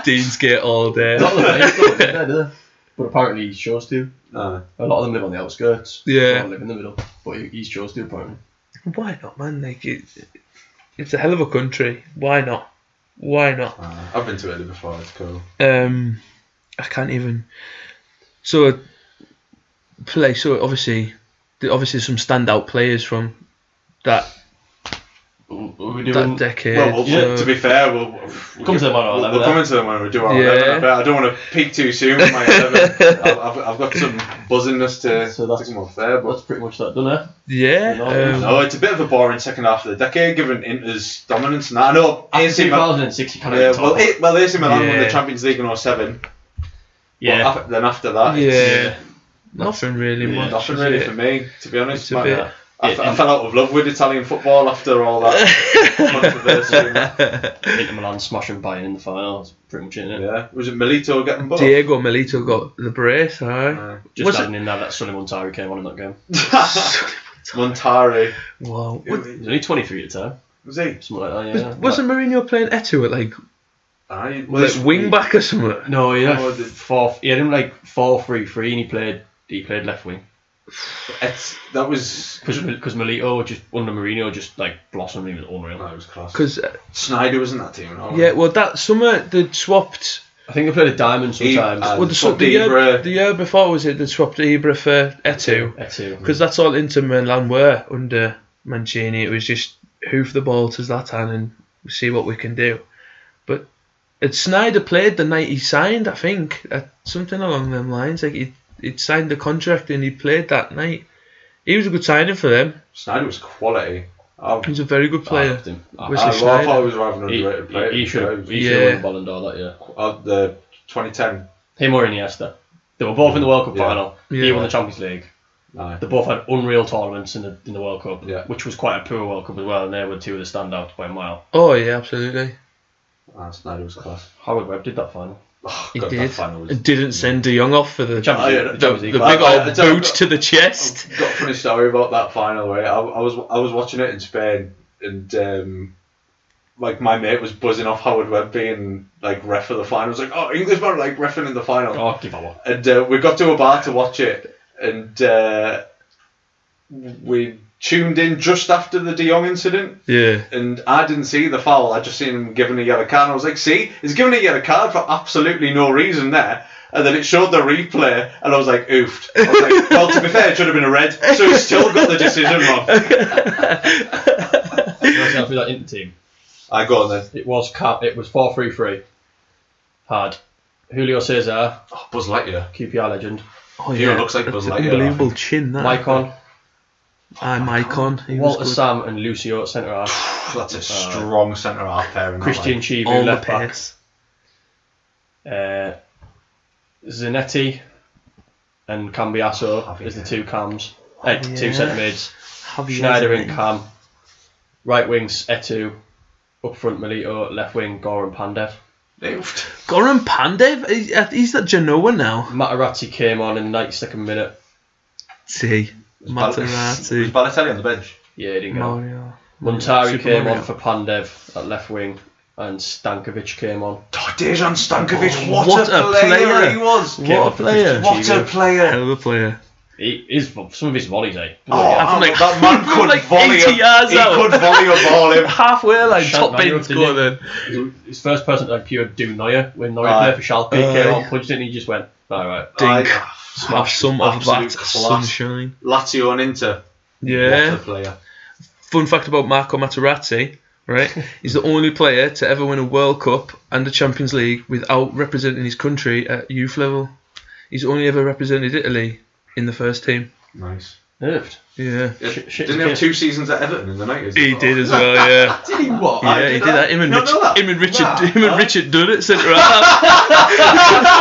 Speaker 2: Dean's Gate all day.
Speaker 3: Not the best, not the best, eh? but apparently he chose to. A lot of them live on the outskirts.
Speaker 2: Yeah.
Speaker 3: A lot live in the middle. But he- he's chose to apparently.
Speaker 2: Why not, man? Like it, it's a hell of a country. Why not? Why not?
Speaker 4: Uh, I've been to Italy before. It's cool.
Speaker 2: Um, I can't even. So, play. So obviously, there- obviously some standout players from that
Speaker 3: What we
Speaker 2: that
Speaker 3: doing?
Speaker 2: decade.
Speaker 4: Well, we'll
Speaker 2: so-
Speaker 4: to be fair, we'll, we'll
Speaker 3: Come to them on our
Speaker 4: we'll-
Speaker 3: level,
Speaker 4: We'll
Speaker 3: eh?
Speaker 4: come into them when we do our
Speaker 2: Yeah.
Speaker 4: eleven. But I don't want to peak too soon. with My eleven. I've, I've, I've got some buzzingness to,
Speaker 3: So
Speaker 4: to
Speaker 3: that's-
Speaker 4: come off there, but
Speaker 3: That's pretty much that done, eh?
Speaker 2: yeah. Um,
Speaker 4: No, it's a bit of a boring second half of the decade, given Inter's dominance. And that. I know AC Milan.
Speaker 3: 2006, you can't
Speaker 4: Yeah,
Speaker 3: even
Speaker 4: well,
Speaker 3: talk.
Speaker 4: it, well, AC Milan won
Speaker 2: Yeah.
Speaker 4: the Champions League in 07.
Speaker 3: yeah.
Speaker 4: But af- then after that,
Speaker 2: yeah.
Speaker 4: it's
Speaker 2: Nothing really
Speaker 4: yeah,
Speaker 2: much.
Speaker 4: nothing
Speaker 2: is
Speaker 4: really
Speaker 2: it?
Speaker 4: for me, to be honest.
Speaker 2: It's a
Speaker 4: man.
Speaker 2: bit-
Speaker 4: I, f- I fell out of love with Italian football after all that controversy. and that.
Speaker 3: Inter Milan smashing Bayern in the final. That's pretty much it, innit?
Speaker 4: Yeah, was it Milito getting booked?
Speaker 2: Diego Melito got the brace, aye.
Speaker 3: Just
Speaker 2: Was
Speaker 3: adding in there that Sonny Montari came on in that game.
Speaker 4: Montari.
Speaker 2: Wow.
Speaker 3: He was only 23 at the time.
Speaker 4: Was he?
Speaker 3: Something like that, yeah.
Speaker 2: Wasn't Mourinho playing Eto at like,
Speaker 4: Aye,
Speaker 2: like wing back or something?
Speaker 3: No, he had,
Speaker 4: Oh, the-
Speaker 3: four, he had him like 4 3 3 and he played he played left wing.
Speaker 4: It's, that was.
Speaker 3: Because Melito, just under Mourinho, just like blossomed. He was unreal.
Speaker 4: That was class.
Speaker 2: Because
Speaker 4: Snyder was in that team. and all.
Speaker 2: yeah, well that summer they would swapped
Speaker 3: I think they played a diamond
Speaker 4: He-
Speaker 3: sometimes.
Speaker 4: uh,
Speaker 3: Well,
Speaker 2: Well,
Speaker 4: they
Speaker 2: the, so,
Speaker 4: swapped
Speaker 2: the, year,
Speaker 4: Ibra.
Speaker 2: the year before was it they swapped Ibra for Etu
Speaker 3: that's it.
Speaker 2: because that's all Inter Milan were under Mancini. It was just hoof the ball to Zlatan and see what we can do. But it Snyder played the night he signed, I think, uh, something along them lines. Like he he'd signed the contract and he played that night. He was a good signing for them.
Speaker 4: Snyder was quality. I,
Speaker 2: He was a very good
Speaker 4: Ah,
Speaker 3: Ah, I
Speaker 2: player.
Speaker 3: loved him. I-
Speaker 2: Was
Speaker 4: I,
Speaker 2: he
Speaker 4: well, I thought
Speaker 2: Snyder?
Speaker 4: he was rather
Speaker 3: he,
Speaker 4: underrated. player.
Speaker 3: he, he should have he
Speaker 2: Yeah.
Speaker 3: should have won the Ballon d'Or that year.
Speaker 4: Uh, the 2010.
Speaker 3: Him or Iniesta. They were both in the World Cup
Speaker 4: Yeah.
Speaker 3: final. He
Speaker 2: Yeah.
Speaker 3: won the Champions League.
Speaker 4: Aye.
Speaker 3: They both had unreal tournaments in the, in the World Cup,
Speaker 4: Yeah.
Speaker 3: which was quite a poor World Cup as well, and they were two of the standouts by a mile.
Speaker 2: Oh yeah, absolutely.
Speaker 4: Ah, Snyder was class.
Speaker 3: Howard Webb did that final.
Speaker 4: Oh,
Speaker 2: He
Speaker 4: God, that
Speaker 2: did.
Speaker 4: final was-
Speaker 2: And didn't send De Jong off for the
Speaker 3: Champions League-
Speaker 4: yeah,
Speaker 2: the,
Speaker 3: Champions
Speaker 2: the
Speaker 3: League
Speaker 2: big
Speaker 3: final.
Speaker 4: I- I- I
Speaker 2: old
Speaker 4: don't-
Speaker 2: boot to the chest.
Speaker 4: got a funny story about that final. Right, I, I was I was watching it in Spain, and um, like my mate was buzzing off Howard Webb being like ref of the final. I was like, oh, Englishman like refing in the final.
Speaker 3: Oh, give up.
Speaker 4: And uh, we got to a bar to watch it, and uh, we tuned in just after the De Jong incident.
Speaker 2: Yeah.
Speaker 4: And I didn't see the foul. I just seen him giving a yellow card. And I was like, see, he's giving a yellow card for absolutely no reason there. And then it showed the replay, and I was like, oofed. I was like, well, to be fair, it should have been a red. So he still got the decision wrong.
Speaker 3: You want to know who that Inter team?
Speaker 4: I go on then.
Speaker 3: It was Cap. It was 4 3 3. Had Julio Cesar,
Speaker 4: Oh, Buzz Lightyear.
Speaker 3: QPR legend,
Speaker 2: Oh,
Speaker 4: He looks like uh, Buzz
Speaker 2: That's an
Speaker 4: Lightyear,
Speaker 2: Unbelievable chin that.
Speaker 3: Mycon,
Speaker 2: I'm Icon. (laughs) He was
Speaker 3: Walter
Speaker 2: good.
Speaker 3: Sam, and Lucio at centre half.
Speaker 4: That's
Speaker 2: Uh,
Speaker 4: a strong centre half pairing.
Speaker 3: Christian
Speaker 2: All
Speaker 3: Chivu
Speaker 2: the
Speaker 3: left back.
Speaker 2: pace.
Speaker 3: Uh, Zanetti and Cambiasso is the two cams. eh,
Speaker 2: Oh, yeah.
Speaker 3: Two centre mids.
Speaker 2: Have you
Speaker 3: Schneider
Speaker 2: guys
Speaker 3: in
Speaker 2: been-
Speaker 3: Cam. Right wing's Etu. Up front Melito. Left wing Goran Pandev.
Speaker 4: Oofed.
Speaker 2: Goran Pandev. He's at- He's at Genoa now.
Speaker 3: Materazzi came on in the 92nd minute.
Speaker 2: See,
Speaker 4: Was
Speaker 2: Materazzi, Oh,
Speaker 4: Balotelli on the bench?
Speaker 3: Yeah, he didn't go.
Speaker 2: Mario.
Speaker 3: Montari
Speaker 2: Super
Speaker 3: came
Speaker 2: Mario.
Speaker 3: on for Pandev at left wing. And Stankovic came on.
Speaker 4: Oh, Dejan Stankovic, what,
Speaker 2: Oh, What
Speaker 4: a,
Speaker 2: a
Speaker 4: player,
Speaker 2: player.
Speaker 4: he was!
Speaker 2: What a
Speaker 3: off the pitch
Speaker 2: player!
Speaker 3: to
Speaker 4: What a
Speaker 3: Chivu.
Speaker 4: player!
Speaker 2: Hell of a player.
Speaker 3: He is some of his volleys, eh?
Speaker 4: Oh,
Speaker 3: Bloody hell.
Speaker 2: I'm like- (laughs)
Speaker 4: that man could
Speaker 2: like
Speaker 4: volley
Speaker 2: 80
Speaker 4: a-
Speaker 2: yards
Speaker 4: he
Speaker 2: out.
Speaker 4: could volley a ball
Speaker 2: (laughs)
Speaker 4: in.
Speaker 2: Halfway line,
Speaker 3: Shant
Speaker 2: top
Speaker 3: Mario
Speaker 2: end
Speaker 3: did
Speaker 2: score
Speaker 3: it.
Speaker 2: then.
Speaker 3: His first person to like pure do Neuer when Neuer
Speaker 4: Right.
Speaker 3: played for Schalke. he came
Speaker 2: Aye.
Speaker 3: on, punched it, and he just went, all right.
Speaker 2: Dink.
Speaker 4: I-
Speaker 2: Have some of
Speaker 4: Absolute
Speaker 2: that
Speaker 4: class.
Speaker 2: sunshine.
Speaker 4: Lazio and Inter.
Speaker 2: Yeah.
Speaker 4: What a player.
Speaker 2: Fun fact about Marco Materazzi. (laughs) Right, he's the only player to ever win a World Cup and a Champions League without representing his country at youth level. He's only ever represented Italy in the first team.
Speaker 4: Nice.
Speaker 3: Nerved.
Speaker 2: Yeah.
Speaker 4: Didn't
Speaker 3: Shit- shit was
Speaker 4: he have
Speaker 3: good.
Speaker 4: two seasons at Everton in the 90s?
Speaker 2: He did as well, yeah.
Speaker 4: (laughs) Did he what?
Speaker 2: Yeah, he did that. Him and,
Speaker 4: No,
Speaker 2: Richard,
Speaker 4: no, Oh. that-
Speaker 2: him and Richard,
Speaker 4: Nah.
Speaker 2: him and Richard Dunn at
Speaker 4: (laughs)
Speaker 2: centre half.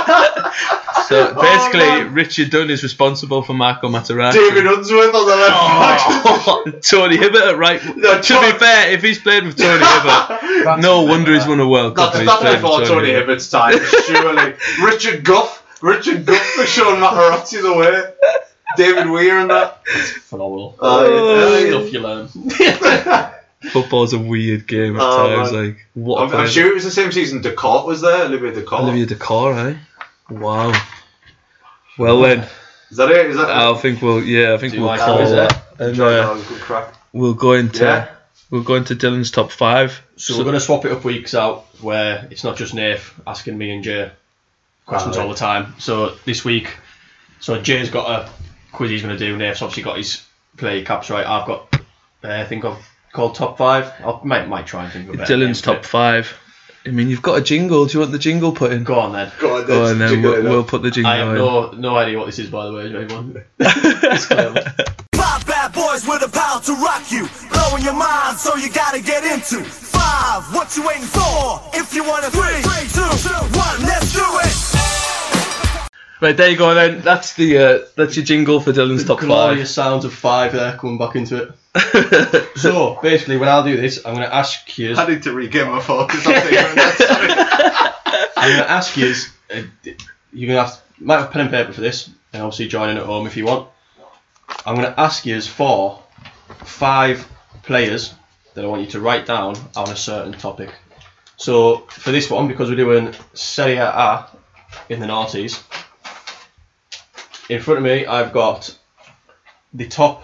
Speaker 2: so basically,
Speaker 4: Oh, man.
Speaker 2: Richard Dunn is responsible for Marco Materazzi. (laughs)
Speaker 4: David Unsworth on the left
Speaker 2: Oh.
Speaker 4: (laughs) back.
Speaker 2: Tony Hibbert at right.
Speaker 4: (laughs)
Speaker 2: to
Speaker 4: No,
Speaker 2: be
Speaker 4: Tony-
Speaker 2: fair, if he's played with
Speaker 4: (laughs)
Speaker 2: Tony Hibbert, no wonder he's won a World Cup.
Speaker 4: That's,
Speaker 2: and
Speaker 4: that's
Speaker 2: he's played
Speaker 4: before
Speaker 2: with
Speaker 4: Tony
Speaker 2: Hibbert.
Speaker 4: Hibbert's time, surely. Richard Guff. Richard Guff for Sean Materazzi's away. David Weir and that.
Speaker 3: Phenomenal.
Speaker 2: Uh,
Speaker 4: Oh, yeah.
Speaker 3: Stuff you learn.
Speaker 2: Football's a weird game at
Speaker 4: Oh,
Speaker 2: times.
Speaker 4: man.
Speaker 2: Like what? a
Speaker 4: I'm, I'm
Speaker 2: player.
Speaker 4: sure it was the same season Decourt was there. Olivia Decourt.
Speaker 2: Olivia Decor, eh? Wow. Well then,
Speaker 4: Is that it? Is that
Speaker 2: I think we'll yeah, I think
Speaker 3: Do
Speaker 2: we'll
Speaker 3: I
Speaker 2: call
Speaker 3: close it?
Speaker 2: that, and
Speaker 4: That
Speaker 2: uh,
Speaker 4: was good crack.
Speaker 2: we'll go into
Speaker 4: Yeah.
Speaker 2: we'll go into Dylan's top five.
Speaker 3: So, we're going to swap it up weeks out where it's not just Nath asking me and Jay questions
Speaker 4: Right.
Speaker 3: all the time. So this week, so Jay's got a quiz he's going to do. Nath's obviously got his play caps right. I've got uh, I think I've called top five. I might might try and think of a better
Speaker 2: Dylan's
Speaker 3: name for
Speaker 2: top five. I mean, you've got a jingle. Do you want the jingle put in?
Speaker 3: it. Go on then.
Speaker 4: Go on,
Speaker 2: Oh, and
Speaker 4: then.
Speaker 2: then
Speaker 4: Jiggle
Speaker 2: we'll,
Speaker 4: it up.
Speaker 2: we'll
Speaker 4: (laughs)
Speaker 2: put the jingle
Speaker 3: I have
Speaker 2: in.
Speaker 3: no no idea what this is by the way. Anyone?
Speaker 6: Pop bad boys with a power to rock you. Blowing your mind, so you gotta get into. Five, what you waiting for? If you want a three, three, two, one, let's do it.
Speaker 2: Right there you go. Then that's the uh, that's your jingle for Dylan's top
Speaker 3: Glorious sounds of five there coming back into
Speaker 4: (laughs)
Speaker 3: it. so basically, when I do this, I'm going to ask you.
Speaker 4: I need to regain my focus. I'm thinking that's-
Speaker 3: I'm going to ask you, uh, you're going to have, might have pen and paper for this, and obviously join in at home if you want. I'm going to ask you for five players that I want you to write down on a certain topic. So for this one, because we're doing Serie A in the noughties, in front of me I've got the top.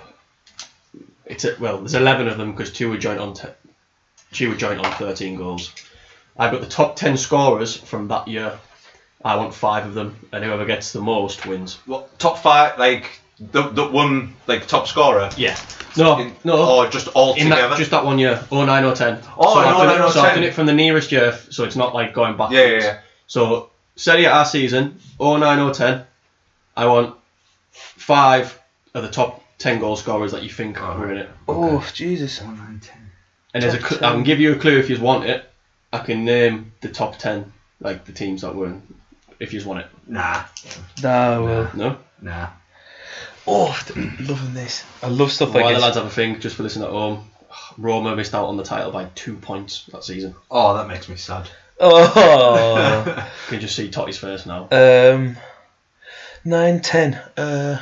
Speaker 3: It's a, well, there's 11 of them because two were joint on. Te- two were joint on 13 goals. I've got the top 10 scorers from that year. I want five of them, and whoever gets the most wins.
Speaker 4: (laughs) What top five? Like the the one like top scorer.
Speaker 3: Yeah. No,
Speaker 4: In-
Speaker 3: no.
Speaker 4: Or just all
Speaker 3: in
Speaker 4: together.
Speaker 3: that, just that one year, 09 or 10.
Speaker 4: Oh,
Speaker 3: so I've
Speaker 4: 09
Speaker 3: done it-
Speaker 4: or
Speaker 3: so I've
Speaker 4: 10.
Speaker 3: done it from the nearest year, f- so it's not like going back.
Speaker 4: yeah, yeah, yeah.
Speaker 3: So Serie A season, 09 or 10, I want five of the top 10 goal scorers that you think are in it.
Speaker 2: Oh Jesus!
Speaker 3: And there's a cl- I can give you a clue if you want it. I can name the top 10, like the teams that were in, if you want it.
Speaker 4: Nah,
Speaker 2: Nah, well.
Speaker 3: No?
Speaker 4: nah.
Speaker 2: Oh, I'm loving this. I love stuff like
Speaker 3: Why the
Speaker 2: this.
Speaker 3: lads have a thing, just for listening at home. Roma missed out on the title by two points that season.
Speaker 4: Oh, that makes me sad.
Speaker 2: Oh,
Speaker 3: You can just see Totti's face now.
Speaker 2: um, nine, ten. Uh,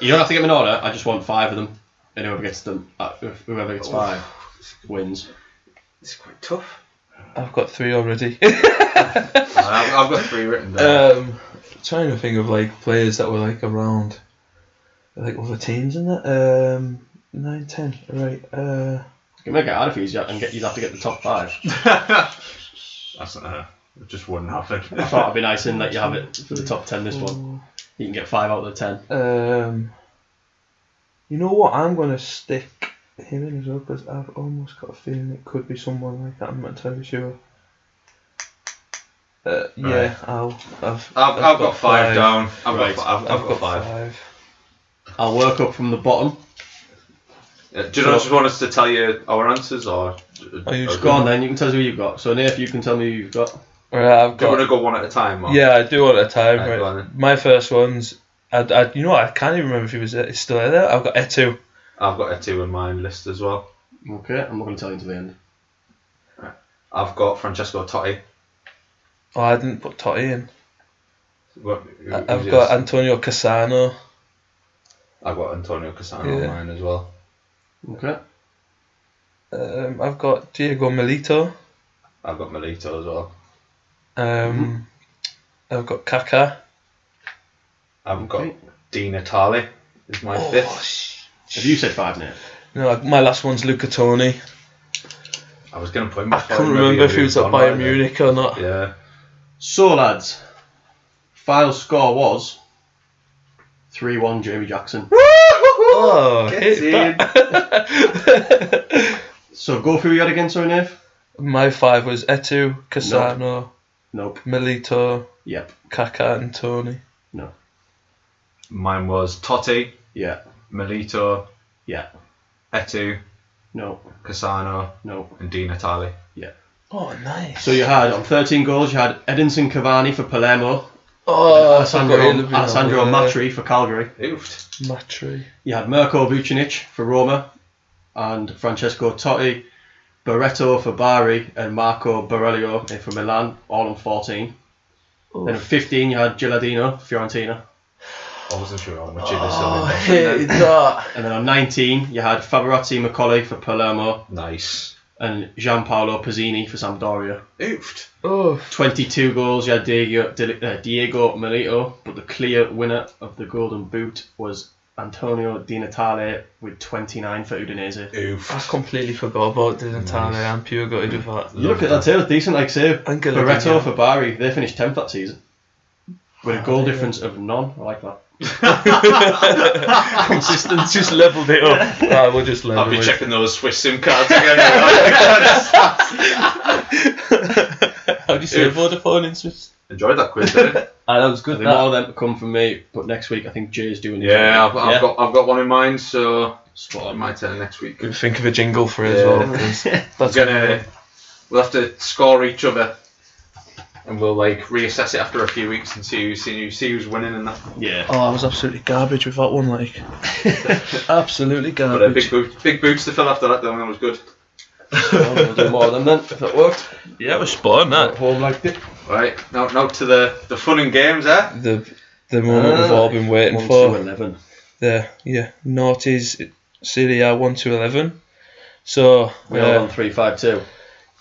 Speaker 3: You don't have to get them in order. I just want five of them, and whoever gets them, uh, whoever gets five, wins.
Speaker 4: It's quite tough.
Speaker 2: I've got three already.
Speaker 4: I've, I've got three written down.
Speaker 2: um, trying to think of like players that were like around, like other teams in that. Um, nine, ten. Right. Uh,
Speaker 3: You can make it harder for you, and get you'd have to get the top five.
Speaker 4: That's uh, just wouldn't (laughs) happen.
Speaker 3: I thought it'd be nice in that you have it for the top ten. This one, you can get five out of the ten.
Speaker 2: um, you know what? I'm gonna stick him in as well because I've almost got a feeling it could be someone like that. I'm not entirely sure. Uh, yeah, I'll. I've, I've,
Speaker 4: I've, I've, got, five, down. I've
Speaker 3: Right.
Speaker 4: got, I've, I've, got, five.
Speaker 3: I'll work up from the bottom.
Speaker 4: Uh, do you not just want us to tell you our answers, or
Speaker 1: Are you just
Speaker 3: Go on then. You can tell us who you've got. So Nath, you can tell me who you've got.
Speaker 1: Right, I've
Speaker 4: Do you want to
Speaker 1: got.
Speaker 4: go one at a time? Or?
Speaker 1: Yeah, I do all at a time.
Speaker 4: Right,
Speaker 1: Right,
Speaker 4: go on then.
Speaker 1: My first one's. I, I, you know what? I can't even remember if he was uh, he's still there. I've got Etu.
Speaker 4: I've got a two in mine list as well.
Speaker 3: Okay, I'm not going to tell you until the end.
Speaker 4: I've got Francesco Totti.
Speaker 1: Oh, I didn't put Totti in.
Speaker 4: What, who-
Speaker 1: I-
Speaker 4: who's
Speaker 1: I've got
Speaker 4: yours?
Speaker 1: Antonio Cassano.
Speaker 4: I've got Antonio Cassano
Speaker 1: Yeah.
Speaker 4: on mine as well.
Speaker 3: Okay.
Speaker 1: Um, I've got Diego Milito.
Speaker 4: I've got Melito as well.
Speaker 1: Um, I've got Kaká.
Speaker 4: I've
Speaker 3: Okay.
Speaker 4: got Di Natale is my
Speaker 1: Oh,
Speaker 4: fifth.
Speaker 3: Have you said five, Nath?
Speaker 1: No, my last one's Luca Toni.
Speaker 4: I was going to put him.
Speaker 1: I
Speaker 4: before
Speaker 1: can't
Speaker 4: him, maybe
Speaker 1: remember if he was at
Speaker 4: gone right
Speaker 1: Bayern Munich or not.
Speaker 4: then. Yeah.
Speaker 3: So lads, final score was three one. Jamie Jackson.
Speaker 1: Oh,
Speaker 4: Get
Speaker 1: hit that.
Speaker 4: in.
Speaker 3: So go through yet again, sorry, Nath.
Speaker 1: My five was Etu, Cassano,
Speaker 3: Nope.
Speaker 1: Milito,
Speaker 3: Yep.
Speaker 1: Kaká, and Tony.
Speaker 3: No.
Speaker 4: Mine was Totti,
Speaker 3: Yeah.
Speaker 4: Melito,
Speaker 3: Yeah.
Speaker 4: Etu,
Speaker 3: No.
Speaker 4: Cassano,
Speaker 3: No.
Speaker 4: and Di Natale.
Speaker 3: Yeah.
Speaker 1: Oh, nice.
Speaker 3: So you had on 13 goals, you had Edinson Cavani for Palermo,
Speaker 1: oh,
Speaker 3: Alessandro,
Speaker 1: I forgot
Speaker 3: Alessandro
Speaker 1: Ilobina.
Speaker 3: Matri for Calgary,
Speaker 4: Oof.
Speaker 1: Matri.
Speaker 3: you had Mirko Vucinic for Roma, and Francesco Totti, Barreto for Bari, and Marco Borello for Milan, all on 14. Then at 15, you had Giladino, Fiorentina.
Speaker 4: I wasn't sure on which of this oh,
Speaker 1: Hated that.
Speaker 3: And then on 19, you had Favarotti Macaulay for Palermo,
Speaker 4: Nice.
Speaker 3: and Gianpaolo Pizzini for Sampdoria.
Speaker 4: Oofed.
Speaker 1: Oh,
Speaker 3: 22 goals, you had Diego, Di- uh, Diego Milito, but the clear winner of the Golden Boot was Antonio Di Natale with 29 for Udinese.
Speaker 1: I
Speaker 4: Oofed.
Speaker 1: completely forgot about Di Natale. I'm pure gutted with (laughs) that.
Speaker 3: You look at that too, it's decent. Like say,
Speaker 1: And Gilligan, yeah.
Speaker 3: Barreto for Bari, they finished 10th that season with a goal difference of none. I like that.
Speaker 1: Consistent. just leveled it (laughs) up. I will just
Speaker 4: I'll
Speaker 1: level
Speaker 4: be
Speaker 1: it.
Speaker 4: checking those Swiss SIM
Speaker 1: (laughs)
Speaker 4: cards again.
Speaker 1: How do you say Vodafone in Swiss?
Speaker 4: Enjoyed that quiz, didn't it?
Speaker 1: Ah, that was
Speaker 3: I
Speaker 1: good.
Speaker 3: think more of them come from me, but next week I think Jay's doing
Speaker 4: Yeah, I've, I've
Speaker 3: Yeah.
Speaker 4: got I've got one in mind, so
Speaker 3: Spot
Speaker 4: I
Speaker 3: on.
Speaker 4: might tell next week.
Speaker 1: Good think of a jingle for it as
Speaker 4: Yeah.
Speaker 1: well. 'cause That's
Speaker 4: We're gonna we'll have to score each other, and we'll like reassess it after a few weeks and see who see who, see who's winning and that.
Speaker 3: (laughs) Yeah.
Speaker 1: Oh, I was absolutely garbage with that one,
Speaker 2: (laughs)
Speaker 1: like. absolutely
Speaker 4: But uh, big
Speaker 1: garbage.
Speaker 4: boots, big boots to fill after that. though, and That was good.
Speaker 3: we'll do more of them then, if that worked.
Speaker 1: Yeah, it was spot on,
Speaker 2: Uh,
Speaker 1: that.
Speaker 3: Home liked it.
Speaker 4: Right now, now to the the fun and games, eh?
Speaker 1: The, the moment we've
Speaker 3: Ah.
Speaker 1: all been waiting
Speaker 3: 1 to
Speaker 1: for.
Speaker 3: 11.
Speaker 1: The, yeah, Naughty's Serie A 1 to 11. So,
Speaker 3: We all
Speaker 1: uh,
Speaker 3: on 3 5 2.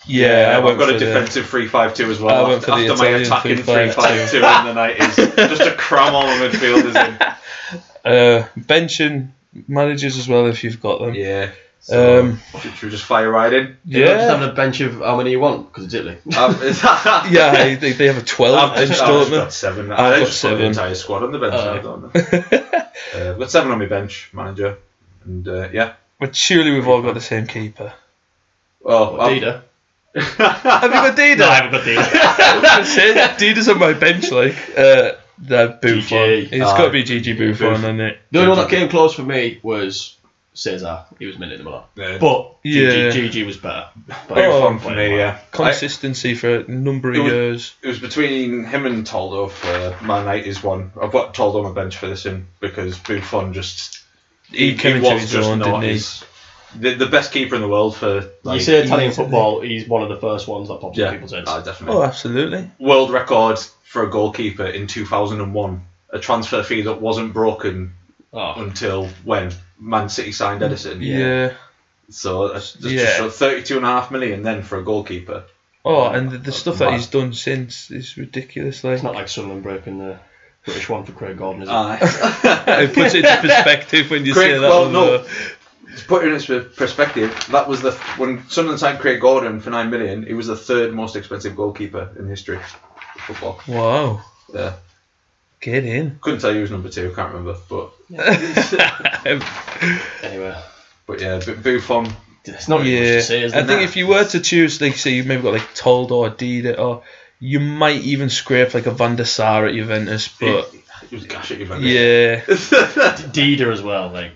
Speaker 1: yeah, I went
Speaker 4: I've got
Speaker 1: for
Speaker 4: a
Speaker 1: the-
Speaker 4: defensive three-five-two as well.
Speaker 1: I went
Speaker 4: after
Speaker 1: for the
Speaker 4: after my
Speaker 1: Italian
Speaker 4: attacking
Speaker 1: 3-5-2.
Speaker 4: three-five-two in the nineties, just to cram all
Speaker 1: (laughs)
Speaker 4: the midfielders in.
Speaker 1: uh, benching managers as well if you've got them.
Speaker 4: Yeah, So,
Speaker 2: Um,
Speaker 4: should, should we just fire right
Speaker 1: (laughs)
Speaker 4: in?
Speaker 3: You know, Just
Speaker 2: yeah.
Speaker 3: having a bench of how many you want because it's Italy.
Speaker 4: Um,
Speaker 2: (laughs) yeah, they, they have a 12
Speaker 4: (laughs) I've
Speaker 2: inch,
Speaker 4: just,
Speaker 2: don't
Speaker 4: I've
Speaker 2: they?
Speaker 4: got seven.
Speaker 2: I've
Speaker 4: I've
Speaker 2: got
Speaker 4: got seven. The
Speaker 2: seven.
Speaker 4: entire squad on the bench now, don't I?
Speaker 2: (laughs)
Speaker 4: uh, I've got seven on my bench, manager, and uh, yeah.
Speaker 2: But surely we've all got the same keeper.
Speaker 4: Well, I've-
Speaker 3: Dida.
Speaker 2: Have you got Dida?
Speaker 3: I haven't got Dida.
Speaker 2: Dida's on my bench, like, uh, that Buffon.
Speaker 3: GG.
Speaker 2: It's got to be Gigi Buffon, isn't it?
Speaker 3: the only one that came close for me was Cesar. He was minute him a lot.
Speaker 4: Yeah.
Speaker 3: But
Speaker 2: Yeah.
Speaker 3: GG, GG was better. But
Speaker 4: Big uh, fun
Speaker 2: Oh,
Speaker 4: for me, yeah. I-
Speaker 2: Consistency for a number of
Speaker 4: It was-
Speaker 2: years.
Speaker 4: It was between him and Toldo for Man United's one. I've got Toldo on my bench for this in because Buffon just he,
Speaker 2: came
Speaker 4: he
Speaker 2: into
Speaker 4: was
Speaker 2: his
Speaker 4: just
Speaker 2: own,
Speaker 4: not
Speaker 2: didn't he?
Speaker 4: his, the, the best keeper in the world for like,
Speaker 3: you see Italian
Speaker 2: he's-
Speaker 3: football, he's one of the first ones that pops
Speaker 4: yeah,
Speaker 3: in people's heads.
Speaker 4: ah, definitely
Speaker 2: Oh, absolutely.
Speaker 4: world record for a goalkeeper in 2001 a transfer fee that wasn't broken
Speaker 3: Oh,
Speaker 4: until when Man City signed Edison
Speaker 2: Mm, Yeah.
Speaker 4: so that's that's
Speaker 2: Yeah.
Speaker 4: just short- 32 and a half million then for a goalkeeper
Speaker 2: Oh, and the, the stuff that
Speaker 4: mad.
Speaker 2: he's done since is ridiculous. Like,
Speaker 3: it's not like Sunderland breaking the British one for Craig Gordon,
Speaker 4: Uh,
Speaker 3: is it?
Speaker 2: (laughs) it puts it
Speaker 3: (laughs)
Speaker 2: into perspective when you
Speaker 4: Craig-
Speaker 2: say that.
Speaker 4: well,
Speaker 2: one,
Speaker 4: no.
Speaker 2: though.
Speaker 4: to put it into perspective that was the when Sunderland signed Craig Gordon for 9 million he was the third most expensive goalkeeper in history of football
Speaker 2: Wow.
Speaker 4: yeah
Speaker 2: Get in.
Speaker 4: couldn't tell you who's number 2 I can't remember but
Speaker 3: Anyway,
Speaker 4: but yeah Bu- Buffon
Speaker 3: it's not really much
Speaker 2: Yeah,
Speaker 3: to say, is
Speaker 2: I
Speaker 3: there?
Speaker 2: think if you were to choose, like say, you've maybe got like Told or Dida, or you might even scrape like a Van der Sar at Juventus,
Speaker 3: (laughs)
Speaker 2: but
Speaker 4: he was gash at Juventus
Speaker 2: yeah,
Speaker 4: (laughs)
Speaker 3: Dida as well, like,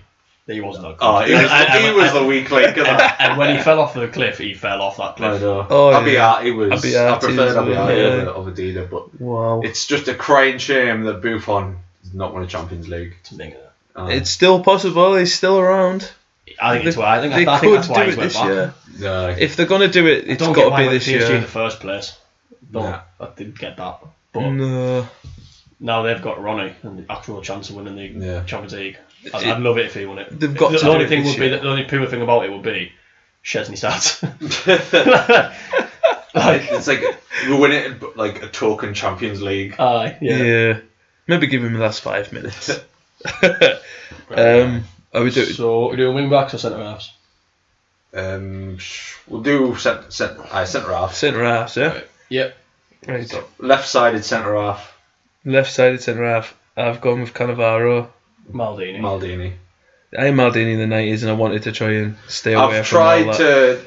Speaker 3: he was not good.
Speaker 4: Oh, he was,
Speaker 3: I- I-
Speaker 4: he was the weak link.
Speaker 2: (laughs)
Speaker 4: of that.
Speaker 3: and when he fell off the cliff, he fell off that
Speaker 4: I
Speaker 3: cliff.
Speaker 4: know.
Speaker 2: Oh,
Speaker 4: Abiyati
Speaker 2: yeah.
Speaker 4: was.
Speaker 2: Abiyati
Speaker 4: I preferred
Speaker 2: as well,
Speaker 4: Abiyati
Speaker 2: yeah.
Speaker 4: over, over Dida, but
Speaker 3: (laughs)
Speaker 2: wow,
Speaker 4: it's just a crying shame that Buffon has not won a Champions League.
Speaker 3: Something like that.
Speaker 4: Uh,
Speaker 2: it's still possible. He's still around.
Speaker 3: I think it's why. I think,
Speaker 2: They
Speaker 3: I think
Speaker 2: could
Speaker 3: that's why
Speaker 2: do
Speaker 3: he's
Speaker 2: it
Speaker 3: went
Speaker 2: this
Speaker 3: back.
Speaker 2: year.
Speaker 4: no,
Speaker 2: If they're gonna do it, it's
Speaker 3: Don't get
Speaker 2: got
Speaker 3: why
Speaker 2: to
Speaker 3: he
Speaker 2: be this
Speaker 3: went to PSG in
Speaker 2: year.
Speaker 3: the first place. Don't.
Speaker 4: Nah.
Speaker 3: I didn't get that. But
Speaker 2: No,
Speaker 3: now they've got Ronnie and the actual chance of winning the
Speaker 4: Yeah.
Speaker 3: Champions League. I'd, I'd love it if he won it.
Speaker 2: They've got
Speaker 3: the
Speaker 2: to do
Speaker 3: only
Speaker 2: it
Speaker 3: thing
Speaker 2: this
Speaker 3: would be
Speaker 2: year.
Speaker 3: the only poor thing about it would be Chesney starts. like,
Speaker 4: it's like we win it but like a token Champions League.
Speaker 3: (laughs) aye, yeah.
Speaker 2: yeah. maybe give him the last five minutes. (laughs) um, are we doing?
Speaker 3: So we're doing wing backs or centre halves.
Speaker 4: Um, sh- we'll do cent, cent, uh, centre half,
Speaker 2: Centre half, yeah.
Speaker 3: Yep.
Speaker 2: Right.
Speaker 4: left sided centre half,
Speaker 2: Left sided centre half. I've gone with Cannavaro.
Speaker 3: Maldini.
Speaker 4: Maldini.
Speaker 2: I am Maldini in the nineties, and I wanted to try and stay away
Speaker 4: I've
Speaker 2: from
Speaker 4: tried
Speaker 2: all that.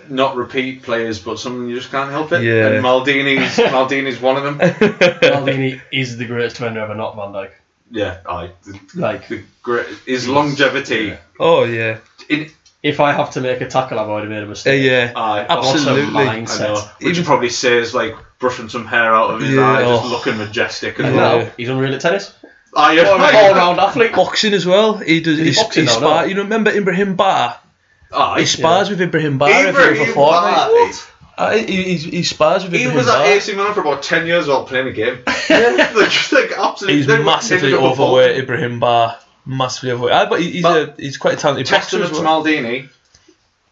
Speaker 4: to not repeat players, but some you just can't help it.
Speaker 2: Yeah.
Speaker 4: And
Speaker 2: (laughs)
Speaker 4: Maldini's Maldini's one of them.
Speaker 3: Maldini is the greatest defender ever, not Van Dijk.
Speaker 4: Yeah, I
Speaker 3: Like,
Speaker 4: the great his longevity.
Speaker 2: Oh yeah,
Speaker 4: In,
Speaker 3: if I have to make a tackle, I've already made a
Speaker 2: Uh,
Speaker 3: mistake.
Speaker 2: yeah.
Speaker 4: I
Speaker 2: Absolutely.
Speaker 3: What a
Speaker 4: oh, I
Speaker 3: mindset.
Speaker 4: know. Which
Speaker 2: Even-
Speaker 4: probably says like brushing some hair out of his
Speaker 2: Yeah,
Speaker 4: eye, just
Speaker 2: oh.
Speaker 4: looking majestic
Speaker 3: And
Speaker 4: and
Speaker 2: Yeah.
Speaker 4: all.
Speaker 3: now he's unreal at tennis.
Speaker 4: I
Speaker 3: All round athlete.
Speaker 2: Boxing as well. He does. He,
Speaker 3: Is he
Speaker 2: sp-
Speaker 3: boxing
Speaker 2: he
Speaker 3: now,
Speaker 2: spar-
Speaker 3: no?
Speaker 2: You remember Ibrahim Bar?
Speaker 4: I
Speaker 2: He spars with Ibrahim Bar every other fortnight. Aye, he, he, he spars with
Speaker 4: He
Speaker 2: Ibrahim
Speaker 4: was
Speaker 2: Bar.
Speaker 4: at AC Milan for about ten years while playing a (laughs) game. Like, just, like, absolutely.
Speaker 2: He's
Speaker 4: they were
Speaker 2: massively
Speaker 4: taking up a ball.
Speaker 2: overweight. Ibrahim Bar massively overweight. Ah, but he, he's
Speaker 4: But-
Speaker 2: a, he's quite a talented boxer
Speaker 4: Testament
Speaker 2: as
Speaker 4: to
Speaker 2: well.
Speaker 4: Maldini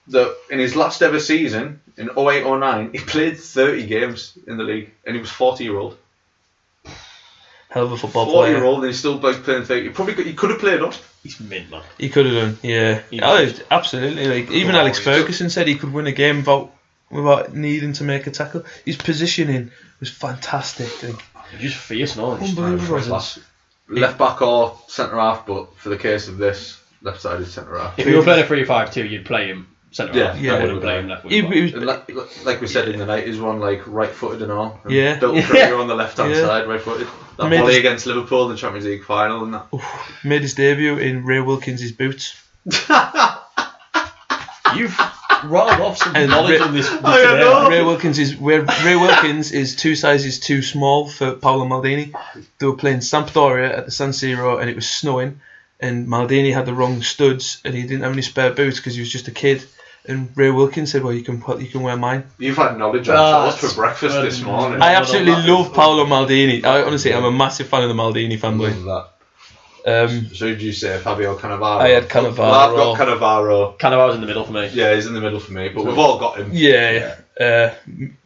Speaker 4: that in his last ever season in 08-09, he played thirty games in the league and he was forty year old.
Speaker 2: Hell of a football
Speaker 4: Forty year
Speaker 2: player.
Speaker 4: old and he's still like playing thirty. He probably could, he could have played up.
Speaker 3: He's mint, man.
Speaker 2: He could have done. Yeah. Oh, absolutely. Like even Alex
Speaker 4: Glorious.
Speaker 2: Ferguson said he could win a game without without needing to make a tackle. His positioning was fantastic. Like,
Speaker 3: He's just fierce, no? He's-
Speaker 2: unbelievable.
Speaker 4: Last- left back or centre half, but for the case of this, left sided centre half.
Speaker 3: If you were playing a 3 5 2, you'd play him centre
Speaker 4: Yeah,
Speaker 3: half.
Speaker 2: yeah.
Speaker 3: I wouldn't play him left
Speaker 2: He,
Speaker 3: wing.
Speaker 2: he
Speaker 3: back.
Speaker 2: was
Speaker 4: And like, like we said in the night, is one like right footed and all. And
Speaker 2: Yeah.
Speaker 4: Built
Speaker 2: Yeah.
Speaker 4: career on the left hand
Speaker 2: Yeah.
Speaker 4: side, right footed. That
Speaker 2: Made
Speaker 4: volley
Speaker 2: us- Oh.
Speaker 4: against Liverpool in the Champions League final and that.
Speaker 2: made his debut in Ray Wilkins' boots.
Speaker 3: You've rattled off some
Speaker 2: And
Speaker 3: knowledge
Speaker 2: Rick-
Speaker 3: on this.
Speaker 4: I
Speaker 3: today.
Speaker 4: know.
Speaker 2: Ray Wilkins is where Ray Wilkins is two sizes too small for Paolo Maldini. They were playing Sampdoria at the San Siro and it was snowing, and Maldini had the wrong studs and he didn't have any spare boots because he was just a kid. And Ray Wilkins said, "Well, you can put, you can wear mine."
Speaker 4: You've had knowledge on
Speaker 3: That's
Speaker 4: shorts for breakfast this
Speaker 3: good.
Speaker 4: morning.
Speaker 2: Ah, I
Speaker 3: no,
Speaker 2: absolutely
Speaker 3: that-
Speaker 2: love Paolo Maldini. I honestly, I'm a massive fan of the Maldini family.
Speaker 4: Love
Speaker 2: Um,
Speaker 4: that. So who did you say Fabio Cannavaro?
Speaker 2: I had
Speaker 4: Well,
Speaker 2: Cannavaro.
Speaker 4: I've got Cannavaro.
Speaker 3: Kind of I was in the middle for me.
Speaker 4: Yeah, he's in the middle for me, but we've all got him.
Speaker 2: yeah. Uh,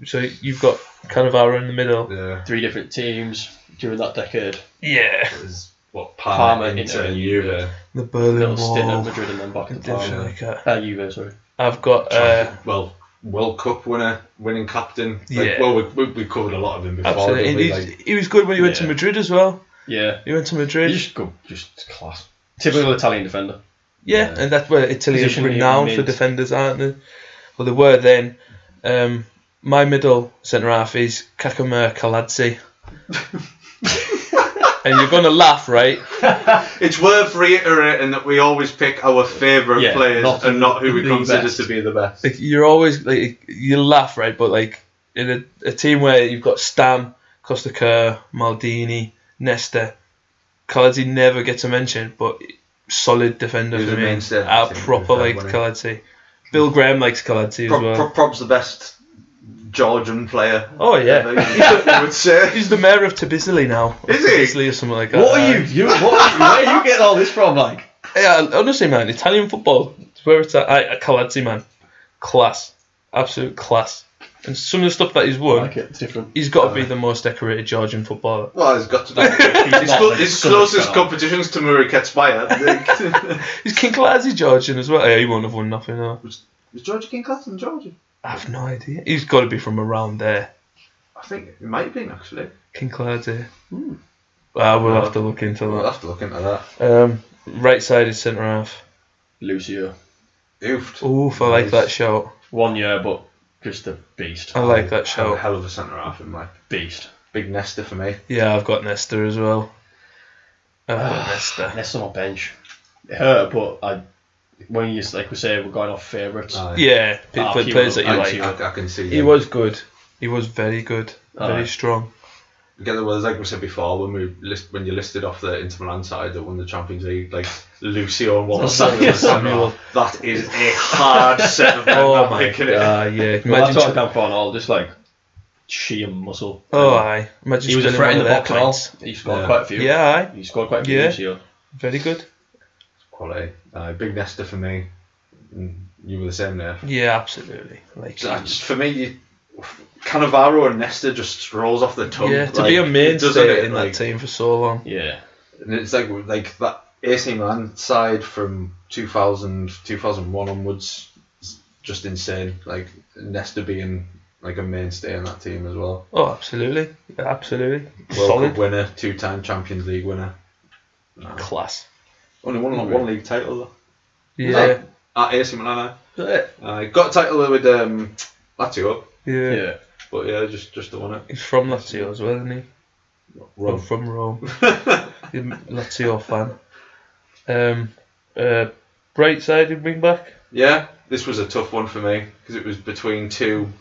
Speaker 2: so you've got Cannavaro in the middle.
Speaker 4: Yeah.
Speaker 3: Three different teams during that decade.
Speaker 2: Yeah.
Speaker 4: There's, Uh, what Parma,
Speaker 3: Parma,
Speaker 4: Inter,
Speaker 3: Inter,
Speaker 4: and Juve.
Speaker 2: The Berlin
Speaker 3: Little stint at
Speaker 2: Wall.
Speaker 3: Madrid and then back to
Speaker 2: Different
Speaker 3: Parma.
Speaker 2: like that.
Speaker 3: Uh, Juve, sorry.
Speaker 2: I've got uh,
Speaker 4: well, World Cup winner, winning captain. Like,
Speaker 2: Yeah.
Speaker 4: Well, we, we, we covered a lot of him before.
Speaker 2: absolutely.
Speaker 4: didn't
Speaker 2: And
Speaker 4: we?
Speaker 2: he's-
Speaker 4: Like,
Speaker 2: he was good when he went to
Speaker 3: Yeah.
Speaker 2: Madrid as well.
Speaker 3: Yeah.
Speaker 2: He went to
Speaker 3: You
Speaker 2: Madrid.
Speaker 3: just go, just
Speaker 4: class.
Speaker 3: typical Italian defender.
Speaker 2: Yeah, and that's where Italy is
Speaker 3: Position that you
Speaker 2: renowned for
Speaker 3: made.
Speaker 2: defenders, aren't they? Well, they were then. Um, my middle centre half is Kakamur Kaladzi. and you're going to laugh, right?
Speaker 4: It's worth reiterating that we always pick our favourite
Speaker 3: Yeah,
Speaker 4: players
Speaker 3: not
Speaker 4: and not who we
Speaker 3: the
Speaker 4: consider
Speaker 3: best.
Speaker 4: to be the best.
Speaker 2: Like, you're always like you laugh, right? But like in a, a team where you've got Stam, Costa Kerr, Maldini, Nesta, Kaladzi never gets a mention, but solid defender
Speaker 4: He's
Speaker 2: for
Speaker 4: a
Speaker 2: me.
Speaker 4: mainstay.
Speaker 2: I proper
Speaker 4: Defender,
Speaker 2: liked
Speaker 4: wasn't he?
Speaker 2: Kaladzi. Bill Graham likes Kaladzi as
Speaker 4: Pro-
Speaker 2: well.
Speaker 4: pro- prob's the best Georgian player.
Speaker 2: oh yeah.
Speaker 4: ever, (laughs) I would say.
Speaker 2: He's the mayor of Tbilisi now.
Speaker 4: Is he?
Speaker 2: Tbilisi or something like that. Uh,
Speaker 3: What are you? you what, where (laughs) are you getting all this from? Like,
Speaker 2: Yeah, honestly, man, Italian football. it's Where it's at, I, I Calazzi, man, class, absolute class. And some of the stuff that he's won,
Speaker 3: like it's different.
Speaker 2: he's got to be the most decorated Georgian footballer.
Speaker 4: Well, he's got to be. His,
Speaker 3: not
Speaker 4: clo-
Speaker 3: like
Speaker 4: his
Speaker 3: Southern
Speaker 4: closest
Speaker 3: style.
Speaker 4: competitions to Murray Ketspire. (laughs)
Speaker 2: He's King Calazzi Georgian as well. Yeah, he won't have won nothing. No.
Speaker 4: Was Georgia King class in Georgia?
Speaker 2: I have no idea. He's got to be from around there.
Speaker 4: I think it might have been actually.
Speaker 2: King Calazzi.
Speaker 3: Hmm.
Speaker 2: I will
Speaker 3: Uh,
Speaker 2: have to look
Speaker 4: We'll
Speaker 2: into
Speaker 4: have to look into that.
Speaker 2: that. Um, right sided centre half.
Speaker 3: Lucio,
Speaker 4: Oofed.
Speaker 2: Oof, I like
Speaker 4: Nice.
Speaker 2: that shout.
Speaker 3: one year, but just a beast.
Speaker 2: I like that
Speaker 4: Hell,
Speaker 2: shout.
Speaker 4: hell of a centre half in my
Speaker 3: beast.
Speaker 4: big nester for me.
Speaker 2: Yeah, I've got Nesta as well. I've
Speaker 3: Ah.
Speaker 2: got Nesta.
Speaker 3: That's on my bench. It hurt, but I. When you like we say we're going off favourites.
Speaker 2: Yeah, p-
Speaker 3: Ah,
Speaker 2: play-
Speaker 3: he
Speaker 2: players
Speaker 3: was-
Speaker 2: that you
Speaker 4: I,
Speaker 2: like.
Speaker 4: I, I can see.
Speaker 2: He
Speaker 4: them.
Speaker 2: was good. He was very good. very
Speaker 3: Alright.
Speaker 2: strong.
Speaker 4: Together with, like we said before, when we list when you listed off the Inter Milan side that won the Champions League, like Lucio and Wallace Samuel, (laughs)
Speaker 3: Samuel.
Speaker 4: Samuel, that is a hard set of (laughs) men.
Speaker 2: Oh
Speaker 4: that
Speaker 2: my
Speaker 4: make it.
Speaker 2: god, yeah.
Speaker 3: (laughs) Well,
Speaker 2: Imagine
Speaker 3: that's what I can for and all. Just like sheer muscle.
Speaker 2: oh, aye. Imagine
Speaker 3: he was a
Speaker 2: spinning
Speaker 3: threat in
Speaker 2: one
Speaker 3: the
Speaker 2: of their
Speaker 3: box and all.
Speaker 2: pints.
Speaker 3: He scored
Speaker 4: Yeah.
Speaker 3: quite a few.
Speaker 2: Yeah, aye.
Speaker 3: He scored quite a few
Speaker 2: Yeah.
Speaker 3: this year.
Speaker 2: Very good.
Speaker 4: Quality. Uh, big nester for me. Mm, You were the same there.
Speaker 2: Yeah, absolutely. Like,
Speaker 4: So I just- for me, you, Cannavaro and Nesta just rolls off the tongue.
Speaker 2: yeah, to
Speaker 4: like,
Speaker 2: be a
Speaker 4: doesn't it?
Speaker 2: mainstay in
Speaker 4: Like,
Speaker 2: that team for so long.
Speaker 3: Yeah.
Speaker 4: And it's like like that AC Milan side from 2000, 2001 onwards, is just insane. Like Nesta being like a mainstay in that team as well.
Speaker 2: Oh, absolutely. Yeah, absolutely.
Speaker 4: World
Speaker 2: Solid.
Speaker 4: Cup winner, two-time Champions League winner.
Speaker 2: Class.
Speaker 4: Only one one league title though.
Speaker 2: Yeah.
Speaker 4: At AC Milan,
Speaker 2: Yeah.
Speaker 4: I Uh, got a title with um, Lazio,
Speaker 2: yeah.
Speaker 3: Yeah.
Speaker 4: but yeah, just just the one.
Speaker 2: He's from Lazio as well, isn't he? I'm
Speaker 4: Rome.
Speaker 2: from
Speaker 4: (laughs)
Speaker 2: Rome. He's a Lazio fan. Um, uh, bright sided wing back.
Speaker 4: Yeah, this was a tough one for me because it was between two.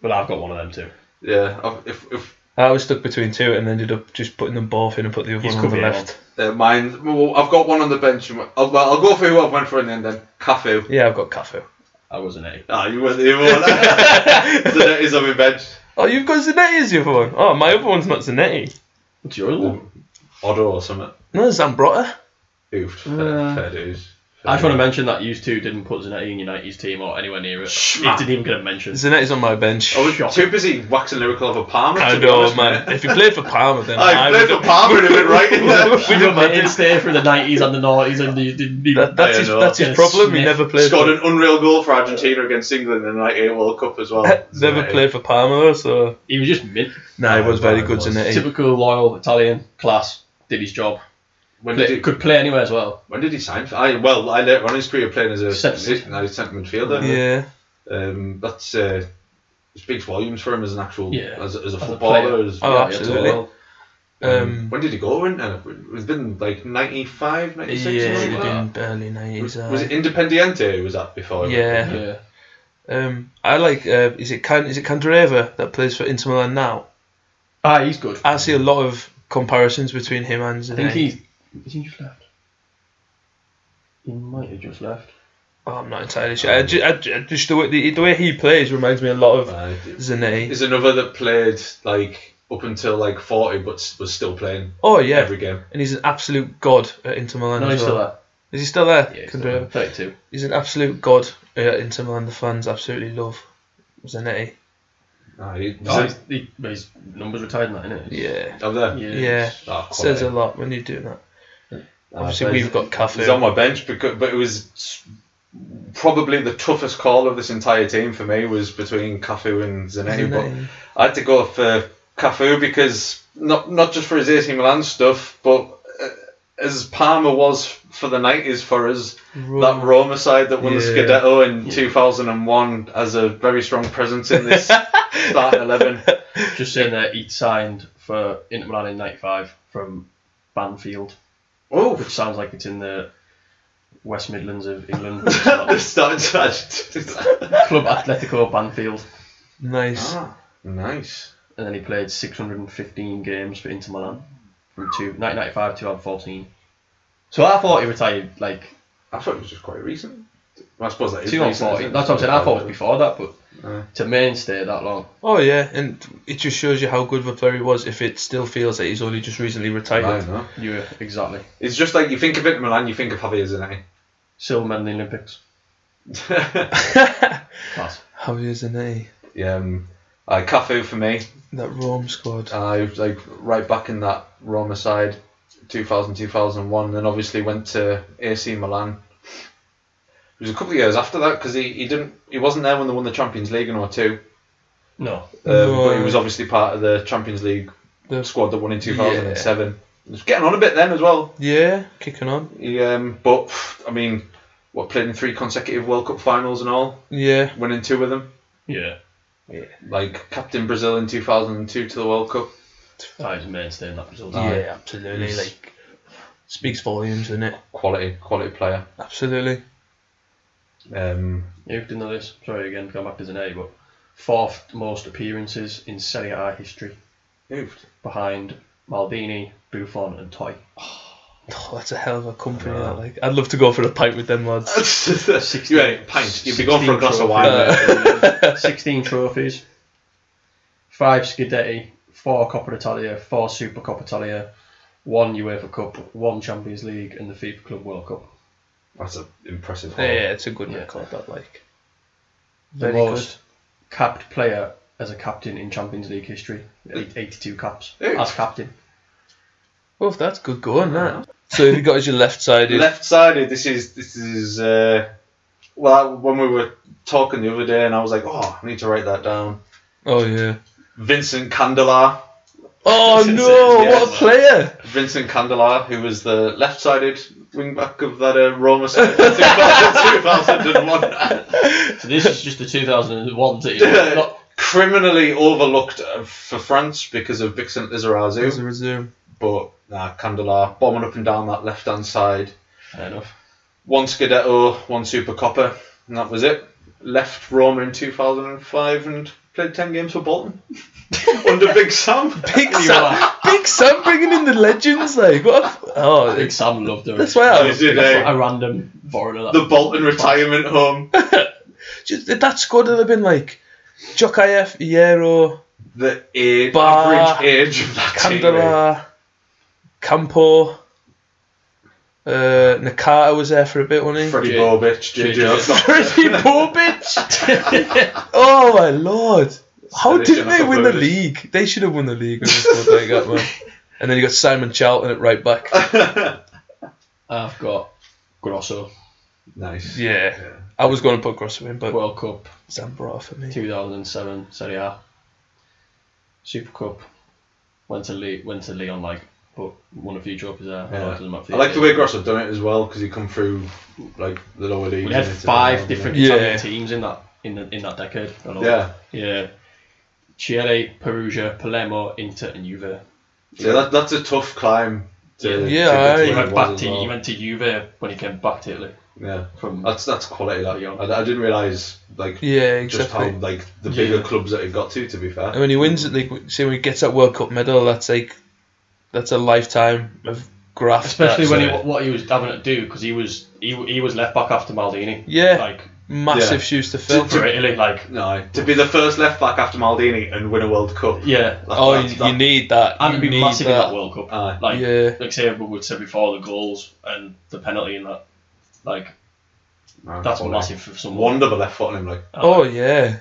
Speaker 3: But I've got one of them too.
Speaker 4: Yeah, I've- if if
Speaker 2: I was stuck between two and ended up just putting them both in and put the other
Speaker 3: He's
Speaker 2: one on the
Speaker 3: coming
Speaker 2: left.
Speaker 3: on.
Speaker 4: uh, mine, well, I've got one on the bench. And, I'll, well, I'll go for who I went for in the end then. Cafu.
Speaker 2: Yeah, I've got Cafu.
Speaker 3: I wasn't it.
Speaker 4: Ah, you were the other one.
Speaker 2: (laughs)
Speaker 4: Zanetti is on my bench.
Speaker 2: Oh, you've got Zanetti as your other one. Oh, my other one's not Zanetti.
Speaker 3: What's yours? one?
Speaker 4: Oddo or something.
Speaker 2: No, Zambrotta.
Speaker 4: Oof, fair, fair dues.
Speaker 3: I just want to mention that you two didn't put Zanetti in United's team or anywhere near it.
Speaker 4: Schmuck.
Speaker 3: It didn't even get a mention.
Speaker 2: Zanetti's on my bench.
Speaker 4: I was Oh, too busy waxing lyrical over Palmer.
Speaker 2: I
Speaker 4: to be
Speaker 2: know,
Speaker 4: honest,
Speaker 2: man.
Speaker 4: mate.
Speaker 2: If you played for Parma, then
Speaker 4: (laughs) I played for
Speaker 2: would-
Speaker 4: Palmer and it
Speaker 2: (laughs)
Speaker 4: went right in there.
Speaker 3: We did did stay through the nineties and the noughties and you didn't even
Speaker 2: That, that's
Speaker 4: I
Speaker 2: his,
Speaker 4: know.
Speaker 2: that's his
Speaker 3: Yeah,
Speaker 2: problem. He
Speaker 3: Smith
Speaker 2: never played.
Speaker 4: Scored
Speaker 2: For,
Speaker 4: an unreal goal for Argentina against England in the 98 World Cup as well.
Speaker 2: (laughs) never
Speaker 4: Zanetti.
Speaker 2: played for Parma, though, so
Speaker 3: he was just mint.
Speaker 2: nah, he was
Speaker 4: well,
Speaker 2: very
Speaker 4: he
Speaker 2: good.
Speaker 4: was.
Speaker 2: Zanetti.
Speaker 3: Typical loyal Italian class, did his job.
Speaker 4: When
Speaker 3: Play-
Speaker 4: did, he,
Speaker 3: could play anywhere as well.
Speaker 4: when did he sign for? I, well, I later on in his career playing as a
Speaker 3: Centre-
Speaker 4: centre no, centre midfielder.
Speaker 2: Yeah,
Speaker 4: Um, that's uh, speaks volumes for him as an actual
Speaker 3: Yeah.
Speaker 4: as, as a
Speaker 3: As a
Speaker 4: footballer.
Speaker 3: player.
Speaker 4: as,
Speaker 2: Oh,
Speaker 4: yeah,
Speaker 2: absolutely.
Speaker 4: as well.
Speaker 2: um,
Speaker 4: When did he go in? Uh, It's been like 95, 96
Speaker 2: yeah,
Speaker 4: or
Speaker 2: it
Speaker 4: something
Speaker 2: would
Speaker 4: like
Speaker 2: have been early
Speaker 4: that.
Speaker 2: nineties.
Speaker 4: Was, was it Independiente who was that before?
Speaker 2: uh, Yeah.
Speaker 3: Yeah.
Speaker 2: Um, I like. Uh, is it Can? Is it Candreva that plays for Inter Milan now?
Speaker 3: Ah, he's good.
Speaker 2: I see a lot of comparisons between him and Zanetti.
Speaker 3: I think he's is he just left? He might have just left.
Speaker 2: Oh, I'm not entirely sure. I just, I ju- just the way the, the way he plays reminds me a lot of
Speaker 4: Uh,
Speaker 2: Zanetti.
Speaker 4: is another that played like up until like 40 but s- was still playing
Speaker 2: Oh yeah,
Speaker 4: every game.
Speaker 2: and he's an absolute god at Inter Milan.
Speaker 3: No,
Speaker 2: as
Speaker 3: he's
Speaker 2: well.
Speaker 3: still there.
Speaker 2: Is he still there?
Speaker 3: Yeah, he's
Speaker 2: Can
Speaker 3: still there.
Speaker 2: do it.
Speaker 3: Thirty-two.
Speaker 2: He's an absolute god at Inter Milan. The fans absolutely love Zanetti.
Speaker 4: Ah, he,
Speaker 3: Oh, he's, he, well, his numbers retired and that, isn't it?
Speaker 2: Yeah,
Speaker 4: up there.
Speaker 3: Yeah.
Speaker 2: yeah.
Speaker 4: Ah, quality.
Speaker 2: Says a lot when you do that.
Speaker 4: Ah,
Speaker 2: Obviously,
Speaker 4: so
Speaker 2: we've
Speaker 4: he's-
Speaker 2: got
Speaker 4: He's
Speaker 2: Cafu.
Speaker 4: on my bench because, but it was probably the toughest call of this entire team for me was between Cafu and Zanetti,
Speaker 2: Zanetti.
Speaker 4: but I had to go for Cafu because not not just for his AC Milan stuff, but uh, as Palmer was for the nineties for us, that Roma side that won the
Speaker 2: Yeah.
Speaker 4: Scudetto in two thousand and one has a very strong presence in this
Speaker 2: (laughs)
Speaker 4: starting eleven.
Speaker 3: Just saying that he signed for Inter Milan in '95 from Banfield,
Speaker 4: Oh, (laughs)
Speaker 3: which sounds like it's in the West Midlands of (laughs) England.
Speaker 4: I'm starting to (laughs) actually-
Speaker 3: Club Atletico Banfield,
Speaker 2: Nice.
Speaker 4: Ah, nice.
Speaker 3: and then he played 615 games for Inter Milan from two, 1995 to 2014. So I thought he retired like
Speaker 4: I thought it was just quite recent. Well, I suppose that is
Speaker 3: two thousand
Speaker 4: recent, isn't
Speaker 3: fourteen.
Speaker 4: it? Uh.
Speaker 3: That's what I'm saying. I thought it was before that, but
Speaker 4: Aye.
Speaker 3: to mainstay that long.
Speaker 2: Oh yeah, and it just shows you how good of a player he was. If it still feels that he's only just recently retired.
Speaker 4: I don't know.
Speaker 3: Yeah, exactly.
Speaker 4: It's just like you think of Inter Milan, you think of Javier Zanetti.
Speaker 3: Silver medal in the Olympics. Class.
Speaker 2: How is an A?
Speaker 4: (laughs) yeah, um, uh, Cafu for me.
Speaker 2: That Rome squad.
Speaker 4: I was like right back in that Roma side, 2000, 2001. Then obviously went to AC Milan. It was a couple of years after that because he, he didn't he wasn't there when they won the Champions League in 02.
Speaker 3: No.
Speaker 4: Um, But
Speaker 2: uh,
Speaker 4: he was obviously part of the Champions League
Speaker 2: The-
Speaker 4: squad that won in 2007. He was getting on a bit then as well.
Speaker 2: yeah, kicking on.
Speaker 4: He, um, but I mean, what played in three consecutive World Cup finals and all,
Speaker 2: Yeah.
Speaker 4: winning two of them.
Speaker 3: Yeah.
Speaker 4: like captain Brazil in 2002 to the World Cup.
Speaker 3: That is mainstay in that Brazil.
Speaker 4: Aye.
Speaker 2: Yeah, absolutely. Like speaks volumes, doesn't it?
Speaker 4: Quality, quality player.
Speaker 2: Absolutely.
Speaker 4: Um,
Speaker 3: Yeah, who didn't know this? Sorry again, going back to Zanetti, but fourth most appearances in Serie A history
Speaker 4: moved.
Speaker 3: behind Maldini, Buffon, and Toy.
Speaker 2: Oh, that's a hell of a company. that, like, I'd love to go for a pint with them lads.
Speaker 4: you had a pint. You'd be going for a glass of wine.
Speaker 3: Sixteen trophies, five Scudetti, four Coppa Italia, four Super Coppa Italia, one UEFA Cup, one Champions League, and the FIFA Club World Cup.
Speaker 4: (laughs) That's an impressive.
Speaker 2: Yeah,
Speaker 4: haul.
Speaker 2: yeah, it's a good
Speaker 3: Yeah.
Speaker 2: record. That like Very
Speaker 3: The most capped player as a captain in Champions League history, Eight- 82 caps
Speaker 4: Ooh.
Speaker 3: as captain.
Speaker 2: Well, that's good going, that. So if you got as your left
Speaker 3: (laughs)
Speaker 2: sided
Speaker 4: Left-sided. This is this is. Uh, well, when we were talking the other day, and I was like, "Oh, I need to write that down."
Speaker 2: Oh
Speaker 3: (laughs)
Speaker 2: yeah.
Speaker 4: Vincent Candelar.
Speaker 2: Oh no, what a player!
Speaker 4: Vincent Candelar, who was the left-sided wing back of that uh, Roma side in
Speaker 2: (laughs)
Speaker 4: 2001.
Speaker 3: So this is just the 2001 team.
Speaker 4: Not criminally overlooked uh, for France because of Vincent
Speaker 2: As a
Speaker 4: Lizarazu,
Speaker 2: resume.
Speaker 4: but nah, Candela bombing up and down that left hand side.
Speaker 3: Fair enough.
Speaker 4: One Scudetto, one Super Copper, and that was it. Left Roma in 2005 and played 10 games for Bolton (laughs) under Big Sam.
Speaker 2: (laughs) Big Sam, (laughs) Big Sam bringing in the legends, like what? A f-
Speaker 3: I
Speaker 2: oh,
Speaker 3: think
Speaker 2: it's,
Speaker 3: Sam loved her.
Speaker 2: that's why I
Speaker 4: Is it, eh?
Speaker 3: a random foreigner. That
Speaker 4: The Bolton retirement home.
Speaker 2: just, that squad would have been like Jokayev, Iero,
Speaker 4: The age,
Speaker 2: Bah,
Speaker 4: average age of that team. eh?
Speaker 2: Candela, Campo, uh, Nakata was there for a bit, wasn't he?
Speaker 4: Freddie
Speaker 3: Jay-
Speaker 4: Bobic,
Speaker 3: Jay-
Speaker 2: (laughs)
Speaker 4: J.J. Okocha.
Speaker 2: Freddie Bobic! (laughs) oh my lord! How
Speaker 4: They
Speaker 2: didn't
Speaker 4: shouldn't
Speaker 2: they
Speaker 4: have
Speaker 2: win the
Speaker 4: uploaded.
Speaker 2: league? They should have won the league. when they scored like that, man. And then you got Simon Charlton at right back.
Speaker 3: I've got Grosso,
Speaker 4: Nice.
Speaker 2: Yeah. I was going to put Grosser in, but
Speaker 3: World Cup
Speaker 2: Zambra for me.
Speaker 3: 2007 Serie A, Super Cup. Went to Le- went to Leon like, but won a few trophies there.
Speaker 4: Yeah.
Speaker 3: Doesn't matter for
Speaker 4: I like the way Gross have done it as well because he come through like the lower leagues.
Speaker 3: We had
Speaker 4: and it's-
Speaker 3: five different
Speaker 2: Yeah.
Speaker 3: Italian teams in that in the, in that decade. I love
Speaker 4: Yeah.
Speaker 3: it. yeah. Chieri, Perugia, Palermo, Inter, and Juve.
Speaker 4: Yeah, that, that's a tough climb. To,
Speaker 2: Yeah, I-
Speaker 4: to get to
Speaker 2: He
Speaker 3: He
Speaker 4: where
Speaker 3: went
Speaker 4: it
Speaker 3: back
Speaker 4: was
Speaker 3: to
Speaker 4: as well.
Speaker 3: he went to Juve when he came back to Italy
Speaker 4: Yeah,
Speaker 3: from
Speaker 4: that's that's quality. That
Speaker 3: Yeah.
Speaker 4: I, I didn't realize like
Speaker 2: Yeah,
Speaker 4: just
Speaker 2: exactly.
Speaker 4: how like the
Speaker 3: Yeah.
Speaker 4: bigger clubs that it got to. To be fair,
Speaker 2: And when he wins it, like, see when he gets that World Cup medal, that's like, that's a lifetime of graft.
Speaker 3: especially
Speaker 2: that's
Speaker 3: when he,
Speaker 2: like
Speaker 3: what he was having to do because he was he, he was left back after Maldini.
Speaker 2: Yeah.
Speaker 3: like
Speaker 2: massive
Speaker 4: Yeah.
Speaker 2: shoes to fill.
Speaker 3: for Italy, like
Speaker 4: no, to be the first left back after Maldini and win a World Cup.
Speaker 3: yeah,
Speaker 4: That-
Speaker 2: Oh,
Speaker 4: that-
Speaker 2: you,
Speaker 4: that-
Speaker 2: you need that.
Speaker 3: and
Speaker 2: you
Speaker 3: be
Speaker 2: need
Speaker 3: massive in that World Cup.
Speaker 4: Aye.
Speaker 3: like
Speaker 2: Yeah.
Speaker 3: like say we would say before the goals and the penalty and that, like
Speaker 4: no,
Speaker 3: that's
Speaker 4: quality.
Speaker 3: massive for someone.
Speaker 4: Wonder the left foot on him, like
Speaker 2: Oh yeah,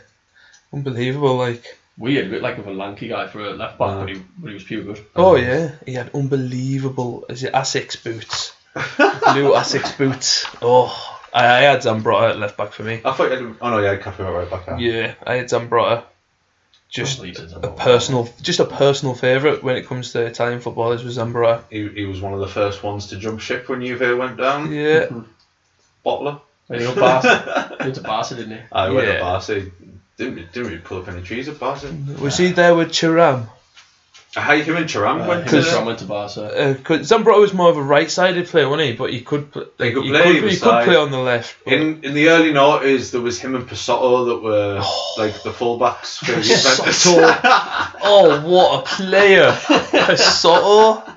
Speaker 2: unbelievable. Like,
Speaker 3: weird, a bit like of a lanky guy for a left back,
Speaker 4: Aye.
Speaker 3: but he but he was pure good.
Speaker 2: oh
Speaker 4: Ehm.
Speaker 2: yeah, he had (laughs) unbelievable. Is it Asics boots? Blue Asics boots. Oh, I, I had Zambrotta at left back for me.
Speaker 4: I thought you had, oh no, yeah, Cafe right back there.
Speaker 2: Yeah, I had Zambrotta. Just
Speaker 3: Please, it's
Speaker 2: a personal, just a personal favourite when it comes to Italian footballers was Zambrotta.
Speaker 4: He, he was one of the first ones to jump ship when Juve went down. (laughs)
Speaker 2: Yeah,
Speaker 4: Bottler.
Speaker 3: He went
Speaker 2: (laughs)
Speaker 3: to Barca. He went to Barca, didn't he?
Speaker 4: I went
Speaker 2: Yeah.
Speaker 4: to Barca. Uh, He Didn't, didn't really pull up any trees at Barca.
Speaker 2: was he there with Chiram?
Speaker 4: How you and Charam
Speaker 3: Uh,
Speaker 4: went
Speaker 3: he
Speaker 4: to
Speaker 3: went to- went to Barca.
Speaker 2: Uh, 'cause Zambrotta was more of a right-sided player, wasn't he? But he could, pl-
Speaker 4: He could
Speaker 2: he
Speaker 4: play
Speaker 2: could,
Speaker 4: either
Speaker 2: he could
Speaker 4: side.
Speaker 2: play on the left. but- (laughs)
Speaker 4: In in the early noughties, there was him and Pasotto that were like the
Speaker 2: (laughs)
Speaker 4: fullbacks for Juventus. (laughs)
Speaker 2: oh, what a player, Pesotto.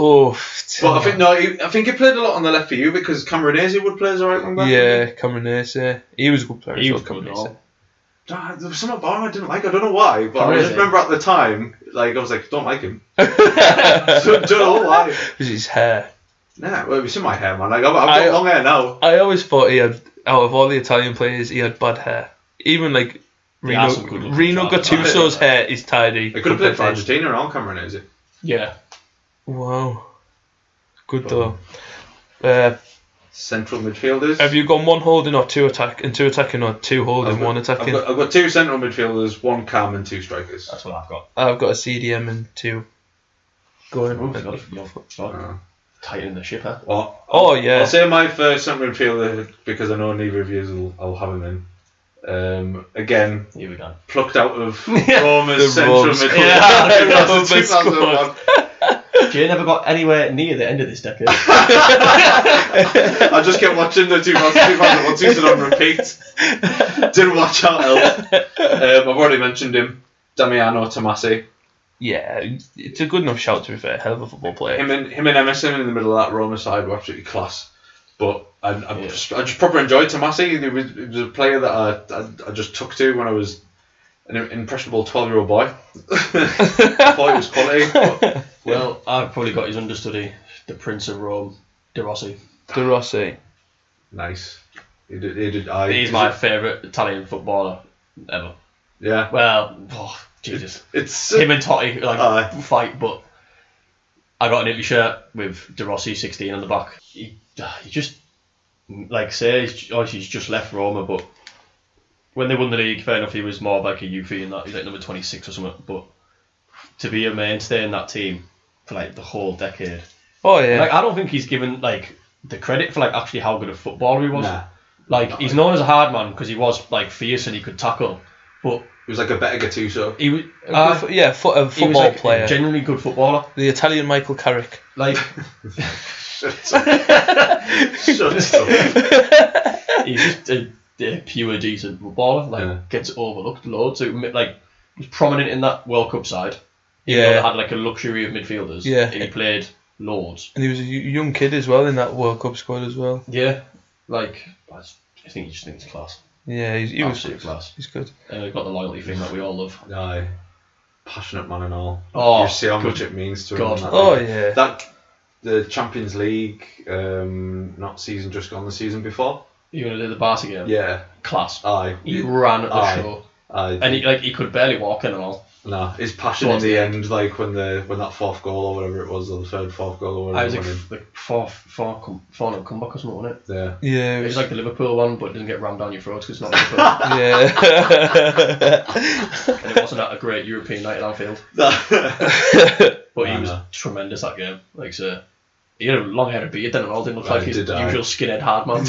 Speaker 2: Oh, t-
Speaker 4: But I think no, he, I think he played a lot on the left for you because Cameronese would play as a right wing back.
Speaker 2: yeah, Cameronese. He was a good player.
Speaker 3: He
Speaker 2: as
Speaker 3: was
Speaker 2: well,
Speaker 3: good,
Speaker 2: Camoranesi.
Speaker 3: no.
Speaker 4: Ah, There was something about him I didn't like. I don't know why, but I just
Speaker 3: Cameronese.
Speaker 4: remember at the time, like I was like, don't
Speaker 2: (laughs)
Speaker 4: like him. (laughs) so, don't know why.
Speaker 2: It was his hair.
Speaker 4: Nah, well, you see my hair, man. Like I've, I've got
Speaker 2: I-
Speaker 4: long hair now.
Speaker 2: I always thought he had, out of all the Italian players, he had bad hair. Even like Reno,
Speaker 3: had some good looking
Speaker 2: Reno
Speaker 3: players,
Speaker 2: Gattuso's hair is tidy.
Speaker 4: I could have
Speaker 2: compared
Speaker 4: played for
Speaker 2: to-
Speaker 4: Argentina around Cameronese.
Speaker 3: Yeah.
Speaker 2: Wow, good
Speaker 3: um,
Speaker 2: though. Uh,
Speaker 4: Central midfielders.
Speaker 2: have you gone one holding or two attack and two attacking or two holding
Speaker 4: I've got-
Speaker 2: one
Speaker 4: I've
Speaker 2: attacking?
Speaker 4: got, I've got two central midfielders, one cam and two strikers.
Speaker 3: That's what I've got.
Speaker 2: I've got a CDM and two going.
Speaker 3: Oh, God, you're,
Speaker 4: Uh,
Speaker 3: tightening the ship, huh?
Speaker 4: well,
Speaker 2: Oh yeah,
Speaker 4: I'll say my first central midfielder because I know neither of you will I'll have him in. Um, again,
Speaker 3: Here we go.
Speaker 4: plucked out
Speaker 2: (laughs)
Speaker 4: of
Speaker 2: The
Speaker 4: Roma's central
Speaker 2: Rome's-
Speaker 4: (laughs) midfield.
Speaker 2: Yeah, Roma's
Speaker 4: 2001.
Speaker 3: Jay never got anywhere near the end of this decade.
Speaker 4: I just kept watching the 2000, 2001 season on repeat. Didn't watch out else.
Speaker 2: (laughs)
Speaker 4: Um, I've already mentioned him, Damiano Tomasi.
Speaker 2: (laughs) yeah. It's a good enough shout to be fair. Hell of a football player.
Speaker 4: Him and him and Emerson in the middle of that Roma side were absolutely class. But I, I,
Speaker 3: Yeah.
Speaker 4: just, I just proper enjoyed Tomasi. He was, he was a player that I, I, I just took to when I was an impressionable 12 year old boy. (laughs) I thought he was quality.
Speaker 3: (laughs)
Speaker 4: But
Speaker 3: Well, I've probably got his understudy, the Prince of Rome, De Rossi.
Speaker 2: De Rossi.
Speaker 4: nice. He did, he did, I,
Speaker 3: He's my favourite Italian footballer ever.
Speaker 4: Yeah.
Speaker 3: Well, oh, Jesus.
Speaker 4: It's
Speaker 3: Him and Totti like
Speaker 4: Aye.
Speaker 3: fight, but I got an Italy shirt with De Rossi 16 on the back. He, ah, he just, like, say, he's, obviously he's just left Roma, but when they won the league, fair enough, he was more of like a Yuffie and that. He's like number 26 or something, but to be a mainstay in that team for like the whole decade.
Speaker 2: Oh yeah.
Speaker 3: Like I don't think he's given like the credit for like actually how good a footballer he was.
Speaker 4: Nah.
Speaker 3: Like he's known as a hard man because he was like fierce and he could tackle, but
Speaker 4: He was like a better
Speaker 3: (laughs)
Speaker 4: Gattuso. (laughs)
Speaker 3: he was
Speaker 2: A
Speaker 3: uh,
Speaker 2: good fo- yeah, fo- a
Speaker 3: he was
Speaker 2: football
Speaker 3: like a
Speaker 2: player.
Speaker 3: genuinely good footballer.
Speaker 2: the Italian Michael Carrick.
Speaker 4: (laughs)
Speaker 3: Like
Speaker 4: Shut up.
Speaker 3: he's just a, a pure decent footballer. Like
Speaker 4: Yeah.
Speaker 3: gets overlooked loads. So, mi- like was prominent in that World Cup side. Even though
Speaker 2: Yeah.
Speaker 3: they had like a luxury of midfielders.
Speaker 2: Yeah.
Speaker 3: he played loads.
Speaker 2: And he was a y- young kid as well in that World Cup squad as well.
Speaker 3: Yeah, like I just- I think he just thinks class.
Speaker 2: Yeah, he's, he was
Speaker 3: Absolute class.
Speaker 2: He's good.
Speaker 3: Uh, got the loyalty thing that we all love.
Speaker 4: Aye. Passionate man and all.
Speaker 3: Oh,
Speaker 4: you see how
Speaker 3: good
Speaker 4: much it means to
Speaker 3: God.
Speaker 4: him. That,
Speaker 2: Oh yeah.
Speaker 4: that the Champions League, um, not season just gone, the season before.
Speaker 3: You gonna do the Barca game?
Speaker 4: Yeah, Uh,
Speaker 3: class.
Speaker 4: aye.
Speaker 3: He ran at the
Speaker 4: Aye.
Speaker 3: show,
Speaker 4: aye.
Speaker 3: and he like he could barely walk in and all.
Speaker 4: nah, his passion in
Speaker 3: Towards
Speaker 4: the
Speaker 3: the
Speaker 4: end, like when the when that fourth goal or whatever it was, or the third fourth goal or
Speaker 2: Oh,
Speaker 4: whatever.
Speaker 3: I was like,
Speaker 4: went
Speaker 3: f- like four, four, com- four no comeback or something, wasn't it?
Speaker 4: in. yeah.
Speaker 2: Yeah.
Speaker 3: It
Speaker 2: It
Speaker 3: was
Speaker 2: was,
Speaker 3: like the Liverpool one, but it doesn't get rammed down your throat because it's not Liverpool,
Speaker 2: (laughs)
Speaker 3: (laughs)
Speaker 2: yeah.
Speaker 3: and it wasn't at a great European night at Anfield.
Speaker 2: (laughs)
Speaker 3: But he
Speaker 4: I
Speaker 3: was
Speaker 4: know.
Speaker 3: tremendous that game. Like so, he had a long hair and beard then, and all didn't look
Speaker 4: I
Speaker 3: like his
Speaker 4: did, I-
Speaker 3: usual skinhead hard man.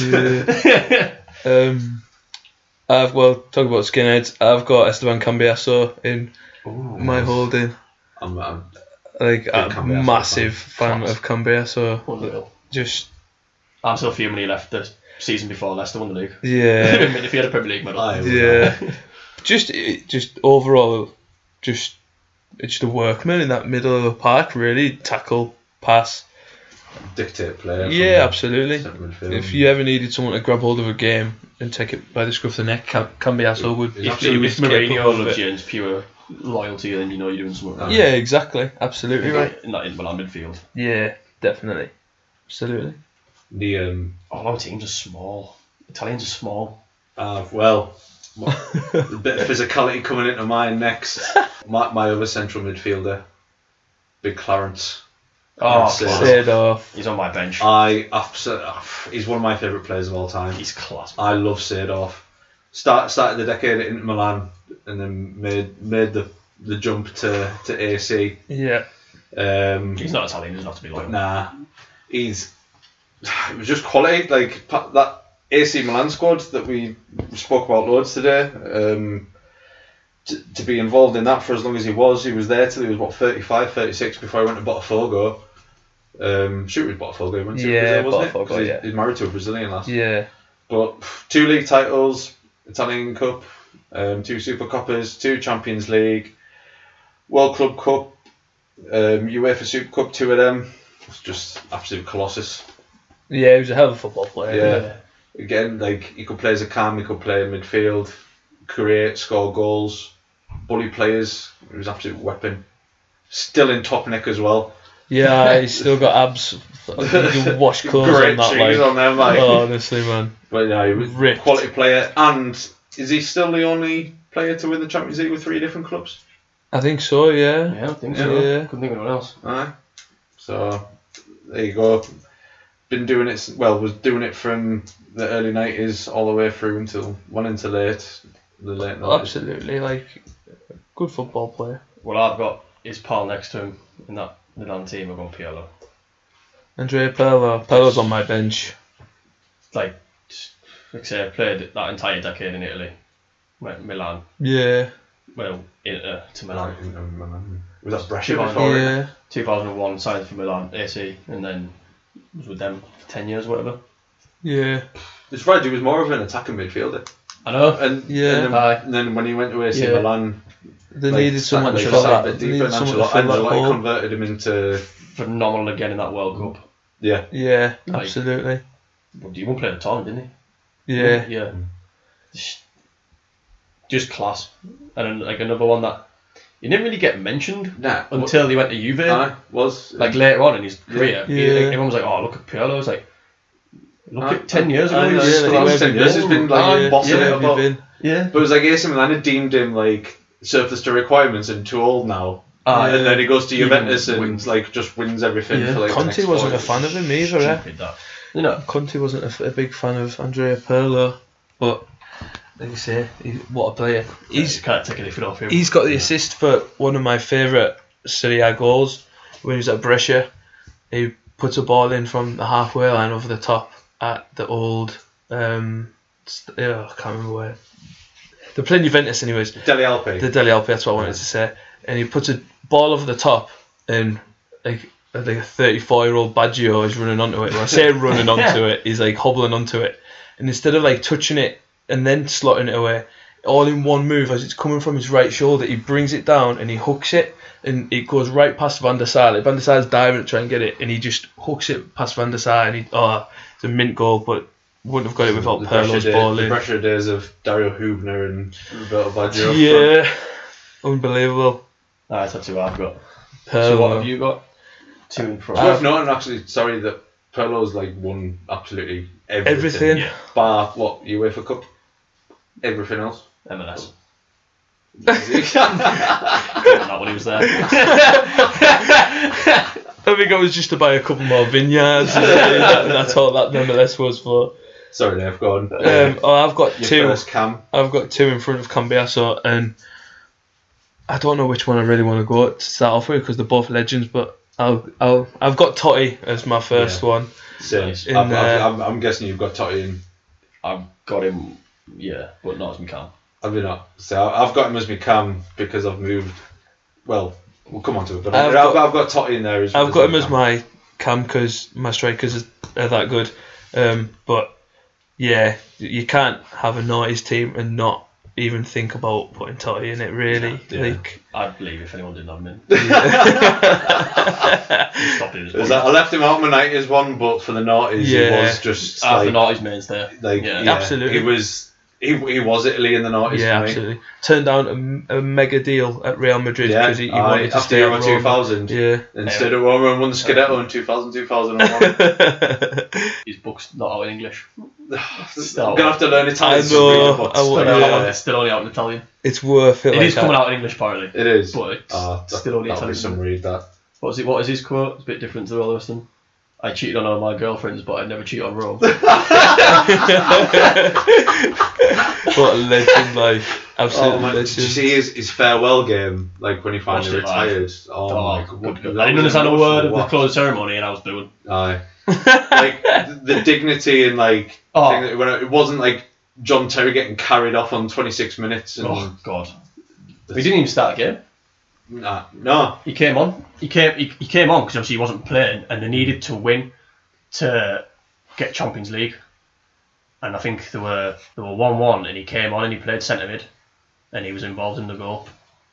Speaker 3: (laughs)
Speaker 2: um. I've well talk about skinheads. I've got Esteban Cambiaso in Oh,
Speaker 4: (laughs)
Speaker 2: my holding.
Speaker 4: I'm, I'm,
Speaker 2: Like
Speaker 4: Big
Speaker 2: a
Speaker 4: Cambiaso
Speaker 2: massive fan,
Speaker 3: Class.
Speaker 2: of Cambiaso.
Speaker 3: Unreal.
Speaker 2: Just
Speaker 3: I'm still fuming he left the season before Leicester won the league.
Speaker 2: yeah.
Speaker 3: I mean, (laughs) if he had a Premier League medal,
Speaker 4: aye,
Speaker 2: Yeah, just it- just overall, just it's just a workman in that middle of the park. Really tackle, pass.
Speaker 4: dictate player. from
Speaker 2: Yeah,
Speaker 4: the
Speaker 2: absolutely.
Speaker 4: centre midfield.
Speaker 2: If you ever needed someone to grab hold of a game and take it by the scruff of the neck, Cam- Cambiaso would.
Speaker 4: If-
Speaker 2: he
Speaker 3: if
Speaker 2: was capable
Speaker 3: Mourinho
Speaker 2: of
Speaker 3: loves
Speaker 2: it.
Speaker 3: you and it's pure loyalty, then you know you're doing something right.
Speaker 2: Yeah, exactly. Absolutely right.
Speaker 3: Not in Milan midfield.
Speaker 2: Yeah, definitely. Absolutely.
Speaker 4: the um,
Speaker 3: All our Oh, teams are small. Italians are small.
Speaker 4: Uh, well, my- a bit of physicality coming into mine next. My, my other central midfielder, Big Clarence.
Speaker 3: Oh,
Speaker 4: That's it.
Speaker 3: class.
Speaker 2: Stayed off.
Speaker 3: he's on my bench.
Speaker 4: I absolutely, he's one of my favourite players of all time.
Speaker 3: he's class. man.
Speaker 4: I love Sadov. Start started the decade at Inter Milan and then made made the the jump to to AC.
Speaker 2: Yeah.
Speaker 4: Um,
Speaker 3: he's not Italian. He doesn't have to be like. that.
Speaker 4: nah, he's (sighs) it was just quality. Like pa- that AC Milan squad that we spoke about loads today. Um, t- to be involved in that for as long as he was, he was there till he was what 35, 36 before he went to Botafogo. Um, shoot with Botafogo, he went to
Speaker 2: Yeah,
Speaker 4: Brazil, wasn't it?
Speaker 2: Botafogo,
Speaker 4: 'Cause he's-
Speaker 2: yeah.
Speaker 4: He's married to a Brazilian last.
Speaker 2: Yeah.
Speaker 4: But pff, two league titles, Italian Cup, um, two Super Coppers, two Champions League, World Club Cup, um, UEFA Super Cup, two of them. It's just absolute colossus.
Speaker 2: Yeah, he was a hell of a football player.
Speaker 4: Yeah. Again, like he could play as a cam, he could play in midfield, create, score goals, bully players. He was an absolute weapon. Still in top nick as well.
Speaker 2: Yeah, he's still got abs. You can wash clothes
Speaker 4: Great
Speaker 2: on that,
Speaker 4: cheese
Speaker 2: like.
Speaker 4: on them, like.
Speaker 2: Oh, honestly, man.
Speaker 4: But yeah, he was a
Speaker 2: Ripped.
Speaker 4: quality player. And is he still the only player to win the Champions League with three different clubs?
Speaker 2: I think so, yeah.
Speaker 3: Yeah, I think
Speaker 2: Yeah.
Speaker 3: so.
Speaker 2: Yeah.
Speaker 3: Couldn't think of anyone else.
Speaker 4: Aye. So there you go. Been doing it. s- Well, was doing it from the early nineties all the way through until one into late. The late
Speaker 3: Oh,
Speaker 4: nineties.
Speaker 2: Absolutely, like, good football player.
Speaker 3: Well, I've got his pal next to him in that Milan team. I've got Pirlo.
Speaker 2: Andrea Pirlo. Pirlo's on my bench.
Speaker 3: Like, just- like I say, I played that entire decade in Italy. Went Milan.
Speaker 2: Yeah.
Speaker 3: Well, Inter to Milan.
Speaker 4: Was that Brescia
Speaker 3: Giovanni.
Speaker 4: before? it?
Speaker 2: yeah.
Speaker 3: 2001 signed for Milan AC and then was with them for 10 years or whatever.
Speaker 2: Yeah.
Speaker 4: It's right. He was more of an attacking midfielder.
Speaker 3: I know.
Speaker 4: And
Speaker 2: Yeah.
Speaker 4: And then,
Speaker 3: Aye.
Speaker 4: and then when he went to AC
Speaker 2: Yeah.
Speaker 4: Milan,
Speaker 2: They
Speaker 4: like,
Speaker 2: needed someone to
Speaker 4: like,
Speaker 2: fill
Speaker 4: sat a
Speaker 2: that.
Speaker 4: bit
Speaker 2: They
Speaker 4: deeper
Speaker 2: needed
Speaker 4: and
Speaker 2: someone to
Speaker 4: Ancelotti,
Speaker 2: fill that
Speaker 4: Ancelotti
Speaker 2: hole.
Speaker 4: converted him into
Speaker 3: Phenomenal again in that World Cup.
Speaker 4: yeah.
Speaker 2: Yeah,
Speaker 3: Like-
Speaker 2: absolutely.
Speaker 3: Well, you won't play the tournament, didn't
Speaker 2: Yeah.
Speaker 3: he? Yeah. Just- Just class. And then, like another one that he didn't really get mentioned
Speaker 4: Nah.
Speaker 3: until he went to Juve.
Speaker 4: Aye, was
Speaker 3: Like later on in his career, he-
Speaker 2: Yeah.
Speaker 3: everyone was like, "Oh, look at Pirlo." It's like, look
Speaker 4: Aye.
Speaker 3: at ten years ago.
Speaker 2: Oh,
Speaker 4: Aye,
Speaker 3: he was
Speaker 4: yeah,
Speaker 3: still
Speaker 4: like,
Speaker 3: out
Speaker 4: where
Speaker 3: there.
Speaker 4: he was, he's been, like,
Speaker 2: yeah,
Speaker 4: bossing
Speaker 2: yeah,
Speaker 4: it
Speaker 2: you've
Speaker 4: about-
Speaker 2: been-
Speaker 3: yeah.
Speaker 4: But it was like AC Milan had deemed him like surface to requirements and too old now.
Speaker 2: Ah,
Speaker 3: Aye.
Speaker 4: and then he goes to
Speaker 3: Yeah.
Speaker 4: Juventus and
Speaker 3: Wins.
Speaker 4: like just wins everything.
Speaker 2: yeah.
Speaker 4: For, like, the
Speaker 2: Conte
Speaker 4: next
Speaker 2: wasn't a
Speaker 4: four
Speaker 2: fan
Speaker 4: years.
Speaker 2: of him either. Eh?
Speaker 3: Stupid that. You know,
Speaker 2: Conte wasn't a, f- a big fan of Andrea Pirlo, but like you say, he, what a player.
Speaker 3: he's
Speaker 2: He's
Speaker 3: can't take anything off him.
Speaker 2: he's got the assist for one of my favourite Serie A goals when he was at Brescia. He puts a ball in from the halfway line over the top at the old. Um, st- oh, I can't remember where. They're playing Juventus, anyways.
Speaker 4: Deli Alpi.
Speaker 2: The Deli Alpi, that's what I wanted to say. And he puts a ball over the top, and like I think a 34 year old Baggio is running onto it. When I say running onto it, he's like hobbling onto it. And instead of like touching it and then slotting it away, all in one move as it's coming from his right shoulder, he brings it down and he hooks it. And it goes right past Van der Sar. Like Van der Sar's diving to try and get it, and he just hooks it past Van der Sar. And he, oh, it's a mint goal, but wouldn't have got it without
Speaker 4: the pressure,
Speaker 2: Perlo's
Speaker 4: day,
Speaker 2: ball
Speaker 4: the
Speaker 2: in.
Speaker 4: pressure days of Dario Hubner and Roberto Baggio.
Speaker 2: Yeah, unbelievable.
Speaker 3: Aye, that's two I've got.
Speaker 2: Perlo.
Speaker 3: So what
Speaker 4: Um,
Speaker 3: have you got? Two and four.
Speaker 4: It's worth noting actually. Sorry that Perlo's like won absolutely everything.
Speaker 2: Everything. Yeah.
Speaker 4: Bar what UEFA Cup.
Speaker 2: (laughs)
Speaker 4: Everything else.
Speaker 3: MLS.
Speaker 4: That's
Speaker 3: Not when he was there.
Speaker 4: (laughs)
Speaker 2: I think I was just to buy a couple more vineyards. and that- that's all that MLS was for.
Speaker 4: sorry, Dave. Go on.
Speaker 2: Um, oh, I've got
Speaker 4: Your
Speaker 2: two.
Speaker 4: first cam.
Speaker 2: I've got two in front of Cambiaso, and I don't know which one I really want to go to start off with because they're both legends. But I'll, I'll, I've got Totti as my first
Speaker 4: Yeah.
Speaker 2: one.
Speaker 4: Same.
Speaker 3: Nice.
Speaker 4: I'm,
Speaker 2: In,
Speaker 4: I'm-
Speaker 2: uh,
Speaker 4: I'm, I'm guessing you've got Totti in.
Speaker 3: I've got him. Yeah, but not as McCann.
Speaker 4: I've been up. So I've got him as my cam because I've moved. Well, we'll come on to it. But I've,
Speaker 2: I've
Speaker 4: I've,
Speaker 2: got-
Speaker 4: got Totti in there as
Speaker 2: I've got him as
Speaker 4: cam.
Speaker 2: my cam because my strikers are, are that good. Um, but yeah, you can't have a noughties team and not even think about putting Totti in it. Really,
Speaker 4: Yeah.
Speaker 2: like.
Speaker 3: I'd leave if anyone didn't have him. (laughs) in. Stop doing this.
Speaker 4: Is that- I left him out my night as one, but for the noughties, he
Speaker 2: Yeah.
Speaker 4: was just
Speaker 3: Ah, the
Speaker 4: like,
Speaker 3: naughty's mains there.
Speaker 4: like
Speaker 3: yeah.
Speaker 4: yeah,
Speaker 2: Absolutely.
Speaker 4: He was he, he was Italy in the noughties
Speaker 2: Yeah,
Speaker 4: for me.
Speaker 2: absolutely. Turned down a, a mega deal at Real Madrid
Speaker 4: Yeah,
Speaker 2: because he, he
Speaker 4: aye,
Speaker 2: wanted to
Speaker 4: after
Speaker 2: stay
Speaker 4: Euro
Speaker 2: at
Speaker 4: two
Speaker 2: Roma.
Speaker 4: thousand.
Speaker 2: Yeah,
Speaker 4: Instead of Roma and won the Scudetto in 2000, 2001.
Speaker 2: (laughs)
Speaker 3: His book's not out in English.
Speaker 4: I'm gonna have to learn Italian.
Speaker 2: I
Speaker 4: to read
Speaker 2: know,
Speaker 4: the books.
Speaker 2: I would-
Speaker 3: Still,
Speaker 4: But,
Speaker 3: out,
Speaker 4: uh,
Speaker 3: it's still only out in Italian.
Speaker 2: it's worth it.
Speaker 3: It is
Speaker 2: like that.
Speaker 3: coming out in English, apparently.
Speaker 4: It is.
Speaker 3: But it's
Speaker 4: Ah, that,
Speaker 3: still only
Speaker 4: that'll be
Speaker 3: Italian.
Speaker 4: some read that.
Speaker 3: What was it? What is his quote? It's a bit different to all the rest of them. I cheated on all my girlfriends, but I never cheat on
Speaker 4: (laughs)
Speaker 3: Rome.
Speaker 4: Oh
Speaker 2: (laughs) What a legend, like absolute
Speaker 4: Oh, man, did you
Speaker 2: legend.
Speaker 4: see his, his farewell game? Like when he finally
Speaker 3: Watched it live.
Speaker 4: retires. Oh, my god!
Speaker 3: I
Speaker 4: that
Speaker 3: didn't
Speaker 4: was
Speaker 3: understand a word of
Speaker 4: emotional
Speaker 3: the
Speaker 4: watch.
Speaker 3: closing ceremony, and I was doing.
Speaker 2: (laughs)
Speaker 4: Aye. like the, the dignity and like
Speaker 3: Oh.
Speaker 4: thing that- when it, it wasn't like John Terry getting carried off on 26 minutes and
Speaker 3: Oh God. We didn't even start the game.
Speaker 4: nah, no
Speaker 3: He came on. He came. He, he came on because obviously he wasn't playing, and they needed to win to get Champions League. And I think they were they were one one, and he came on and he played centre mid, and he was involved in the goal.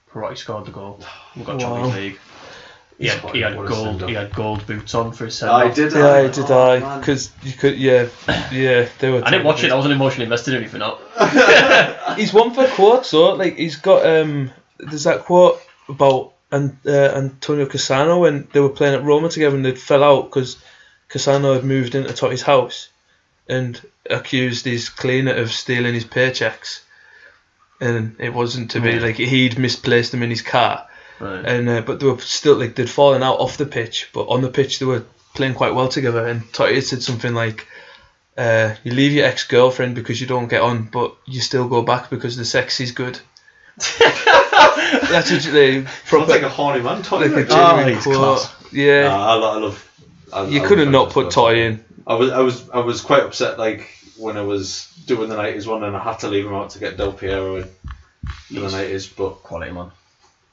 Speaker 3: Perotti scored the goal. We got Champions League. He had, he had
Speaker 4: What a
Speaker 3: gold. He
Speaker 4: send-off.
Speaker 3: had gold boots on for his centre.
Speaker 4: I did
Speaker 2: Yeah,
Speaker 4: I
Speaker 2: I did
Speaker 4: Oh,
Speaker 2: I? Because you could, yeah, yeah, they were.
Speaker 3: I didn't watch it. I wasn't emotionally invested in anything. Up.
Speaker 2: He's one for quotes, though. Like he's got um, there's that quote about and uh, Antonio Cassano when they were playing at Roma together and they fell out because Cassano had moved into Totti's house and accused his cleaner of stealing his paychecks, and it wasn't to be. Like he'd misplaced them in his car.
Speaker 3: Right.
Speaker 2: and uh, but they were still like they'd fallen out off the pitch, but on the pitch they were playing quite well together. And Totti said something like, uh, "You leave your ex girlfriend because you don't get on, but you still go back because the sex is
Speaker 4: (laughs)
Speaker 2: good." That's what they
Speaker 4: Sounds
Speaker 2: proper
Speaker 4: like a horny man
Speaker 2: like
Speaker 4: talking.
Speaker 2: a
Speaker 4: Like that.
Speaker 2: genuine
Speaker 3: he's
Speaker 2: quote.
Speaker 3: class.
Speaker 4: Nah,
Speaker 2: Yeah,
Speaker 4: I, lo- I love. I,
Speaker 2: you
Speaker 4: Ah, I
Speaker 2: could
Speaker 4: love
Speaker 2: have not
Speaker 4: that
Speaker 2: put
Speaker 4: stuff.
Speaker 2: Totti in.
Speaker 4: I was I was I was quite upset like when I was doing the nineties one and I had to leave him out to get Del Piero in for the nineties, but
Speaker 3: Quality man.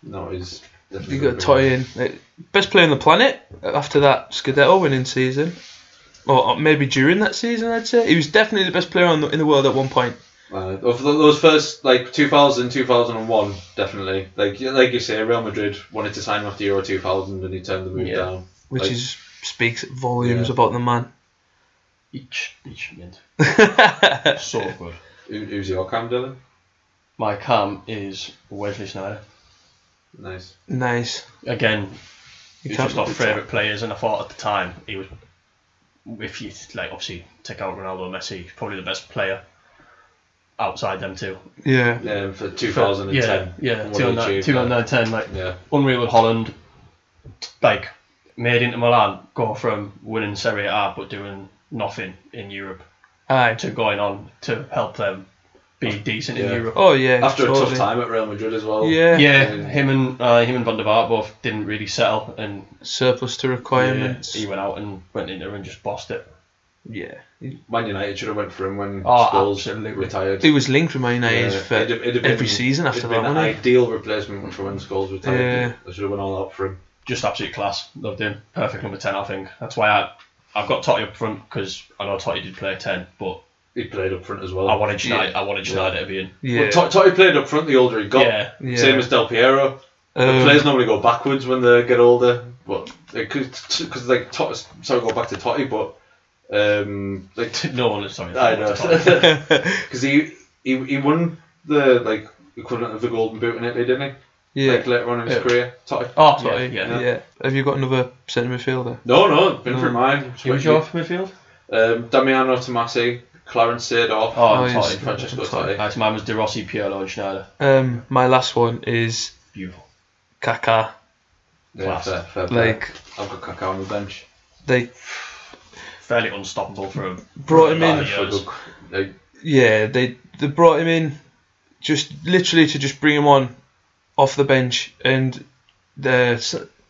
Speaker 4: no, he's definitely
Speaker 2: You
Speaker 4: gonna
Speaker 2: got
Speaker 4: be-
Speaker 2: Totti in. Like, Best player on the planet after that Scudetto winning season, or or maybe during that season, I'd say he was definitely the best player on the, in the world at one point.
Speaker 4: Uh, of th- those first like 2000 2001 definitely like yeah, like you say Real Madrid wanted to sign him after Euro 2000 and he turned the move
Speaker 3: Yeah.
Speaker 4: down
Speaker 2: which
Speaker 4: Like-
Speaker 2: is speaks volumes
Speaker 4: Yeah.
Speaker 2: about the man.
Speaker 3: Each each
Speaker 4: (laughs)
Speaker 3: mint. so good.
Speaker 4: Who, who's your cam Dylan
Speaker 3: My cam is Wesley Snyder.
Speaker 4: nice
Speaker 2: Nice.
Speaker 3: Again,
Speaker 2: You
Speaker 3: He's
Speaker 2: can't
Speaker 3: just our
Speaker 2: be
Speaker 3: favourite players, and I thought at the time he was, if you like, obviously take out Ronaldo and Messi, he's probably the best player outside them two.
Speaker 2: Yeah.
Speaker 4: yeah Um, for 2010
Speaker 3: yeah, yeah,
Speaker 4: what he
Speaker 2: oh
Speaker 4: achieved, uh,
Speaker 3: 2010, like
Speaker 4: yeah
Speaker 3: unreal with Holland, like made into Milan, go from winning Serie A but doing nothing in Europe
Speaker 2: Aye.
Speaker 3: to going on to help them be decent
Speaker 4: Yeah.
Speaker 3: in Europe.
Speaker 2: Oh yeah.
Speaker 4: after a tough
Speaker 2: totally.
Speaker 4: time at Real Madrid as well
Speaker 2: Yeah.
Speaker 3: Yeah,
Speaker 4: Yeah.
Speaker 3: him and uh, him and Van der Vaart both didn't really settle, and
Speaker 2: Surplus to
Speaker 3: yeah,
Speaker 2: requirements.
Speaker 3: he
Speaker 2: Yeah.
Speaker 3: went out and went in there and just bossed it.
Speaker 4: Man United should have went for him when
Speaker 3: Oh,
Speaker 4: Scholes
Speaker 3: absolutely.
Speaker 4: retired
Speaker 2: He was linked with Man United
Speaker 4: Yeah,
Speaker 2: for
Speaker 4: it'd- it'd have
Speaker 2: every
Speaker 4: been-
Speaker 2: season after
Speaker 4: it'd
Speaker 2: that,
Speaker 4: been an
Speaker 2: wasn't
Speaker 4: ideal replacement for when Scholes retired
Speaker 2: Yeah.
Speaker 4: they should have went all out for him
Speaker 3: just absolute class. Loved him. Perfect number 10, I think. That's why I, I've got Totti up front because I know Totti did play 10, but
Speaker 4: he played up front as well
Speaker 3: I wanted United, I wanted United to be in. (laughs)
Speaker 2: he?
Speaker 4: Well,
Speaker 2: Yeah.
Speaker 4: Tot- Totti played up front the older he got
Speaker 3: Yeah.
Speaker 2: Yeah.
Speaker 4: same as Del Piero The
Speaker 2: Um,
Speaker 4: players normally go backwards when they get older, but because like Tot, sorry, go back to Totti, but um, like (laughs)
Speaker 3: No one is sorry.
Speaker 4: I
Speaker 3: (laughs)
Speaker 4: (laughs)
Speaker 3: that's Totti.
Speaker 4: know because he, he he won the like equivalent of the Golden Boot in Italy, didn't he?
Speaker 2: yeah.
Speaker 4: Like later on in his
Speaker 3: Yeah.
Speaker 4: career, Totti.
Speaker 3: Oh,
Speaker 2: Yeah,
Speaker 3: Totti, yeah.
Speaker 2: yeah. Have you got another centre midfielder?
Speaker 4: No, no, been for mine.
Speaker 3: Who was your midfield?
Speaker 4: Um, Damiano Tomasi, Clarence Seedorf,
Speaker 3: Oh,
Speaker 2: Oh,
Speaker 3: and
Speaker 2: yes.
Speaker 3: Totti.
Speaker 4: Francesco Totti.
Speaker 3: Nice, mine was De Rossi, Pirlo, and Schneider.
Speaker 2: Um, my last one is
Speaker 3: Beautiful.
Speaker 2: Kaká.
Speaker 4: Yeah,
Speaker 3: class.
Speaker 4: fair, fair play.
Speaker 2: Like
Speaker 4: I've got Kaká on the bench.
Speaker 2: they
Speaker 3: Fairly unstoppable for him.
Speaker 2: brought him
Speaker 3: Like,
Speaker 2: in.
Speaker 4: For
Speaker 3: years.
Speaker 4: good- like,
Speaker 2: Yeah, they they brought him in just literally to just bring him on off the bench and the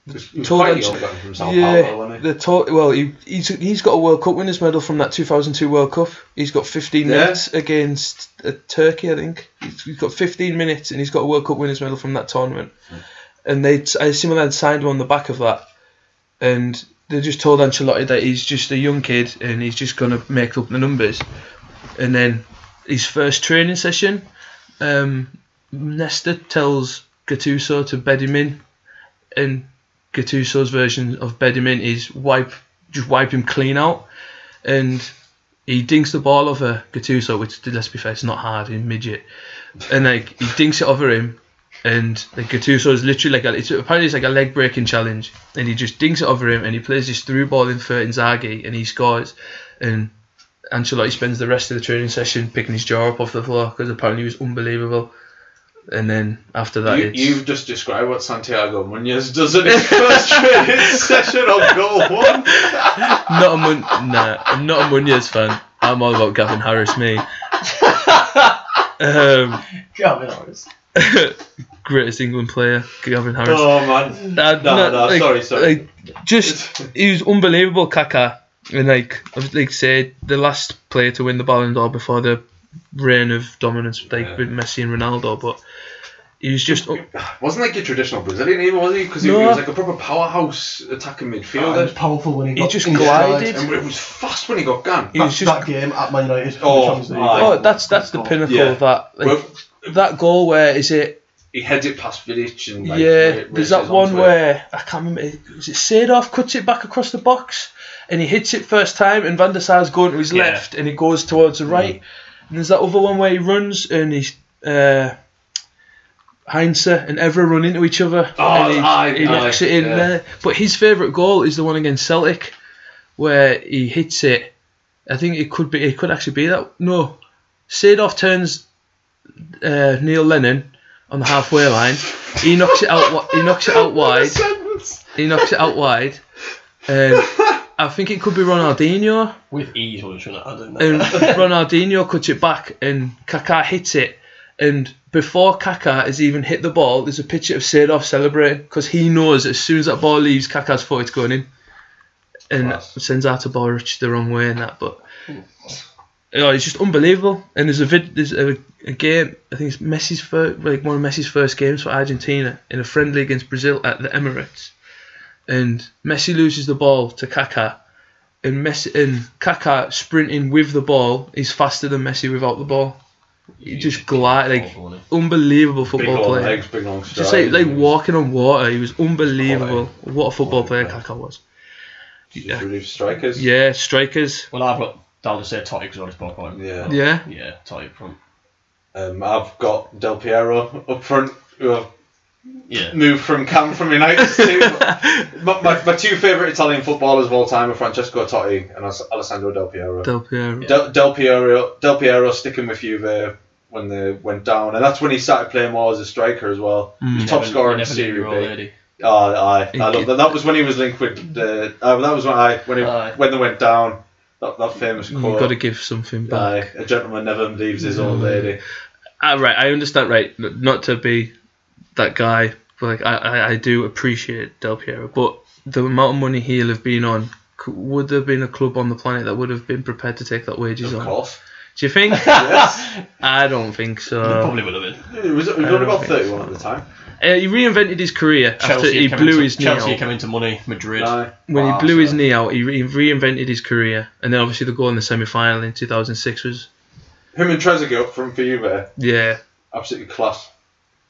Speaker 4: he was- he was
Speaker 2: Told
Speaker 4: quite
Speaker 2: him-
Speaker 4: young back from Sao Paulo,
Speaker 2: yeah
Speaker 4: wasn't he?
Speaker 2: the to- well he he's, he's got a World Cup winners medal from that 2002 World Cup. He's got 15
Speaker 4: Yeah.
Speaker 2: minutes against uh, Turkey I think. He's, he's got 15 minutes and he's got a World Cup winners medal from that tournament.
Speaker 4: Hmm.
Speaker 2: And they I assume they'd signed him on the back of that and they just told Ancelotti that he's just a young kid and he's just gonna make up the numbers. And then his first training session, um, Nesta tells Gattuso to bed him in, and Gattuso's version of bed him in is wipe, just wipe him clean out, and he dinks the ball over Gattuso, which let's be fair, it's not hard in midget, and like he dinks it over him, and like Gattuso is literally like a, it's apparently it's like a leg breaking challenge, and he just dinks it over him, and he plays this through ball in for Inzaghi, and he scores, and Ancelotti spends the rest of the training session picking his jaw up off the floor because apparently he was unbelievable. and then after that,
Speaker 4: You,
Speaker 2: it's,
Speaker 4: you've just described what Santiago Munoz does
Speaker 2: (laughs)
Speaker 4: in his first training session of goal one.
Speaker 2: not a Mun- nah, I'm not a Munoz fan. I'm all about Gavin Harris, me. um,
Speaker 3: Gavin Harris.
Speaker 2: (laughs) greatest England player, Gavin Harris.
Speaker 4: Oh man,
Speaker 2: Uh,
Speaker 4: No, no, sorry, sorry.
Speaker 2: like, just he was unbelievable, Kaká, and like I was- like said, the last player to win the Ballon d'Or before the reign of dominance, like with Messi and Ronaldo. But he was just un-
Speaker 4: wasn't like your traditional Brazilian even was he? Because he,
Speaker 2: No.
Speaker 4: was like a proper powerhouse attacking
Speaker 3: That was
Speaker 4: midfielder,
Speaker 3: powerful when he, got
Speaker 2: just
Speaker 3: in his stride.
Speaker 2: glided.
Speaker 4: and it was fast when he got gone.
Speaker 2: he was
Speaker 3: That-
Speaker 2: just
Speaker 3: that game at Man United.
Speaker 4: Oh,
Speaker 3: Champions League.
Speaker 4: aye.
Speaker 2: oh, that's that's the pinnacle
Speaker 4: Yeah.
Speaker 2: of that. Like,
Speaker 4: Well,
Speaker 2: that goal where is it?
Speaker 4: he heads it past Vidic and like,
Speaker 2: yeah,
Speaker 4: ra-
Speaker 2: there's
Speaker 4: races
Speaker 2: that one
Speaker 4: onto it.
Speaker 2: where I can't remember. Is it Seedorf cuts it back across the box, and he hits it first time, and Van der Sar's going to his
Speaker 4: Yeah. Mm.
Speaker 2: left, and it goes towards the right. And there's that other one where he runs, and he, uh, Heinze and Evra run into each other,
Speaker 4: Oh,
Speaker 2: and he,
Speaker 4: aye,
Speaker 2: he knocks
Speaker 4: aye,
Speaker 2: it in
Speaker 4: yeah.
Speaker 2: there. But his favourite goal is the one against Celtic, where he hits it. I think it could be. It could actually be that. No, Seedorf turns uh, Neil Lennon on the halfway line. He knocks it out. wi- He knocks it
Speaker 4: (laughs)
Speaker 2: out wide. He knocks it out wide. And I think it could be Ronaldinho.
Speaker 3: With ease, we should have added
Speaker 2: And
Speaker 3: that.
Speaker 2: Ronaldinho cuts it back, and Kaká hits it. And before Kaká has even hit the ball, there's a picture of Seedorf celebrating because he knows as soon as that ball leaves Kaká's foot, it's going in. And
Speaker 4: Class.
Speaker 2: sends out to Boric the wrong way and that, but oh, it's just unbelievable. And there's a vid, there's a, a game. I think it's Messi's first, like one of Messi's first games for Argentina in a friendly against Brazil at the Emirates, and Messi loses the ball to Kaká, and Messi and Kaká sprinting with the ball is faster than Messi without the ball. He just glide like
Speaker 3: Awful, wasn't
Speaker 2: unbelievable
Speaker 4: Big
Speaker 2: football
Speaker 4: long
Speaker 2: player.
Speaker 4: legs, big long strides.
Speaker 2: Just like, like walking on water, he was unbelievable. What a football player Kaká was.
Speaker 4: Just relief strikers.
Speaker 2: Yeah, strikers.
Speaker 3: Well, I've got down to say Totti because I just spoke about him.
Speaker 4: Yeah.
Speaker 2: Yeah.
Speaker 3: Yeah, Totti from.
Speaker 4: Um, I've got Del Piero up front. who I've
Speaker 3: Yeah.
Speaker 4: moved from Cam from United to
Speaker 2: (laughs)
Speaker 4: my, my, my two favourite Italian footballers of all time are Francesco Totti and Aless- Alessandro Del Piero.
Speaker 2: Del Piero.
Speaker 4: Del, Del Piero, Del Piero sticking with you there when they went down, and that's when he started playing more as a striker as well.
Speaker 2: Mm.
Speaker 4: He was top scorer in Serie B. Oh, aye, I love that. That was when he was linked with. Uh, oh, that was when I when he,
Speaker 3: Aye.
Speaker 4: when they went down. That, that famous quote.
Speaker 2: You've got to give something Mm, back. Mm.
Speaker 4: Aye, a gentleman never leaves his old lady.
Speaker 2: Ah, right, I understand. Right, n- not to be that guy, but like I, I, I do appreciate Del Piero, but the amount of money he'll have been on, c- would there have been a club on the planet that would have been prepared to take that wages
Speaker 4: Of
Speaker 2: on?
Speaker 4: course.
Speaker 2: Do you think?
Speaker 4: (laughs) Yes.
Speaker 2: I don't think so.
Speaker 3: Probably would have been.
Speaker 4: it was, it was
Speaker 2: don't
Speaker 4: only about
Speaker 2: think
Speaker 4: 31 at the time.
Speaker 2: Uh, he reinvented his career after
Speaker 3: Chelsea
Speaker 2: he
Speaker 3: came
Speaker 2: blew
Speaker 3: into-
Speaker 2: his knee
Speaker 3: Chelsea
Speaker 2: out.
Speaker 3: came into money. Madrid.
Speaker 4: Aye.
Speaker 2: when
Speaker 4: Wow,
Speaker 2: he blew his
Speaker 4: so-
Speaker 2: knee out, he, re- he reinvented his career, and then obviously the goal in the semi-final in 2006 was
Speaker 4: Him and Trezeguet up front for you there.
Speaker 2: yeah.
Speaker 4: Absolutely class.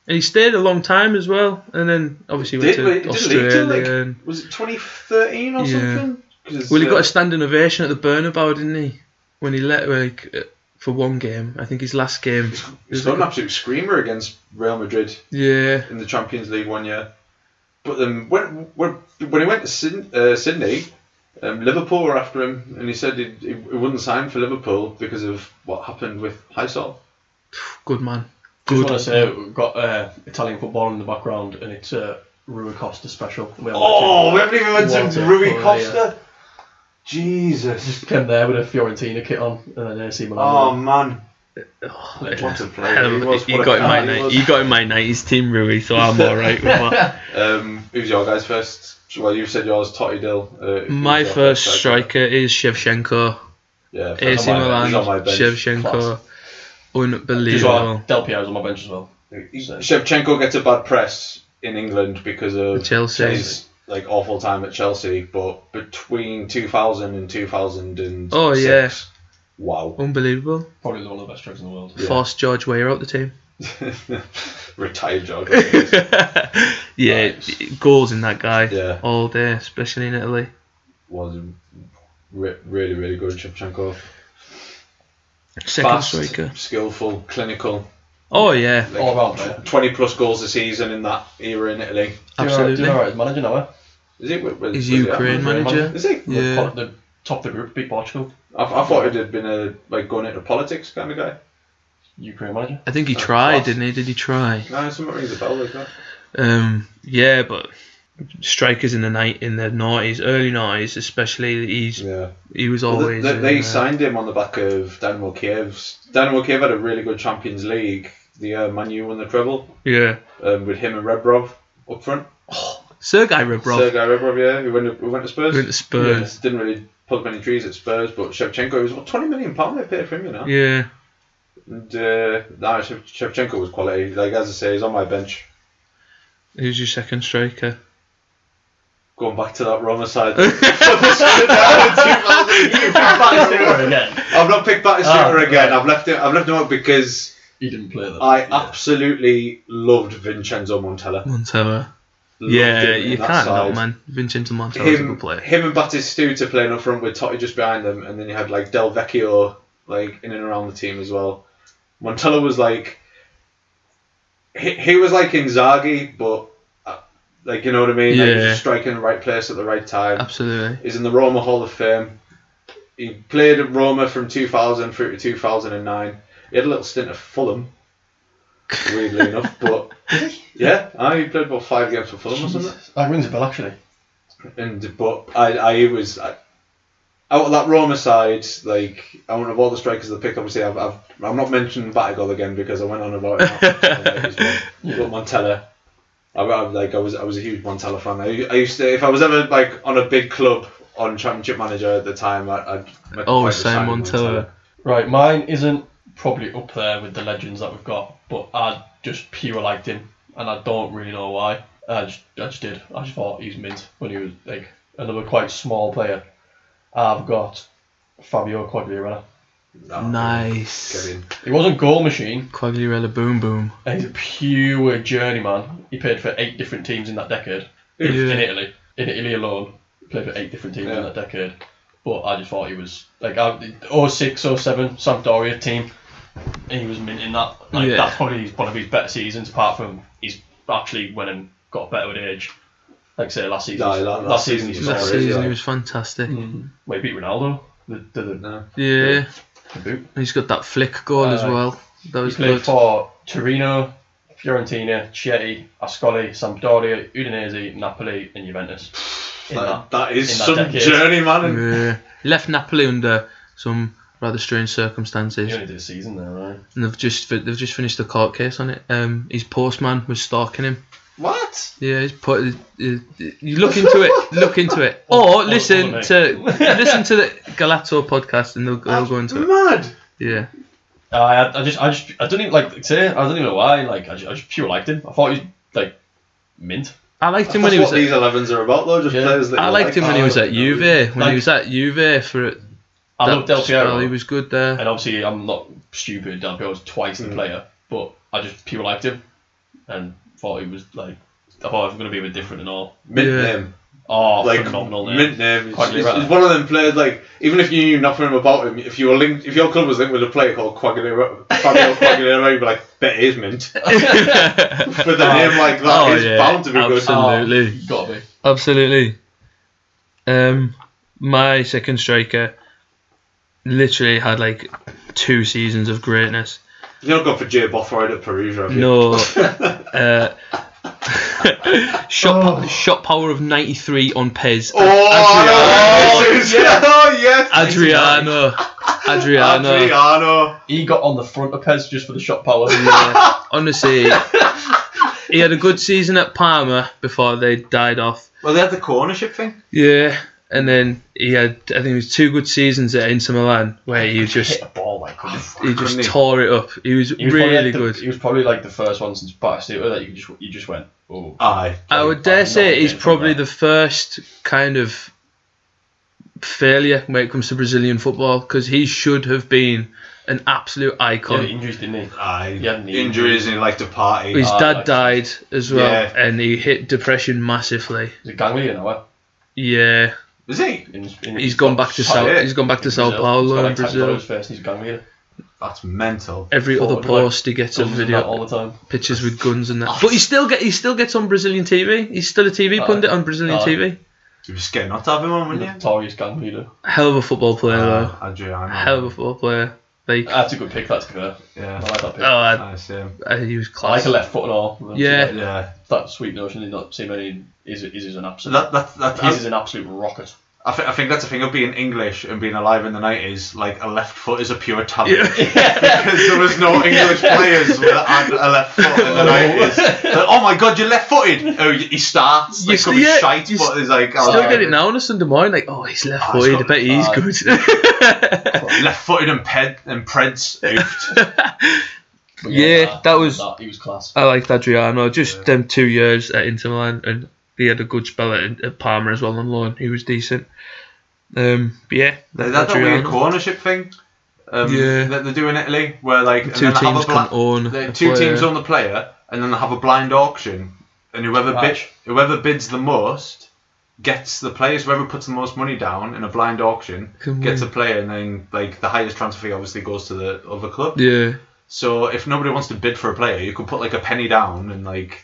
Speaker 2: And he stayed a long time as well, and then obviously went
Speaker 4: Did,
Speaker 2: to
Speaker 4: we- did it lead
Speaker 2: Australia.
Speaker 4: to like,
Speaker 2: and-
Speaker 4: was it 2013
Speaker 2: Yeah.
Speaker 4: or something? 'Cause,
Speaker 2: Well, he got
Speaker 4: uh,
Speaker 2: a standing ovation at the Bernabeu, didn't he? When he let like uh, for one game, I think his last game.
Speaker 4: uh, He's got an absolute screamer against Real Madrid
Speaker 2: Yeah,
Speaker 4: in the Champions League one year. But then when when, when he went to Syd- uh, Sydney, um, Liverpool were after him, and he said he, he wouldn't sign for Liverpool because of what happened with Heysel.
Speaker 2: good man.
Speaker 3: Just
Speaker 2: Good.
Speaker 3: want to say we've got uh, Italian football in the background, and it's uh, Rui Costa special. We
Speaker 4: Oh, we haven't even
Speaker 3: What
Speaker 4: went to
Speaker 3: a
Speaker 4: Rui
Speaker 3: player.
Speaker 4: Costa. Jesus.
Speaker 3: came there with a Fiorentina kit on, and then AC Milan.
Speaker 4: Oh man.
Speaker 2: What
Speaker 4: What a player he was,
Speaker 2: You
Speaker 4: what a
Speaker 2: got in my
Speaker 4: guy he
Speaker 2: ni-
Speaker 4: was.
Speaker 2: you got in my nineties team, Rui. So I'm all right with that.
Speaker 4: Um, who's your guys first? Well, you said yours, Totti Dill. Uh,
Speaker 2: (laughs)
Speaker 4: who's
Speaker 2: My
Speaker 4: your
Speaker 2: first striker is Shevchenko.
Speaker 4: Yeah, first
Speaker 2: AC
Speaker 4: on my- he's on my
Speaker 2: Milan.
Speaker 4: bench.
Speaker 2: Shevchenko.
Speaker 3: Just
Speaker 2: Unbelievable.
Speaker 3: want- Del Piero's on my bench as well. So-
Speaker 4: Shevchenko gets a bad press in England because of
Speaker 2: Chelsea.
Speaker 4: his like awful time at Chelsea, but between 2000 and 2006,
Speaker 2: Oh, yeah.
Speaker 4: wow,
Speaker 2: Unbelievable.
Speaker 3: Probably one of the best strikers in the world.
Speaker 2: Forced George Weah out the team.
Speaker 4: retired job.
Speaker 2: (laughs) Yeah, goals in that guy
Speaker 4: Yeah.
Speaker 2: all day, especially in Italy.
Speaker 4: was re- really really good. Shevchenko,
Speaker 2: Second
Speaker 4: fast,
Speaker 2: striker.
Speaker 4: skillful, clinical,
Speaker 2: Oh yeah,
Speaker 3: All round player.
Speaker 4: 20 plus goals a season in that era in Italy.
Speaker 3: Do you
Speaker 2: absolutely.
Speaker 3: know right, manager now, eh?
Speaker 4: Is he? with- with-
Speaker 2: Is
Speaker 4: with the
Speaker 2: Ukraine
Speaker 4: Admirals?
Speaker 2: manager?
Speaker 4: Is he?
Speaker 2: Yeah.
Speaker 3: The, top of the group beat Portugal.
Speaker 4: I, I thought he'd have been a like going into politics kind of guy.
Speaker 3: Ukraine manager.
Speaker 2: I
Speaker 4: Oh,
Speaker 2: think he tried,
Speaker 4: class.
Speaker 2: didn't he? Did he try?
Speaker 4: No, something rings a bell like that.
Speaker 2: Um, yeah, but strikers in the night in the nineties, early nineties, especially he's
Speaker 4: Yeah.
Speaker 2: he was
Speaker 4: Well,
Speaker 2: always. uh,
Speaker 4: they,
Speaker 2: in
Speaker 4: they
Speaker 2: there.
Speaker 4: signed him on the back of Daniel Kiev's. Daniel Kiev had a really good Champions League. The year Manu won the treble
Speaker 2: Yeah,
Speaker 4: um, with him and Rebrov up front.
Speaker 2: Sergei Rebrov.
Speaker 4: Sergei Rebrov, yeah, who went to, who went to Spurs.
Speaker 2: Went to Spurs.
Speaker 4: Yeah, didn't really plug many trees at Spurs, but Shevchenko was what, twenty million pound they paid for him, you know.
Speaker 2: Yeah,
Speaker 4: And uh, nah, Shev- Shevchenko was quality. Like as I say, he's on my bench.
Speaker 2: who's your second striker?
Speaker 4: Going back to that Roma
Speaker 2: (laughs)
Speaker 4: side.
Speaker 2: (laughs)
Speaker 4: I've not picked Batistuma
Speaker 3: Oh,
Speaker 4: again. I've left him. I've left him out because
Speaker 3: He didn't play that.
Speaker 4: I absolutely loved Vincenzo Montella.
Speaker 2: Montella.
Speaker 4: Loved
Speaker 2: Yeah,
Speaker 4: him in
Speaker 2: you
Speaker 4: that
Speaker 2: can't help,
Speaker 4: side.
Speaker 2: man. Vincenzo Montella's a
Speaker 4: Him,
Speaker 2: good player.
Speaker 4: him and Batistuta playing up front with Totti just behind them, and then you had like Del Vecchio like in and around the team as well. Montella was like he, he was like Inzaghi, but uh, like you know what I mean. Like, he was
Speaker 2: Yeah.
Speaker 4: just striking the right place at the right time.
Speaker 2: Absolutely.
Speaker 4: He's in the Roma Hall of Fame. He played at Roma from 2000 through to 2009. He had a little stint at Fulham, weirdly enough, but yeah, I he played about five games for Fulham or something.
Speaker 3: That rings a bell actually.
Speaker 4: And but I, I was I, out of that Roma side, like out of all the strikers they picked, obviously I've, I've I'm not mentioning Batagol again because I went on
Speaker 2: (laughs)
Speaker 4: about it. as well. But Montella, I, I like I was I was a huge Montella fan. I, I used to if I was ever like on a big club on Championship Manager at the time, I, I'd make
Speaker 2: Always
Speaker 4: quite a
Speaker 2: say
Speaker 4: sign of
Speaker 2: Oh, Montella.
Speaker 3: Right, mine isn't probably up there with the legends that we've got, but I just pure liked him, and I don't really know why. I just, I just did. I just thought he's mint when he was like another quite small player. I've got Fabio Quagliarella.
Speaker 4: No,
Speaker 2: Nice.
Speaker 4: Kevin.
Speaker 3: He wasn't goal machine.
Speaker 2: Quagliarella, boom boom.
Speaker 3: He's a pure journeyman. He played for eight different teams in that decade. in
Speaker 2: Yeah.
Speaker 3: Italy. In Italy alone, played for eight different teams
Speaker 4: Yeah.
Speaker 3: in that decade. But I just thought he was like oh I, 06, 07, Sampdoria team. He was mint in that. Like
Speaker 2: Yeah.
Speaker 3: that's probably one of his better seasons. Apart from he's actually went and got better with age. Like say last season,
Speaker 4: No, that-
Speaker 3: last
Speaker 4: that season
Speaker 3: season
Speaker 4: was
Speaker 3: he was
Speaker 2: That
Speaker 4: Sorry,
Speaker 2: season
Speaker 4: yeah. Mm.
Speaker 2: he was fantastic.
Speaker 3: well, he beat Ronaldo. The, the, the,
Speaker 4: No.
Speaker 2: Yeah,
Speaker 3: the boot.
Speaker 2: he's got that flick goal as
Speaker 3: Uh,
Speaker 2: well. That
Speaker 3: He
Speaker 2: was
Speaker 3: played
Speaker 2: good.
Speaker 3: for Torino, Fiorentina, Chieti, Ascoli, Sampdoria, Udinese, Napoli, and Juventus. In
Speaker 4: That,
Speaker 3: that,
Speaker 4: that is
Speaker 3: in that
Speaker 4: some
Speaker 3: decade.
Speaker 4: journeyman. and-
Speaker 2: Yeah. He Uh, left Napoli under some rather strange circumstances.
Speaker 3: he only did a season there, right?
Speaker 2: and they've just fi- they've just finished the court case on it. Um, his postman was stalking him.
Speaker 4: What?
Speaker 2: Yeah, he's put. You look into it.
Speaker 3: (laughs)
Speaker 2: Look into it. Or listen
Speaker 3: mate.
Speaker 2: to listen to the Galato podcast, and they'll, they'll go into it.
Speaker 4: Mad.
Speaker 2: Yeah,
Speaker 3: Uh, I, I just, I just, I don't even like say. I don't even know why. Like, I just, I just pure liked him. I thought he was like mint.
Speaker 2: I liked him when
Speaker 4: That's
Speaker 2: he
Speaker 4: what
Speaker 2: was.
Speaker 4: these
Speaker 2: At,
Speaker 4: elevens are about, though. Just
Speaker 3: Yeah.
Speaker 4: players that
Speaker 2: I
Speaker 4: you
Speaker 2: liked
Speaker 4: like.
Speaker 2: him when he was
Speaker 4: Oh,
Speaker 2: at Juve. When
Speaker 3: Like-
Speaker 2: he was at Juve for that
Speaker 3: I love Del
Speaker 2: spell,
Speaker 3: Piero,
Speaker 2: he was good there. (laughs)
Speaker 3: (laughs) and obviously I'm not stupid. Del Piero's twice
Speaker 4: Mm.
Speaker 3: the player, but I just pure liked him, and thought he was like, I thought he was gonna be a bit different and all.
Speaker 4: Mint
Speaker 2: Yeah.
Speaker 4: name.
Speaker 3: Oh,
Speaker 4: like
Speaker 3: phenomenal name.
Speaker 4: mint name. He's,
Speaker 3: Quite
Speaker 4: he's-
Speaker 3: right.
Speaker 4: he's one of them players. Like even if you knew nothing about him, if you were linked, if your club was linked with a player called Quagliarella, Fabio Quagliarella, you'd be like, bet it is mint.
Speaker 2: (laughs)
Speaker 4: But the name like that
Speaker 2: Oh
Speaker 4: is
Speaker 2: yeah,
Speaker 4: bound to be good.
Speaker 2: absolutely,
Speaker 3: Gotta be.
Speaker 2: absolutely. Um, my second striker literally had like two seasons of greatness.
Speaker 4: You're not going for Jay Bothroyd at Perugia, have you?
Speaker 2: No. uh, shot, po- shot power of 93 on Pez.
Speaker 4: Oh, I know who this is. (laughs) oh yes,
Speaker 2: Adriano. Adriano.
Speaker 4: Adriano.
Speaker 3: He got on the front of Pez just for the shot power.
Speaker 2: (laughs) Honestly, he had a good season at Parma before they died off.
Speaker 4: Well, they had the cornership thing.
Speaker 2: Yeah. And then he had, I think it was two good seasons at Inter Milan where he just
Speaker 3: Hit a ball like. couldn't
Speaker 2: he
Speaker 4: couldn't
Speaker 2: just
Speaker 4: he?
Speaker 2: tore it up. He was,
Speaker 3: He was probably,
Speaker 2: really
Speaker 3: like, the-
Speaker 2: good.
Speaker 3: He was probably like the first one since Batistuta that you just, you just went, oh.
Speaker 2: Ah,
Speaker 4: Aye.
Speaker 2: I would dare
Speaker 3: I'm not
Speaker 2: say he's
Speaker 3: getting
Speaker 2: probably
Speaker 3: from
Speaker 2: the first kind of failure when it comes to Brazilian football because he should have been an absolute
Speaker 3: He had
Speaker 2: icon.
Speaker 3: injuries, didn't he?
Speaker 4: Aye.
Speaker 3: He had knee
Speaker 4: Injuries and he liked to party.
Speaker 2: His
Speaker 3: Ah,
Speaker 2: dad
Speaker 3: like-
Speaker 2: died as well,
Speaker 4: Yeah.
Speaker 2: and he hit depression massively.
Speaker 3: He's a gang leader now, eh?
Speaker 2: Yeah,
Speaker 4: Is he?
Speaker 3: In, in,
Speaker 2: he's gone back to Sao.
Speaker 4: yeah.
Speaker 2: He's gone back to Sao
Speaker 3: He's got,
Speaker 2: Paulo in
Speaker 3: like, tattoos on
Speaker 2: Brazil.
Speaker 3: his face and he's a gang leader.
Speaker 4: That's mental.
Speaker 2: Every
Speaker 3: Thought
Speaker 2: other
Speaker 3: of, like,
Speaker 2: post, he gets a
Speaker 3: Guns and that
Speaker 2: video,
Speaker 3: all the time.
Speaker 2: pictures with guns and that. But he still get he still gets on Brazilian TV. He's still a TV
Speaker 3: Aye.
Speaker 2: pundit on Brazilian
Speaker 3: Aye.
Speaker 2: TV.
Speaker 4: You were scared not to have him on, weren't you?
Speaker 3: Notorious gang leader. uh,
Speaker 2: Hell of a football player, though.
Speaker 4: Adriano.
Speaker 2: Hell of a football player. Like,
Speaker 4: Uh,
Speaker 3: That's a good pick, that's good. I
Speaker 4: Yeah.
Speaker 3: like that pick.
Speaker 2: oh, I,
Speaker 4: Nice, yeah.
Speaker 2: I, he was
Speaker 3: I like
Speaker 2: class.
Speaker 3: a left foot and all.
Speaker 2: Yeah.
Speaker 4: Yeah.
Speaker 3: That sweet notion, he's not seen many. Is is an absolute.
Speaker 4: That, that, that,
Speaker 3: his is an absolute rocket.
Speaker 4: I, th- I think that's the thing of being English and being alive in the 90s. Like, a left foot is a pure talent. (laughs) because there was no English players with a, a left foot in
Speaker 2: Oh.
Speaker 4: the 90s. Like, oh my god, you're left footed! Oh, he starts. Like,
Speaker 2: You
Speaker 4: could be
Speaker 2: see it?
Speaker 4: shite,
Speaker 2: You
Speaker 4: but it's like, oh,
Speaker 2: Still
Speaker 4: yeah.
Speaker 2: get it now on a Sunday morning, like, oh, he's left
Speaker 4: Oh, he's
Speaker 2: footed, I
Speaker 4: got-
Speaker 2: bet he's
Speaker 3: uh,
Speaker 2: good. (laughs)
Speaker 4: left footed and, ped- and Preds. Oofed.
Speaker 3: But
Speaker 2: Yeah, that was- Uh,
Speaker 3: That, he was class.
Speaker 2: I liked Adriano, just them two years at Inter Milan, and he had a good spell at, at Parma as well on loan. He was decent. Um, but yeah,
Speaker 4: Is that that
Speaker 2: Adriano.
Speaker 4: weird cornership thing? Um,
Speaker 2: Yeah.
Speaker 4: That they do in Italy, where like and
Speaker 2: Two
Speaker 4: then they have
Speaker 2: teams
Speaker 4: a
Speaker 2: can
Speaker 4: bla-
Speaker 2: own.
Speaker 4: the
Speaker 2: a
Speaker 4: two
Speaker 2: player.
Speaker 4: teams own the player, and then they have a blind auction, and whoever bid,
Speaker 3: Right.
Speaker 4: whoever bids the most gets the players. Whoever puts the most money down in a blind auction
Speaker 2: Can
Speaker 4: gets
Speaker 2: win.
Speaker 4: a player, and then like the highest transfer fee obviously goes to the other club.
Speaker 2: Yeah,
Speaker 4: So if nobody wants to bid for a player, you could put like a penny down and like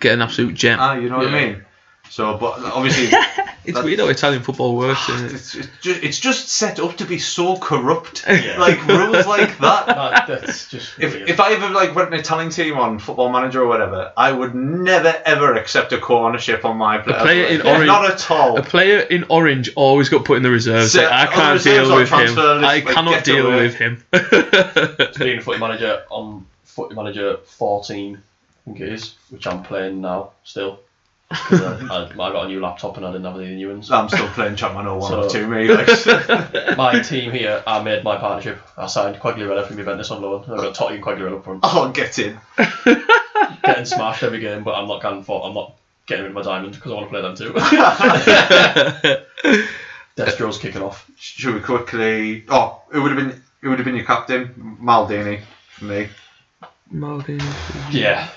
Speaker 2: get an absolute gem.
Speaker 4: ah, you know what I
Speaker 2: Yeah.
Speaker 4: mean. So, but obviously,
Speaker 2: (laughs) it's
Speaker 4: that-
Speaker 2: weird how Italian football works, isn't it?
Speaker 4: Ah, it's, it's, just, it's just set up to be so corrupt.
Speaker 3: Yeah.
Speaker 4: Like rules like that.
Speaker 3: (laughs) That- that's just.
Speaker 4: If,
Speaker 3: weird.
Speaker 4: if I ever like went an Italian team on Football Manager or whatever, I would never ever accept a co-ownership on my player.
Speaker 2: player in orange-
Speaker 4: not at all.
Speaker 2: A player in orange always got put in the reserves.
Speaker 4: So,
Speaker 2: like, I
Speaker 4: on the
Speaker 2: can't
Speaker 4: reserves
Speaker 2: deal
Speaker 4: or
Speaker 2: with him.
Speaker 4: transfer list,
Speaker 2: I
Speaker 4: like,
Speaker 2: cannot
Speaker 4: get
Speaker 2: deal
Speaker 4: away.
Speaker 2: with him. (laughs)
Speaker 3: being a footy manager on footy manager 14, I think it is, which I'm playing now still. 'Cause I, I, I got a new laptop and I didn't have any new ones.
Speaker 4: I'm still playing Chapman 01 or
Speaker 3: So-
Speaker 4: 2, me. Like, (laughs)
Speaker 3: My team here, I made my partnership. I signed Quagliarella from Juventus on loan. I've got Totti and Quagliarella up front.
Speaker 4: oh, get in.
Speaker 3: Getting smashed every game, but I'm not going for. I'm not getting rid of my diamond because I want to play them too. (laughs) Destro's kicking off.
Speaker 4: Should we quickly? Oh, it would have been it would have been your captain, Maldini, for me.
Speaker 2: Maldini.
Speaker 3: Yeah.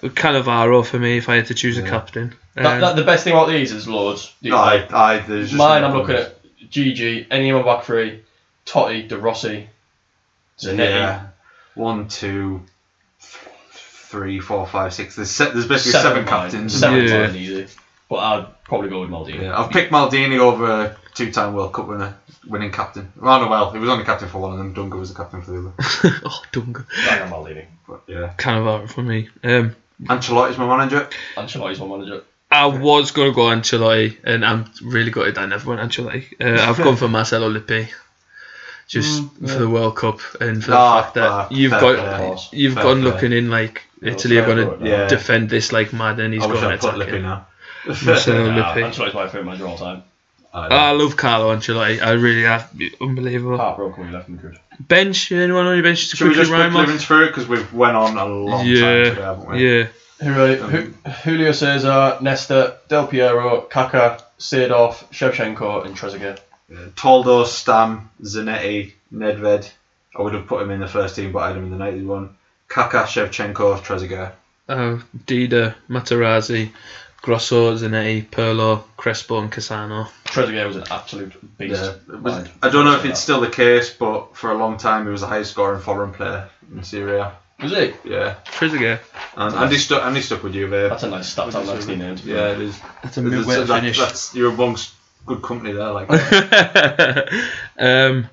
Speaker 2: Cannavaro for me if I had to choose a captain.
Speaker 3: That,
Speaker 2: Um,
Speaker 3: that, the best thing about these is Lords.
Speaker 4: No, I, I, there's just
Speaker 3: Mine, I'm looking at GG, any of my back three, Totti, De Rossi, Zanetti.
Speaker 4: yeah, one, two, th- three, four, five, six. There's se- there's basically seven,
Speaker 3: of mine.
Speaker 4: captains.
Speaker 3: Seven
Speaker 2: Yeah.
Speaker 3: mine, easy. But I'd probably go with Maldini.
Speaker 4: Yeah, I've picked Maldini over a two-time World Cup winner, winning captain. Well, no, well, he was only captain for one of them. Dunga was the captain for the other.
Speaker 2: (laughs) oh, Dunga.
Speaker 3: Bang on Maldini.
Speaker 4: But yeah,
Speaker 2: Cannavaro for me. Um,
Speaker 4: Ancelotti's my manager.
Speaker 3: Ancelotti's my manager.
Speaker 2: I was going to go Ancelotti, and I'm really gutted I never went Ancelotti. Uh, I've gone for
Speaker 4: (laughs)
Speaker 2: Marcelo Lippi. Just for the World Cup and for
Speaker 4: Mm, Ah,
Speaker 2: the fact that
Speaker 4: ah,
Speaker 2: you've
Speaker 4: fair
Speaker 2: got
Speaker 4: play.
Speaker 3: course.
Speaker 2: you've
Speaker 4: Fair
Speaker 2: gone
Speaker 4: play.
Speaker 2: looking in like Italy are
Speaker 3: fair
Speaker 2: going
Speaker 3: play,
Speaker 2: to
Speaker 3: man.
Speaker 4: Yeah,
Speaker 2: defend this like mad and he's
Speaker 4: I wish
Speaker 2: going to
Speaker 4: I'd put
Speaker 2: attack
Speaker 4: Lippi
Speaker 2: it.
Speaker 4: now.
Speaker 2: Marcelo
Speaker 3: Nah,
Speaker 2: Lippi. Ah,
Speaker 3: Ancelotti's my favourite manager of all time.
Speaker 2: I love Carlo Ancelotti. I really have
Speaker 4: Oh.
Speaker 2: unbelievable
Speaker 3: Heartbroken when he left Madrid.
Speaker 2: bench. Anyone on your bench to
Speaker 4: Ah. Should we
Speaker 2: quickly
Speaker 4: just
Speaker 2: rhyme
Speaker 4: quickly
Speaker 2: off?
Speaker 4: rinse through it because we've went on a long time today,
Speaker 2: Yeah,
Speaker 4: haven't we?
Speaker 2: yeah.
Speaker 4: uh,
Speaker 3: Julio, Julio Cesar, Nesta, Del Piero, Kaka, Seedorf, Shevchenko, and Trezeguet.
Speaker 4: Toldo, Stam, Zanetti, Nedved. I would have put him in the first team, but I had him in the 90s one. Kaká, Shevchenko, Trezeguet.
Speaker 2: Oh, Dida, Materazzi, Grosso, Zanetti, Perlo, Crespo, and Cassano.
Speaker 3: Trezeguet was an absolute beast.
Speaker 4: Yeah, it was-
Speaker 3: Mind.
Speaker 4: I don't know if it's still the case, but for a long time he was the highest scoring foreign player in Syria.
Speaker 3: Was he?
Speaker 4: Yeah,
Speaker 2: Trezeguet. (laughs)
Speaker 4: and Andy stuck. Andy stuck with you there.
Speaker 3: That's a nice stat. to have next to your name.
Speaker 4: Yeah, it is.
Speaker 2: That's a
Speaker 4: That's,
Speaker 2: mid way to
Speaker 4: that-
Speaker 2: finish.
Speaker 4: that's- you're amongst good company there.
Speaker 2: (laughs)
Speaker 4: Like,
Speaker 2: um,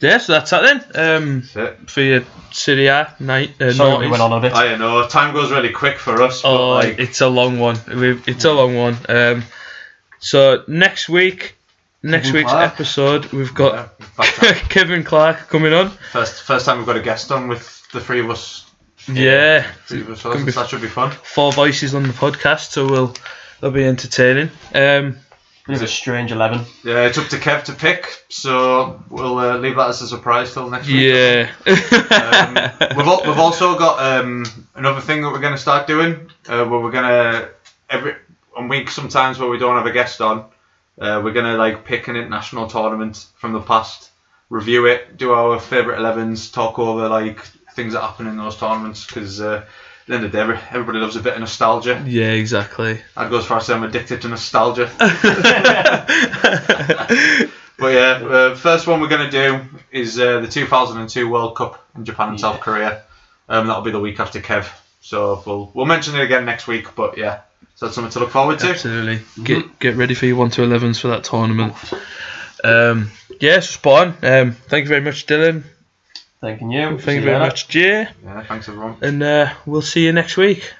Speaker 2: yeah, so that's that then. Um,
Speaker 4: That's it.
Speaker 2: for your Serie A night. Uh,
Speaker 3: Sorry, we
Speaker 2: noughties.
Speaker 3: went on a bit.
Speaker 4: I don't know. Time goes really quick for us. But
Speaker 2: Oh,
Speaker 4: like,
Speaker 2: it's a long one. We- It's a long one. Um, so next week, next week's
Speaker 4: Clark.
Speaker 2: episode, we've
Speaker 4: yeah,
Speaker 2: got
Speaker 4: fact that.
Speaker 2: (laughs) Kevin Clark coming on.
Speaker 4: first first time we've got a guest on with the three of us.
Speaker 2: Yeah,
Speaker 4: Three of us
Speaker 2: be-
Speaker 4: that should be fun.
Speaker 2: four voices on the podcast, so we'll that'll be entertaining. Um,
Speaker 3: Bit of a strange 11.
Speaker 4: Yeah, it's up to Kev to pick, so we'll uh, leave that as a surprise till next week.
Speaker 2: yeah. (laughs)
Speaker 4: um, we've, al- we've also got um, another thing that we're going to start doing uh, where we're going to every on week sometimes where we don't have a guest on uh, we're going to like pick an international tournament from the past review it do our favorite 11s talk over like things that happen in those tournaments because uh, at the end of the day every- everybody loves a bit of nostalgia
Speaker 2: Yeah, exactly.
Speaker 4: I'd go as far as saying I'm addicted to nostalgia (laughs) but yeah uh, first one we're going to do is uh, the 2002 World Cup in Japan and South Korea um, that'll be the week after Kev. So we'll we'll mention it again next week. But yeah, so that's something to look forward to.
Speaker 2: Absolutely. Get get ready for your one to elevens for that tournament. Um, yeah, so spot on. Um, thank you very much, Dylan.
Speaker 7: Thanking you.
Speaker 2: Thank you very much, Jay,
Speaker 3: Yeah, thanks everyone.
Speaker 2: and uh, we'll see you next week.